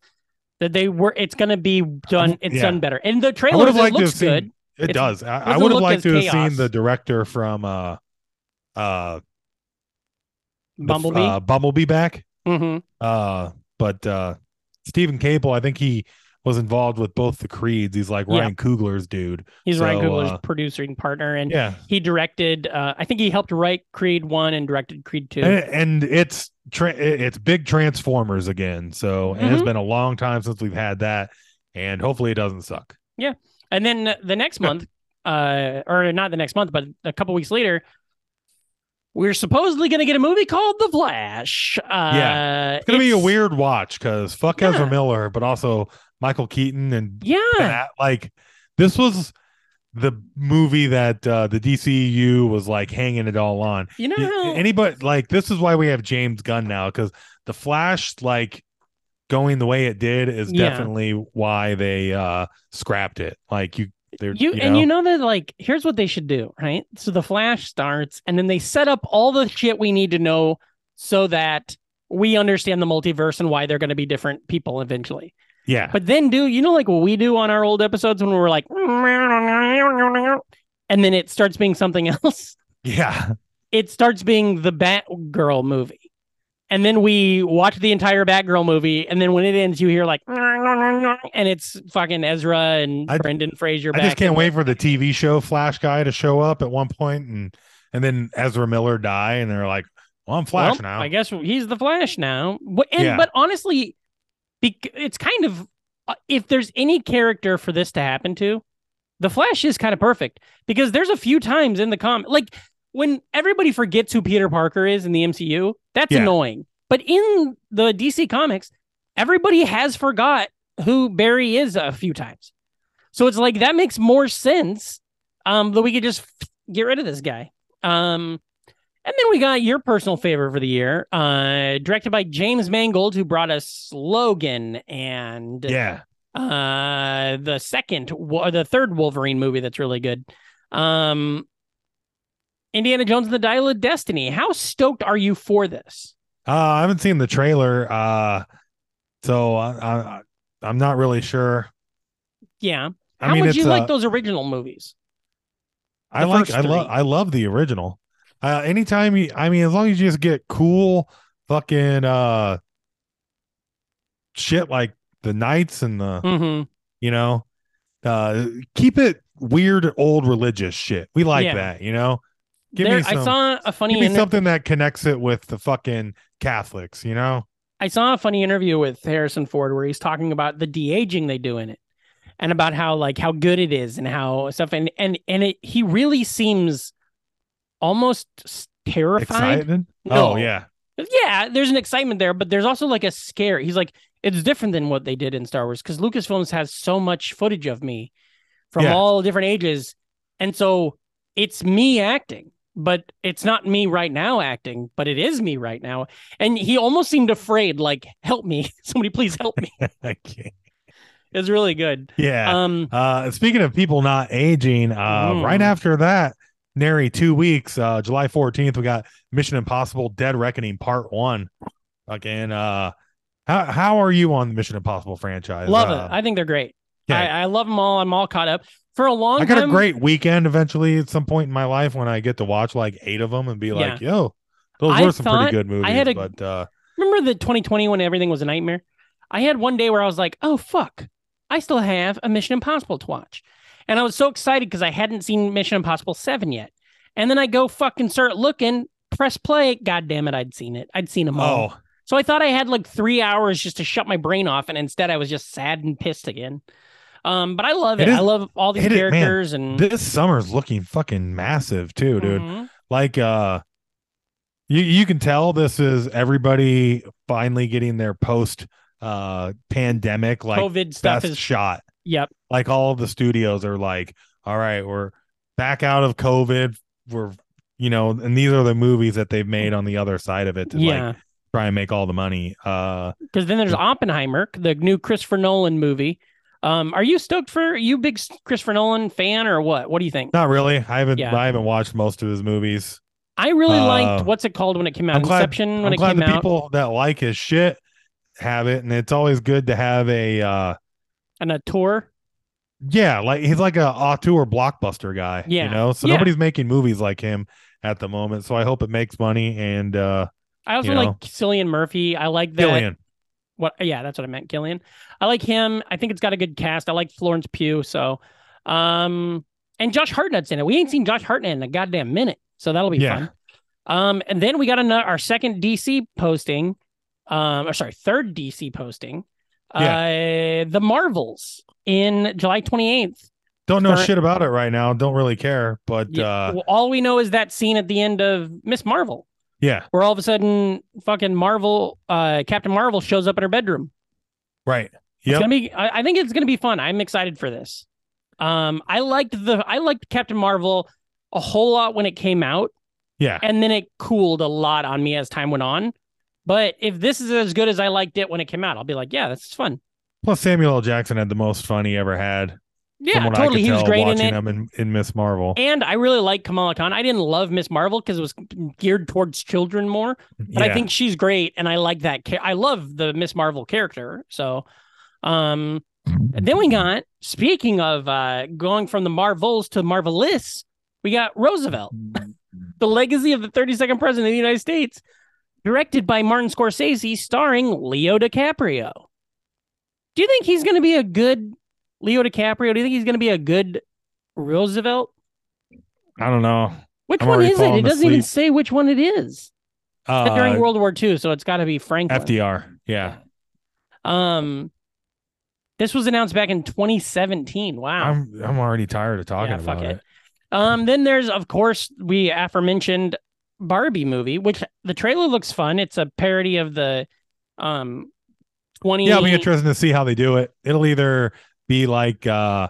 [SPEAKER 3] that they were. It's gonna be done. It's
[SPEAKER 2] yeah.
[SPEAKER 3] done better. And the
[SPEAKER 2] I
[SPEAKER 3] trailer
[SPEAKER 2] would have
[SPEAKER 3] it
[SPEAKER 2] liked to have
[SPEAKER 3] looks
[SPEAKER 2] seen.
[SPEAKER 3] good.
[SPEAKER 2] It
[SPEAKER 3] It's-
[SPEAKER 2] does. I, I
[SPEAKER 3] doesn't
[SPEAKER 2] would have
[SPEAKER 3] look
[SPEAKER 2] liked
[SPEAKER 3] as
[SPEAKER 2] to have
[SPEAKER 3] chaos.
[SPEAKER 2] seen the director from uh, uh, the f-
[SPEAKER 3] Bumblebee.
[SPEAKER 2] uh, Bumblebee back.
[SPEAKER 3] Mhm.
[SPEAKER 2] Uh, but uh, Stephen Cable, I think he was involved with both the creeds. He's like
[SPEAKER 3] Yeah.
[SPEAKER 2] Ryan Coogler's dude.
[SPEAKER 3] He's Ryan
[SPEAKER 2] so,
[SPEAKER 3] Coogler's
[SPEAKER 2] uh,
[SPEAKER 3] producing partner, and
[SPEAKER 2] Yeah,
[SPEAKER 3] he directed. Uh, I think he helped write Creed One and directed Creed Two.
[SPEAKER 2] and, and it's tra- it's big Transformers again. So and
[SPEAKER 3] Mm-hmm.
[SPEAKER 2] it's been a long time since we've had that, and hopefully it doesn't suck.
[SPEAKER 3] And then the next month, uh, or not the next month, but a couple weeks later, we're supposedly going to get a movie called The Flash. Uh,
[SPEAKER 2] Yeah. It's gonna be a weird watch because fuck Ezra
[SPEAKER 3] Yeah.
[SPEAKER 2] Miller, but also Michael Keaton and
[SPEAKER 3] Yeah,
[SPEAKER 2] that. Like this was the movie that uh, the DCU was like hanging it all on.
[SPEAKER 3] you know,
[SPEAKER 2] Y-
[SPEAKER 3] how-
[SPEAKER 2] Anybody like this is why we have James Gunn now because the Flash like going the way it did is
[SPEAKER 3] Yeah.
[SPEAKER 2] definitely why they uh scrapped it. Like you, they're
[SPEAKER 3] you
[SPEAKER 2] you
[SPEAKER 3] and
[SPEAKER 2] know?
[SPEAKER 3] you know that like here's what they should do, right? So The Flash starts, and then they set up all the shit we need to know so that we understand the multiverse and why they're going to be different people eventually.
[SPEAKER 2] yeah.
[SPEAKER 3] But then do you know like what we do on our old episodes when we're like, and then it starts being something else.
[SPEAKER 2] yeah.
[SPEAKER 3] it starts being the Batgirl movie. And then we watch the entire Batgirl movie, and then when it ends, you hear like, and it's fucking Ezra and
[SPEAKER 2] I-
[SPEAKER 3] Brendan Fraser.
[SPEAKER 2] I
[SPEAKER 3] back
[SPEAKER 2] just can't
[SPEAKER 3] in-
[SPEAKER 2] wait for the TV show Flash guy to show up at one point and and then Ezra Miller die and they're like, "Well, I'm Flash
[SPEAKER 3] Well,
[SPEAKER 2] now."
[SPEAKER 3] I guess he's the Flash now. But and
[SPEAKER 2] Yeah.
[SPEAKER 3] but honestly, bec- it's kind of uh, if there's any character for this to happen to, the Flash is kind of perfect because there's a few times in the comic like when everybody forgets who Peter Parker is in the MCU. That's
[SPEAKER 2] Yeah.
[SPEAKER 3] annoying. But in the DC comics, everybody has forgot who Barry is a few times. So it's like that makes more sense um, that we could just f- get rid of this guy. Um, and then we got your personal favorite for the year, uh, directed by James Mangold, who brought us Logan and
[SPEAKER 2] yeah.
[SPEAKER 3] uh, the second, or the third Wolverine movie that's really good. Um, Indiana Jones and the Dial of Destiny. How stoked are you for this?
[SPEAKER 2] Uh, I haven't seen the trailer, uh, so I, I I'm not really sure.
[SPEAKER 3] Yeah.
[SPEAKER 2] I
[SPEAKER 3] How
[SPEAKER 2] mean,
[SPEAKER 3] would
[SPEAKER 2] it's
[SPEAKER 3] you
[SPEAKER 2] uh,
[SPEAKER 3] like those original movies?
[SPEAKER 2] I
[SPEAKER 3] the
[SPEAKER 2] like
[SPEAKER 3] first
[SPEAKER 2] I love
[SPEAKER 3] three?
[SPEAKER 2] I love the original. Uh, anytime you, I mean, as long as you just get cool fucking uh shit like the knights and the
[SPEAKER 3] hmm
[SPEAKER 2] you know uh keep it weird old religious shit we like
[SPEAKER 3] Yeah.
[SPEAKER 2] that you know give
[SPEAKER 3] There,
[SPEAKER 2] me some
[SPEAKER 3] I saw a funny
[SPEAKER 2] give me
[SPEAKER 3] inter-
[SPEAKER 2] something that connects it with the fucking catholics you know
[SPEAKER 3] I saw a funny interview with Harrison Ford where he's talking about the de aging they do in it, and about how like how good it is and how stuff and and and it he really seems almost s- terrified.
[SPEAKER 2] excited
[SPEAKER 3] No.
[SPEAKER 2] oh yeah
[SPEAKER 3] Yeah, there's an excitement there, but there's also like a scare. He's like it's different than what they did in Star Wars because Lucasfilms has so much footage of me from
[SPEAKER 2] Yeah.
[SPEAKER 3] all different ages, and so it's me acting. But it's not me right now acting, but it is me right now. And he almost seemed afraid, like, help me. Somebody please help me.
[SPEAKER 2] I can't.
[SPEAKER 3] It's really good.
[SPEAKER 2] yeah
[SPEAKER 3] Um,
[SPEAKER 2] uh speaking of people not aging uh right
[SPEAKER 3] Mm.
[SPEAKER 2] after that nary two weeks uh july 14th we got mission impossible dead reckoning part one again uh how, how are you on the mission impossible franchise
[SPEAKER 3] love
[SPEAKER 2] Uh,
[SPEAKER 3] it. I think they're great.
[SPEAKER 2] okay.
[SPEAKER 3] I, I love them all. I'm all caught up. For a long
[SPEAKER 2] I got
[SPEAKER 3] time,
[SPEAKER 2] a great weekend eventually at some point in my life when I get to watch like eight of them and be like, yo, those
[SPEAKER 3] I
[SPEAKER 2] were some
[SPEAKER 3] thought
[SPEAKER 2] pretty good movies.
[SPEAKER 3] I had a-
[SPEAKER 2] but uh,
[SPEAKER 3] Remember the 2020 when everything was a nightmare? I had one day where I was like, oh, fuck, I still have a Mission Impossible to watch. And I was so excited because I hadn't seen Mission Impossible 7 yet. And then I go fucking start looking, press play. God damn it, I'd seen it. I'd seen them all.
[SPEAKER 2] oh,
[SPEAKER 3] So I thought I had like three hours just to shut my brain off. And instead, I was just sad and pissed again. Um, but I love it.
[SPEAKER 2] It is-
[SPEAKER 3] I love all these
[SPEAKER 2] it is- man,
[SPEAKER 3] characters and.
[SPEAKER 2] this summer's looking fucking massive too, dude.
[SPEAKER 3] Mhm.
[SPEAKER 2] Like, uh, you you can tell this is everybody finally getting their post uh pandemic like
[SPEAKER 3] COVID stuff
[SPEAKER 2] best
[SPEAKER 3] is.
[SPEAKER 2] shot.
[SPEAKER 3] Yep.
[SPEAKER 2] Like all of the studios are like, all right, we're back out of COVID. We're you know, and these are the movies that they've made on the other side of it to like
[SPEAKER 3] Yeah.
[SPEAKER 2] try and make all the money. Uh,
[SPEAKER 3] Because then there's Oppenheimer, the new Christopher Nolan movie. Um, are you stoked for are you big Christopher Nolan fan or what? What do you think?
[SPEAKER 2] not really. I haven't.
[SPEAKER 3] Yeah.
[SPEAKER 2] I haven't watched most of his movies.
[SPEAKER 3] I really
[SPEAKER 2] Uh,
[SPEAKER 3] liked what's it called when it came out?
[SPEAKER 2] I'm glad-
[SPEAKER 3] Inception when
[SPEAKER 2] I'm
[SPEAKER 3] it
[SPEAKER 2] glad
[SPEAKER 3] came
[SPEAKER 2] the
[SPEAKER 3] out.
[SPEAKER 2] people that like his shit have it, and it's always good to have a. uh
[SPEAKER 3] and a tour.
[SPEAKER 2] Yeah, like he's like a auteur blockbuster guy.
[SPEAKER 3] Yeah.
[SPEAKER 2] you know, so
[SPEAKER 3] Yeah.
[SPEAKER 2] nobody's making movies like him at the moment. So I hope it makes money. And uh
[SPEAKER 3] I also
[SPEAKER 2] You
[SPEAKER 3] like
[SPEAKER 2] know.
[SPEAKER 3] Cillian Murphy. I like that.
[SPEAKER 2] Gillian,
[SPEAKER 3] What? Yeah, that's what I meant. Killian. I like him. I think it's got a good cast. I like Florence Pugh. So, um, and Josh Hartnett's in it. We ain't seen Josh Hartnett in a goddamn minute, so that'll be
[SPEAKER 2] Yeah.
[SPEAKER 3] fun. Um, and then we got another, our second DC posting. Um, or sorry, third DC posting. Uh, the Marvels in July twenty eighth.
[SPEAKER 2] don't know
[SPEAKER 3] current-
[SPEAKER 2] shit about it right now. Don't really care, but uh
[SPEAKER 3] well, all we know is that scene at the end of Miss Marvel,
[SPEAKER 2] yeah,
[SPEAKER 3] where all of a sudden, fucking Marvel, uh, Captain Marvel shows up in her bedroom.
[SPEAKER 2] right.
[SPEAKER 3] It's
[SPEAKER 2] Yep.
[SPEAKER 3] gonna be. I I think it's gonna be fun. I'm excited for this. Um, I liked the I liked Captain Marvel a whole lot when it came out,
[SPEAKER 2] yeah,
[SPEAKER 3] and then it cooled a lot on me as time went on. But if this is as good as I liked it when it came out, I'll be like, yeah, this is fun.
[SPEAKER 2] Plus, Samuel L. Jackson had the most fun he ever had.
[SPEAKER 3] Yeah,
[SPEAKER 2] from what
[SPEAKER 3] totally.
[SPEAKER 2] I could
[SPEAKER 3] He was
[SPEAKER 2] tell
[SPEAKER 3] great in
[SPEAKER 2] watching
[SPEAKER 3] it.
[SPEAKER 2] him in, in Miss Marvel.
[SPEAKER 3] And I really like Kamala Khan. I didn't love Miss Marvel because it was geared towards children more, but I
[SPEAKER 2] Yeah.
[SPEAKER 3] think she's great, and I like that. Cha- I love the Miss Marvel character. So, um, then we got speaking of uh, going from the Marvels to Marvelous, we got Roosevelt, the Legacy of the 32nd President of the United States, directed by Martin Scorsese, starring Leo DiCaprio. Do you think he's going to be a good Leo DiCaprio? Do you think he's going to be a good Roosevelt?
[SPEAKER 2] I don't know.
[SPEAKER 3] Which
[SPEAKER 2] I'm
[SPEAKER 3] one
[SPEAKER 2] already
[SPEAKER 3] is it? It
[SPEAKER 2] falling
[SPEAKER 3] doesn't even
[SPEAKER 2] asleep.
[SPEAKER 3] say which one it is. But during
[SPEAKER 2] Uh,
[SPEAKER 3] World War II, so it's got to be Franklin.
[SPEAKER 2] FDR. Yeah.
[SPEAKER 3] Um, this was announced back in 2017. Wow.
[SPEAKER 2] I'm I'm already tired of talking
[SPEAKER 3] Yeah, fuck
[SPEAKER 2] about
[SPEAKER 3] it.
[SPEAKER 2] it.
[SPEAKER 3] Um, then there's of course we aforementioned Barbie movie, which the trailer looks fun. It's a parody of the um 20
[SPEAKER 2] Yeah, it'll be interesting to see how they do it. It'll either be like uh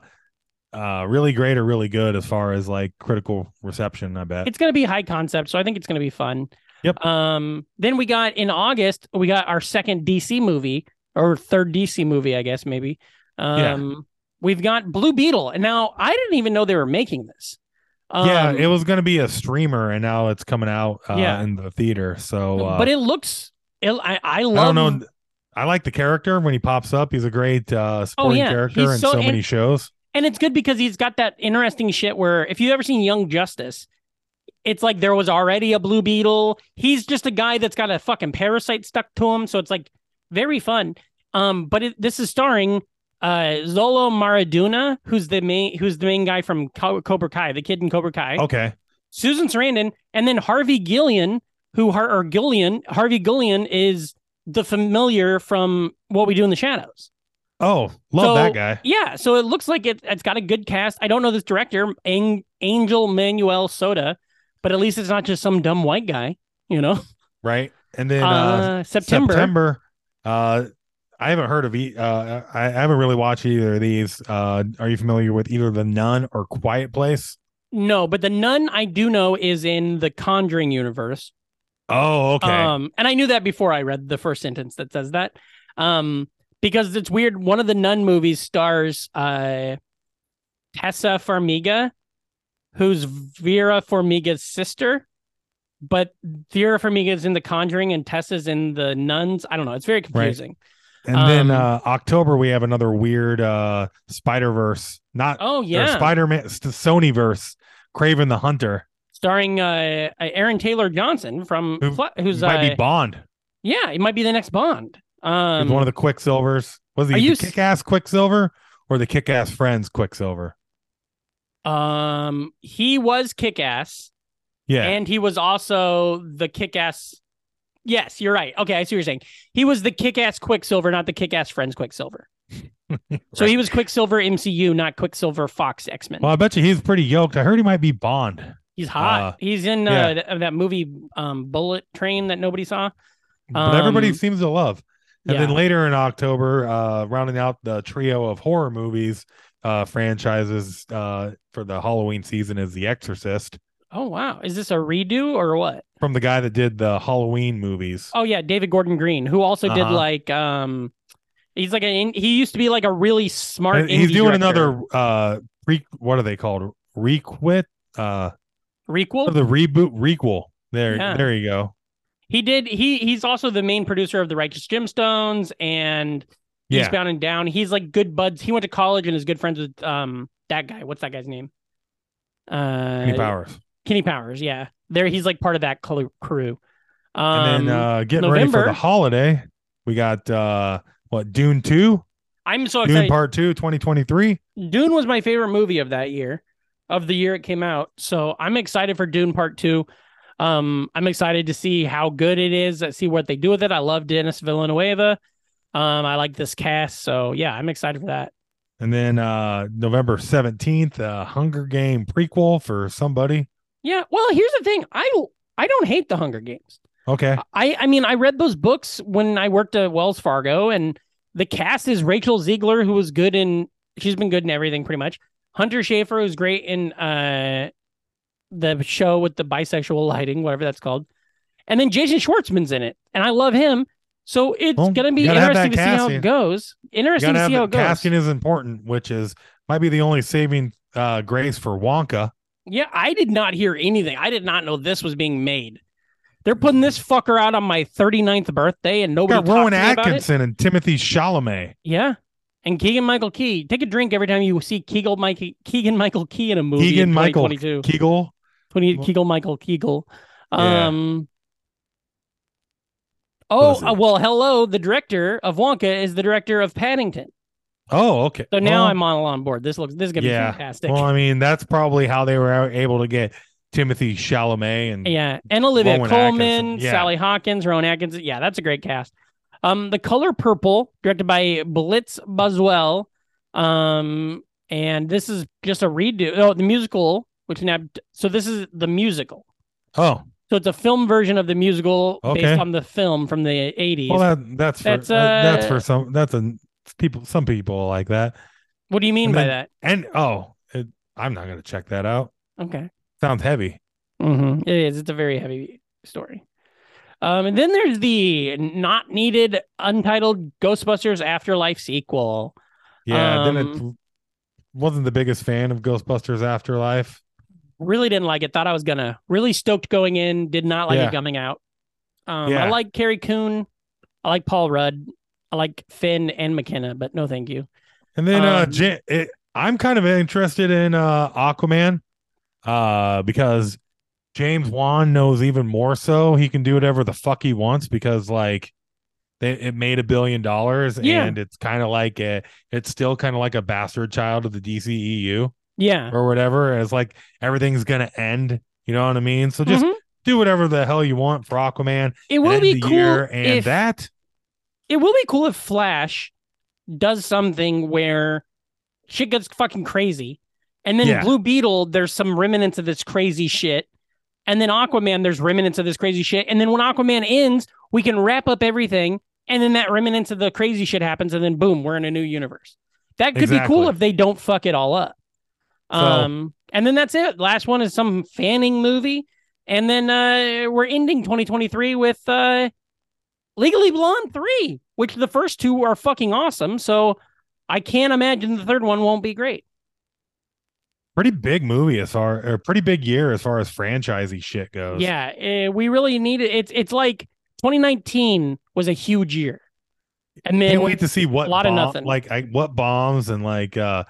[SPEAKER 2] uh really great or really good as far as like critical reception, I bet.
[SPEAKER 3] It's gonna be high concept, so I think it's gonna be fun.
[SPEAKER 2] Yep.
[SPEAKER 3] Um, then we got in August, we got our second DC movie or third DC movie, I guess maybe. Um,
[SPEAKER 2] Yeah.
[SPEAKER 3] we've got Blue Beetle, and now I didn't even know they were making this. Um,
[SPEAKER 2] yeah, it was gonna be a streamer and now it's coming out uh
[SPEAKER 3] Yeah.
[SPEAKER 2] in the theater. So uh
[SPEAKER 3] but it looks. It, I I
[SPEAKER 2] I
[SPEAKER 3] love.
[SPEAKER 2] don't know I like the character when he pops up. He's a great uh, supporting
[SPEAKER 3] Oh, yeah.
[SPEAKER 2] character
[SPEAKER 3] He's
[SPEAKER 2] in
[SPEAKER 3] so-
[SPEAKER 2] so,
[SPEAKER 3] and-
[SPEAKER 2] many shows.
[SPEAKER 3] And it's good because he's got that interesting shit where if you've ever seen Young Justice, it's like there was already a Blue Beetle. He's just a guy that's got a fucking parasite stuck to him. So it's like very fun. Um, but it, this is starring uh Zolo Maradona, who's the main who's the main guy from Co- Cobra Kai, the kid in Cobra Kai.
[SPEAKER 2] Okay,
[SPEAKER 3] Susan Sarandon, and then Harvey Gillian, who Har- or Gillian, Harvey Gillian is the familiar from What We Do in the Shadows.
[SPEAKER 2] oh, love
[SPEAKER 3] So-
[SPEAKER 2] that guy.
[SPEAKER 3] Yeah, so it looks like it, it's got a good cast. I don't know this director, Ang- Angel Manuel Soda, but at least it's not just some dumb white guy, you know.
[SPEAKER 2] Right, and then
[SPEAKER 3] uh,
[SPEAKER 2] uh,
[SPEAKER 3] September.
[SPEAKER 2] September. Uh, I haven't heard of. E- uh, I I haven't really watched either of these. Uh, are you familiar with either the Nun or Quiet Place?
[SPEAKER 3] No, but the nun I do know is in the Conjuring universe.
[SPEAKER 2] Oh, okay.
[SPEAKER 3] Um, and I knew that before I read the first sentence that says that. Um, because it's weird. One of the Nun movies stars uh, Tessa Farmiga, who's Vera Farmiga's sister. But Vera Farmiga's in The Conjuring and Tessa's in The Nuns. I don't know. It's very confusing.
[SPEAKER 2] and then
[SPEAKER 3] um,
[SPEAKER 2] uh, October we have another weird uh, Spider Verse. Not
[SPEAKER 3] Oh, yeah.
[SPEAKER 2] Spider Man Sony Verse. Craven the Hunter
[SPEAKER 3] Starring uh, uh, Aaron Taylor Johnson from
[SPEAKER 2] Who
[SPEAKER 3] Fla- who's
[SPEAKER 2] might
[SPEAKER 3] uh,
[SPEAKER 2] be Bond.
[SPEAKER 3] yeah, it might be the next Bond. Um,
[SPEAKER 2] He's one of the Quicksilvers. Was
[SPEAKER 3] are
[SPEAKER 2] he
[SPEAKER 3] you
[SPEAKER 2] the
[SPEAKER 3] s-
[SPEAKER 2] kick ass Quicksilver or the kick ass friends Quicksilver?
[SPEAKER 3] um, he was kick ass.
[SPEAKER 2] Yeah.
[SPEAKER 3] And he was also the kick ass. Yes, you're right. Okay, I see what you're saying. He was the kick ass Quicksilver, not the kick ass Friends Quicksilver. So he was Quicksilver MCU, not Quicksilver Fox X Men.
[SPEAKER 2] well, I bet you he's pretty yoked. I heard he might be Bond.
[SPEAKER 3] He's hot.
[SPEAKER 2] uh,
[SPEAKER 3] He's in
[SPEAKER 2] yeah.
[SPEAKER 3] uh, th- that movie um, Bullet Train that nobody saw.
[SPEAKER 2] But everybody
[SPEAKER 3] Um,
[SPEAKER 2] seems to love. And then
[SPEAKER 3] yeah.
[SPEAKER 2] later in October, uh, rounding out the trio of horror movies uh, franchises uh, for the Halloween season is The Exorcist
[SPEAKER 3] Oh wow, is this a redo or what?
[SPEAKER 2] from the guy that did the Halloween movies.
[SPEAKER 3] Oh yeah, David Gordon Green, who also did
[SPEAKER 2] Uh-huh.
[SPEAKER 3] like um, he's like an he used to be like a really smart.
[SPEAKER 2] And he's
[SPEAKER 3] indie
[SPEAKER 2] doing
[SPEAKER 3] director.
[SPEAKER 2] another uh, re- what are they called? Requit uh,
[SPEAKER 3] requel.
[SPEAKER 2] the reboot requel. There,
[SPEAKER 3] Yeah.
[SPEAKER 2] there you go.
[SPEAKER 3] He did. He he's also the main producer of the Righteous Gemstones and
[SPEAKER 2] Yeah.
[SPEAKER 3] Eastbound and Down. He's like good buds. He went to college and is good friends with um that guy. What's that guy's name? Uh,
[SPEAKER 2] Kenny Powers.
[SPEAKER 3] Kenny Powers. Yeah, there. He's like part of that col- crew. Um,
[SPEAKER 2] And then uh, getting ready for
[SPEAKER 3] November.
[SPEAKER 2] the holiday, we got uh, what Dune two,
[SPEAKER 3] I'm so
[SPEAKER 2] Dune
[SPEAKER 3] excited.
[SPEAKER 2] Part two, 2023.
[SPEAKER 3] Dune was my favorite movie of that year, of the year it came out. So I'm excited for Dune Part Two. Um, I'm excited to see how good it is. uh, See what they do with it. I love Dennis Villanueva. Um, I like this cast. So yeah, I'm excited for that.
[SPEAKER 2] And then uh, November 17th, uh, Hunger Game prequel for somebody.
[SPEAKER 3] Yeah. Well, here's the thing. I I don't hate the Hunger Games.
[SPEAKER 2] Okay.
[SPEAKER 3] I I mean, I read those books when I worked at Wells Fargo, and the cast is Rachel Ziegler, who was good in she's been good in everything pretty much. Hunter Schafer who's great in uh the show with the bisexual lighting, whatever that's called. And then Jason Schwartzman's in it, and I love him. So it's
[SPEAKER 2] Well,
[SPEAKER 3] gonna be
[SPEAKER 2] gotta have that
[SPEAKER 3] interesting to see how
[SPEAKER 2] casting.
[SPEAKER 3] it goes.
[SPEAKER 2] You
[SPEAKER 3] Interesting
[SPEAKER 2] gotta
[SPEAKER 3] to
[SPEAKER 2] have
[SPEAKER 3] see how
[SPEAKER 2] the
[SPEAKER 3] it goes.
[SPEAKER 2] casting is important, which is might be the only saving uh, grace for Wonka.
[SPEAKER 3] Yeah, I did not hear anything. I did not know this was being made. They're putting this fucker out on my 39th birthday and
[SPEAKER 2] We
[SPEAKER 3] nobody
[SPEAKER 2] got
[SPEAKER 3] talked
[SPEAKER 2] Rowan
[SPEAKER 3] to me about it.
[SPEAKER 2] Atkinson and Timothy Chalamet.
[SPEAKER 3] Yeah. And Keegan Michael Key. Take a drink every time you see Keegan Michael Keegan Michael Key in a movie.
[SPEAKER 2] Keegan
[SPEAKER 3] in
[SPEAKER 2] Michael
[SPEAKER 3] 2022.
[SPEAKER 2] Kegel.
[SPEAKER 3] 20 Keegan Michael Kegel.
[SPEAKER 2] Yeah.
[SPEAKER 3] Um Oh,
[SPEAKER 2] Listen.
[SPEAKER 3] uh, well, hello. The director of Wonka is the director of Paddington.
[SPEAKER 2] Oh, okay.
[SPEAKER 3] So now
[SPEAKER 2] Well,
[SPEAKER 3] I'm all on board. This looks this is going to
[SPEAKER 2] Yeah.
[SPEAKER 3] be fantastic.
[SPEAKER 2] Well, I mean, that's probably how they were able to get Timothy Chalamet and
[SPEAKER 3] Yeah, and Olivia
[SPEAKER 2] Rowan
[SPEAKER 3] Coleman,
[SPEAKER 2] Atkinson, yeah.
[SPEAKER 3] Sally Hawkins, Rowan Atkinson. Yeah, that's a great cast. Um, The Color Purple, directed by Blitz Buswell. Um, and this is just a redo. Oh, the musical, which now so this is the musical.
[SPEAKER 2] Oh,
[SPEAKER 3] So it's a film version of the musical
[SPEAKER 2] Okay.
[SPEAKER 3] based on the film from the eighties.
[SPEAKER 2] well, that, that's for that's,
[SPEAKER 3] That's,
[SPEAKER 2] that's
[SPEAKER 3] uh,
[SPEAKER 2] for some that's a people some people like that.
[SPEAKER 3] what do you mean
[SPEAKER 2] and
[SPEAKER 3] by
[SPEAKER 2] then-
[SPEAKER 3] that?
[SPEAKER 2] And oh, it, I'm not gonna check that out.
[SPEAKER 3] Okay,
[SPEAKER 2] Sounds heavy.
[SPEAKER 3] Mhm. It is. It's a very heavy story. Um, and then there's the not needed untitled Ghostbusters Afterlife sequel.
[SPEAKER 2] Yeah. then it
[SPEAKER 3] Um,
[SPEAKER 2] wasn't the biggest fan of Ghostbusters Afterlife.
[SPEAKER 3] really didn't like it. Thought I was gonna really stoked going in. Did not like
[SPEAKER 2] Yeah.
[SPEAKER 3] it coming out. Um,
[SPEAKER 2] Yeah.
[SPEAKER 3] I like Carrie Coon. I like Paul Rudd. I I like Finn and McKenna, but no, thank you.
[SPEAKER 2] And then uh,
[SPEAKER 3] Um,
[SPEAKER 2] Jan- it, I'm kind of interested in uh, Aquaman uh, because James Wan knows even more so he can do whatever the fuck he wants because like they, it made a billion dollars
[SPEAKER 3] Yeah.
[SPEAKER 2] and it's kind of like a, it's still kind of like a bastard child of the DCEU
[SPEAKER 3] Yeah.
[SPEAKER 2] or whatever. And it's like everything's going to end. You know what I mean? So just
[SPEAKER 3] Mhm.
[SPEAKER 2] do whatever the hell you want for Aquaman.
[SPEAKER 3] It will
[SPEAKER 2] and
[SPEAKER 3] be
[SPEAKER 2] end the
[SPEAKER 3] cool
[SPEAKER 2] year and
[SPEAKER 3] if
[SPEAKER 2] that.
[SPEAKER 3] it will be cool if Flash does something where shit gets fucking crazy, and then
[SPEAKER 2] Yeah.
[SPEAKER 3] Blue Beetle, there's some remnants of this crazy shit, and then Aquaman, there's remnants of this crazy shit, and then when Aquaman ends, we can wrap up everything, and then that remnants of the crazy shit happens, and then boom, we're in a new universe. That could be cool
[SPEAKER 2] Exactly.
[SPEAKER 3] if they don't fuck it all up.
[SPEAKER 2] So-
[SPEAKER 3] Um, and then that's it. Last one is some fanning movie, and then uh, we're ending 2023 with uh, Legally Blonde 3, which the first two are fucking awesome. So I can't imagine the third one won't be great.
[SPEAKER 2] pretty big movie as far or pretty big year as far as franchisey shit goes.
[SPEAKER 3] Yeah, uh, we really need it. It's it's like 2019 was a huge year, and then
[SPEAKER 2] Can't wait to see what
[SPEAKER 3] lot of
[SPEAKER 2] bomb-
[SPEAKER 3] nothing.
[SPEAKER 2] like I, what bombs and like uh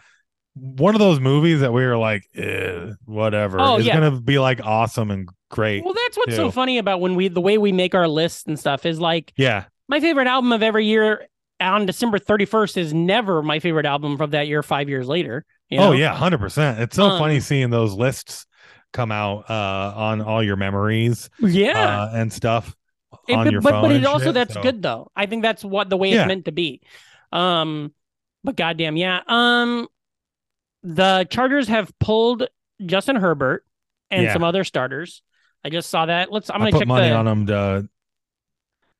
[SPEAKER 2] one of those movies that we were like eh, whatever
[SPEAKER 3] Oh,
[SPEAKER 2] is
[SPEAKER 3] yeah.
[SPEAKER 2] gonna be like awesome and great.
[SPEAKER 3] well, that's what's
[SPEAKER 2] too.
[SPEAKER 3] so funny about when we the way we make our lists and stuff is like
[SPEAKER 2] yeah.
[SPEAKER 3] my favorite album of every year on December 31st is never my favorite album from that year five years later. you
[SPEAKER 2] Oh
[SPEAKER 3] know?
[SPEAKER 2] yeah, hundred percent. It's so
[SPEAKER 3] Um,
[SPEAKER 2] funny seeing those lists come out uh on all your memories
[SPEAKER 3] yeah.
[SPEAKER 2] uh, and stuff
[SPEAKER 3] It-
[SPEAKER 2] on
[SPEAKER 3] but,
[SPEAKER 2] your
[SPEAKER 3] but,
[SPEAKER 2] phone.
[SPEAKER 3] but
[SPEAKER 2] and
[SPEAKER 3] it also
[SPEAKER 2] shit,
[SPEAKER 3] that's
[SPEAKER 2] so-
[SPEAKER 3] good though. I think that's what the way
[SPEAKER 2] Yeah.
[SPEAKER 3] it's meant to be. Um, but goddamn, yeah. Um, the Chargers have pulled Justin Herbert and
[SPEAKER 2] Yeah.
[SPEAKER 3] some other starters. I just saw that. Let's. I'm
[SPEAKER 2] I
[SPEAKER 3] gonna
[SPEAKER 2] put
[SPEAKER 3] check
[SPEAKER 2] money
[SPEAKER 3] the.
[SPEAKER 2] on them to.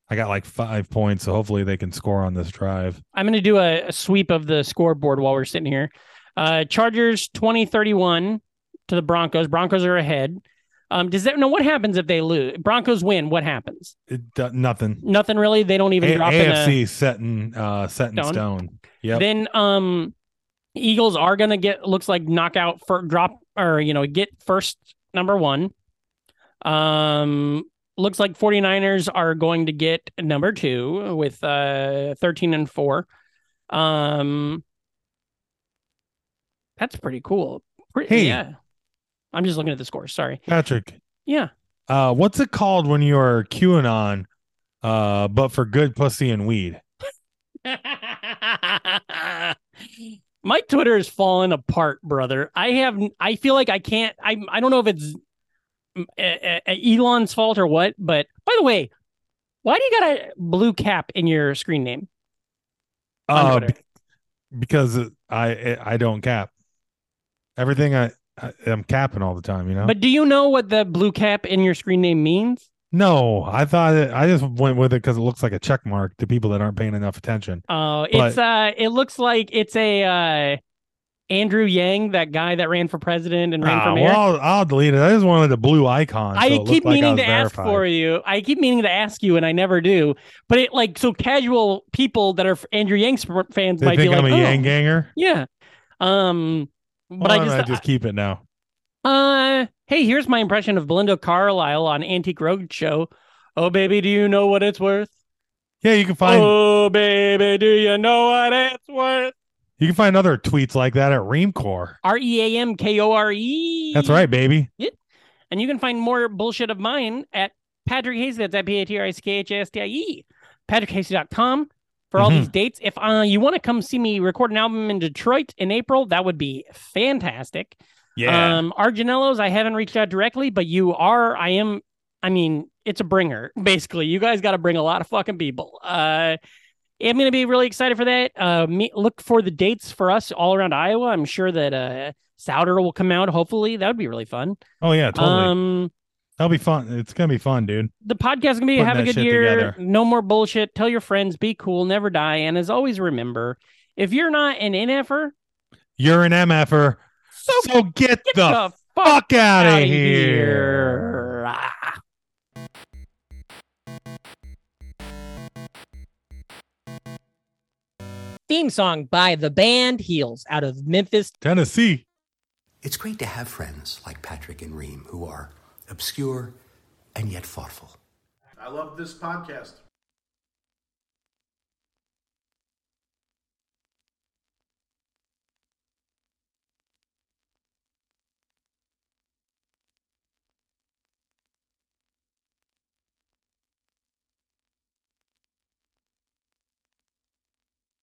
[SPEAKER 2] I got like five points, so hopefully they can score on this drive.
[SPEAKER 3] I'm gonna do a, a sweep of the scoreboard while we're sitting here. Uh, Chargers 20-31 to the Broncos. Broncos are ahead. Um, does that know what happens if they lose? Broncos win. What happens?
[SPEAKER 2] It, do- nothing.
[SPEAKER 3] Nothing really. They don't even
[SPEAKER 2] A-
[SPEAKER 3] drop in a.
[SPEAKER 2] AFC set in uh, set in
[SPEAKER 3] Stone.
[SPEAKER 2] stone. Yep.
[SPEAKER 3] Then um Eagles are gonna get looks like knockout for drop or you know, get first number one. Um looks like 49ers are going to get number two with uh 13 and four. Um that's pretty cool. Pretty,
[SPEAKER 2] Hey.
[SPEAKER 3] yeah. I'm just looking at the scores. Sorry.
[SPEAKER 2] Patrick,
[SPEAKER 3] Yeah.
[SPEAKER 2] uh, what's it called when you are QAnon, uh, but for good pussy and weed?
[SPEAKER 3] My Twitter is falling apart, brother. I have I feel like I can't I I don't know if it's mm, eh, eh, Elon's fault or what, but by the way, why do you got a blue cap in your screen name? on
[SPEAKER 2] Uh,
[SPEAKER 3] Twitter?
[SPEAKER 2] be- because I I don't cap everything. I, I am capping all the time. You know.
[SPEAKER 3] But do you know what the blue cap in your screen name means?
[SPEAKER 2] no, I thought it, I just went with it because it looks like a check mark to people that aren't paying enough attention.
[SPEAKER 3] Uh it's
[SPEAKER 2] But-
[SPEAKER 3] uh it looks like it's a uh Andrew Yang, that guy that ran for president and ran
[SPEAKER 2] Ah,
[SPEAKER 3] for mayor.
[SPEAKER 2] well, I'll, I'll delete it. I just wanted a blue icon. so it
[SPEAKER 3] I
[SPEAKER 2] looked
[SPEAKER 3] keep
[SPEAKER 2] like
[SPEAKER 3] meaning
[SPEAKER 2] was
[SPEAKER 3] to ask
[SPEAKER 2] verified.
[SPEAKER 3] for you. I keep meaning to ask you, and I never do. But it like so casual people that are Andrew Yang sp- fans
[SPEAKER 2] They
[SPEAKER 3] might
[SPEAKER 2] think
[SPEAKER 3] be
[SPEAKER 2] I'm
[SPEAKER 3] like,
[SPEAKER 2] a
[SPEAKER 3] oh,
[SPEAKER 2] Yang ganger.
[SPEAKER 3] yeah. Um, but
[SPEAKER 2] Why don't
[SPEAKER 3] I
[SPEAKER 2] I
[SPEAKER 3] just,
[SPEAKER 2] just keep it now.
[SPEAKER 3] uh, hey, here's my impression of Belinda Carlisle on Antique Roadshow. Oh baby, do you know what it's worth?
[SPEAKER 2] Yeah, you can find
[SPEAKER 3] Oh baby, do you know what it's worth?
[SPEAKER 2] You can find other tweets like that at Reamcore.
[SPEAKER 3] R e a m k o r e.
[SPEAKER 2] That's right, baby.
[SPEAKER 3] And you can find more bullshit of mine at Patrick Hasty. That's at P-A-T-R-I-C-K-H-A-S-T-I-E. PatrickHasty.com for all
[SPEAKER 2] Mhm.
[SPEAKER 3] these dates. If uh, you want to come see me record an album in Detroit in April, that would be fantastic. Um, Arginellos, I haven't reached out directly, but you are, I am, I mean, it's a bringer, basically. You guys got to bring a lot of fucking people. Uh, I'm going to be really excited for that. Uh, me, look for the dates for us all around Iowa. I'm sure that uh, Souter will come out, hopefully. That would be really fun.
[SPEAKER 2] oh yeah, totally.
[SPEAKER 3] Um,
[SPEAKER 2] That'll be fun. It's gonna be fun, dude.
[SPEAKER 3] the podcast is gonna be
[SPEAKER 2] Putting
[SPEAKER 3] have a
[SPEAKER 2] that
[SPEAKER 3] good
[SPEAKER 2] shit
[SPEAKER 3] year.
[SPEAKER 2] together.
[SPEAKER 3] No more bullshit. Tell your friends, be cool, never die. And as always, remember if you're not an NFer,
[SPEAKER 2] You're an mf'er, so, get,
[SPEAKER 3] get
[SPEAKER 2] the,
[SPEAKER 3] the, fuck,
[SPEAKER 2] fuck out
[SPEAKER 3] outta
[SPEAKER 2] of here.
[SPEAKER 3] here. Ah. Theme song by the band Heels out of Memphis,
[SPEAKER 2] Tennessee.
[SPEAKER 4] It's great to have friends like Patrick and Reem who are obscure and yet thoughtful.
[SPEAKER 5] I love this podcast.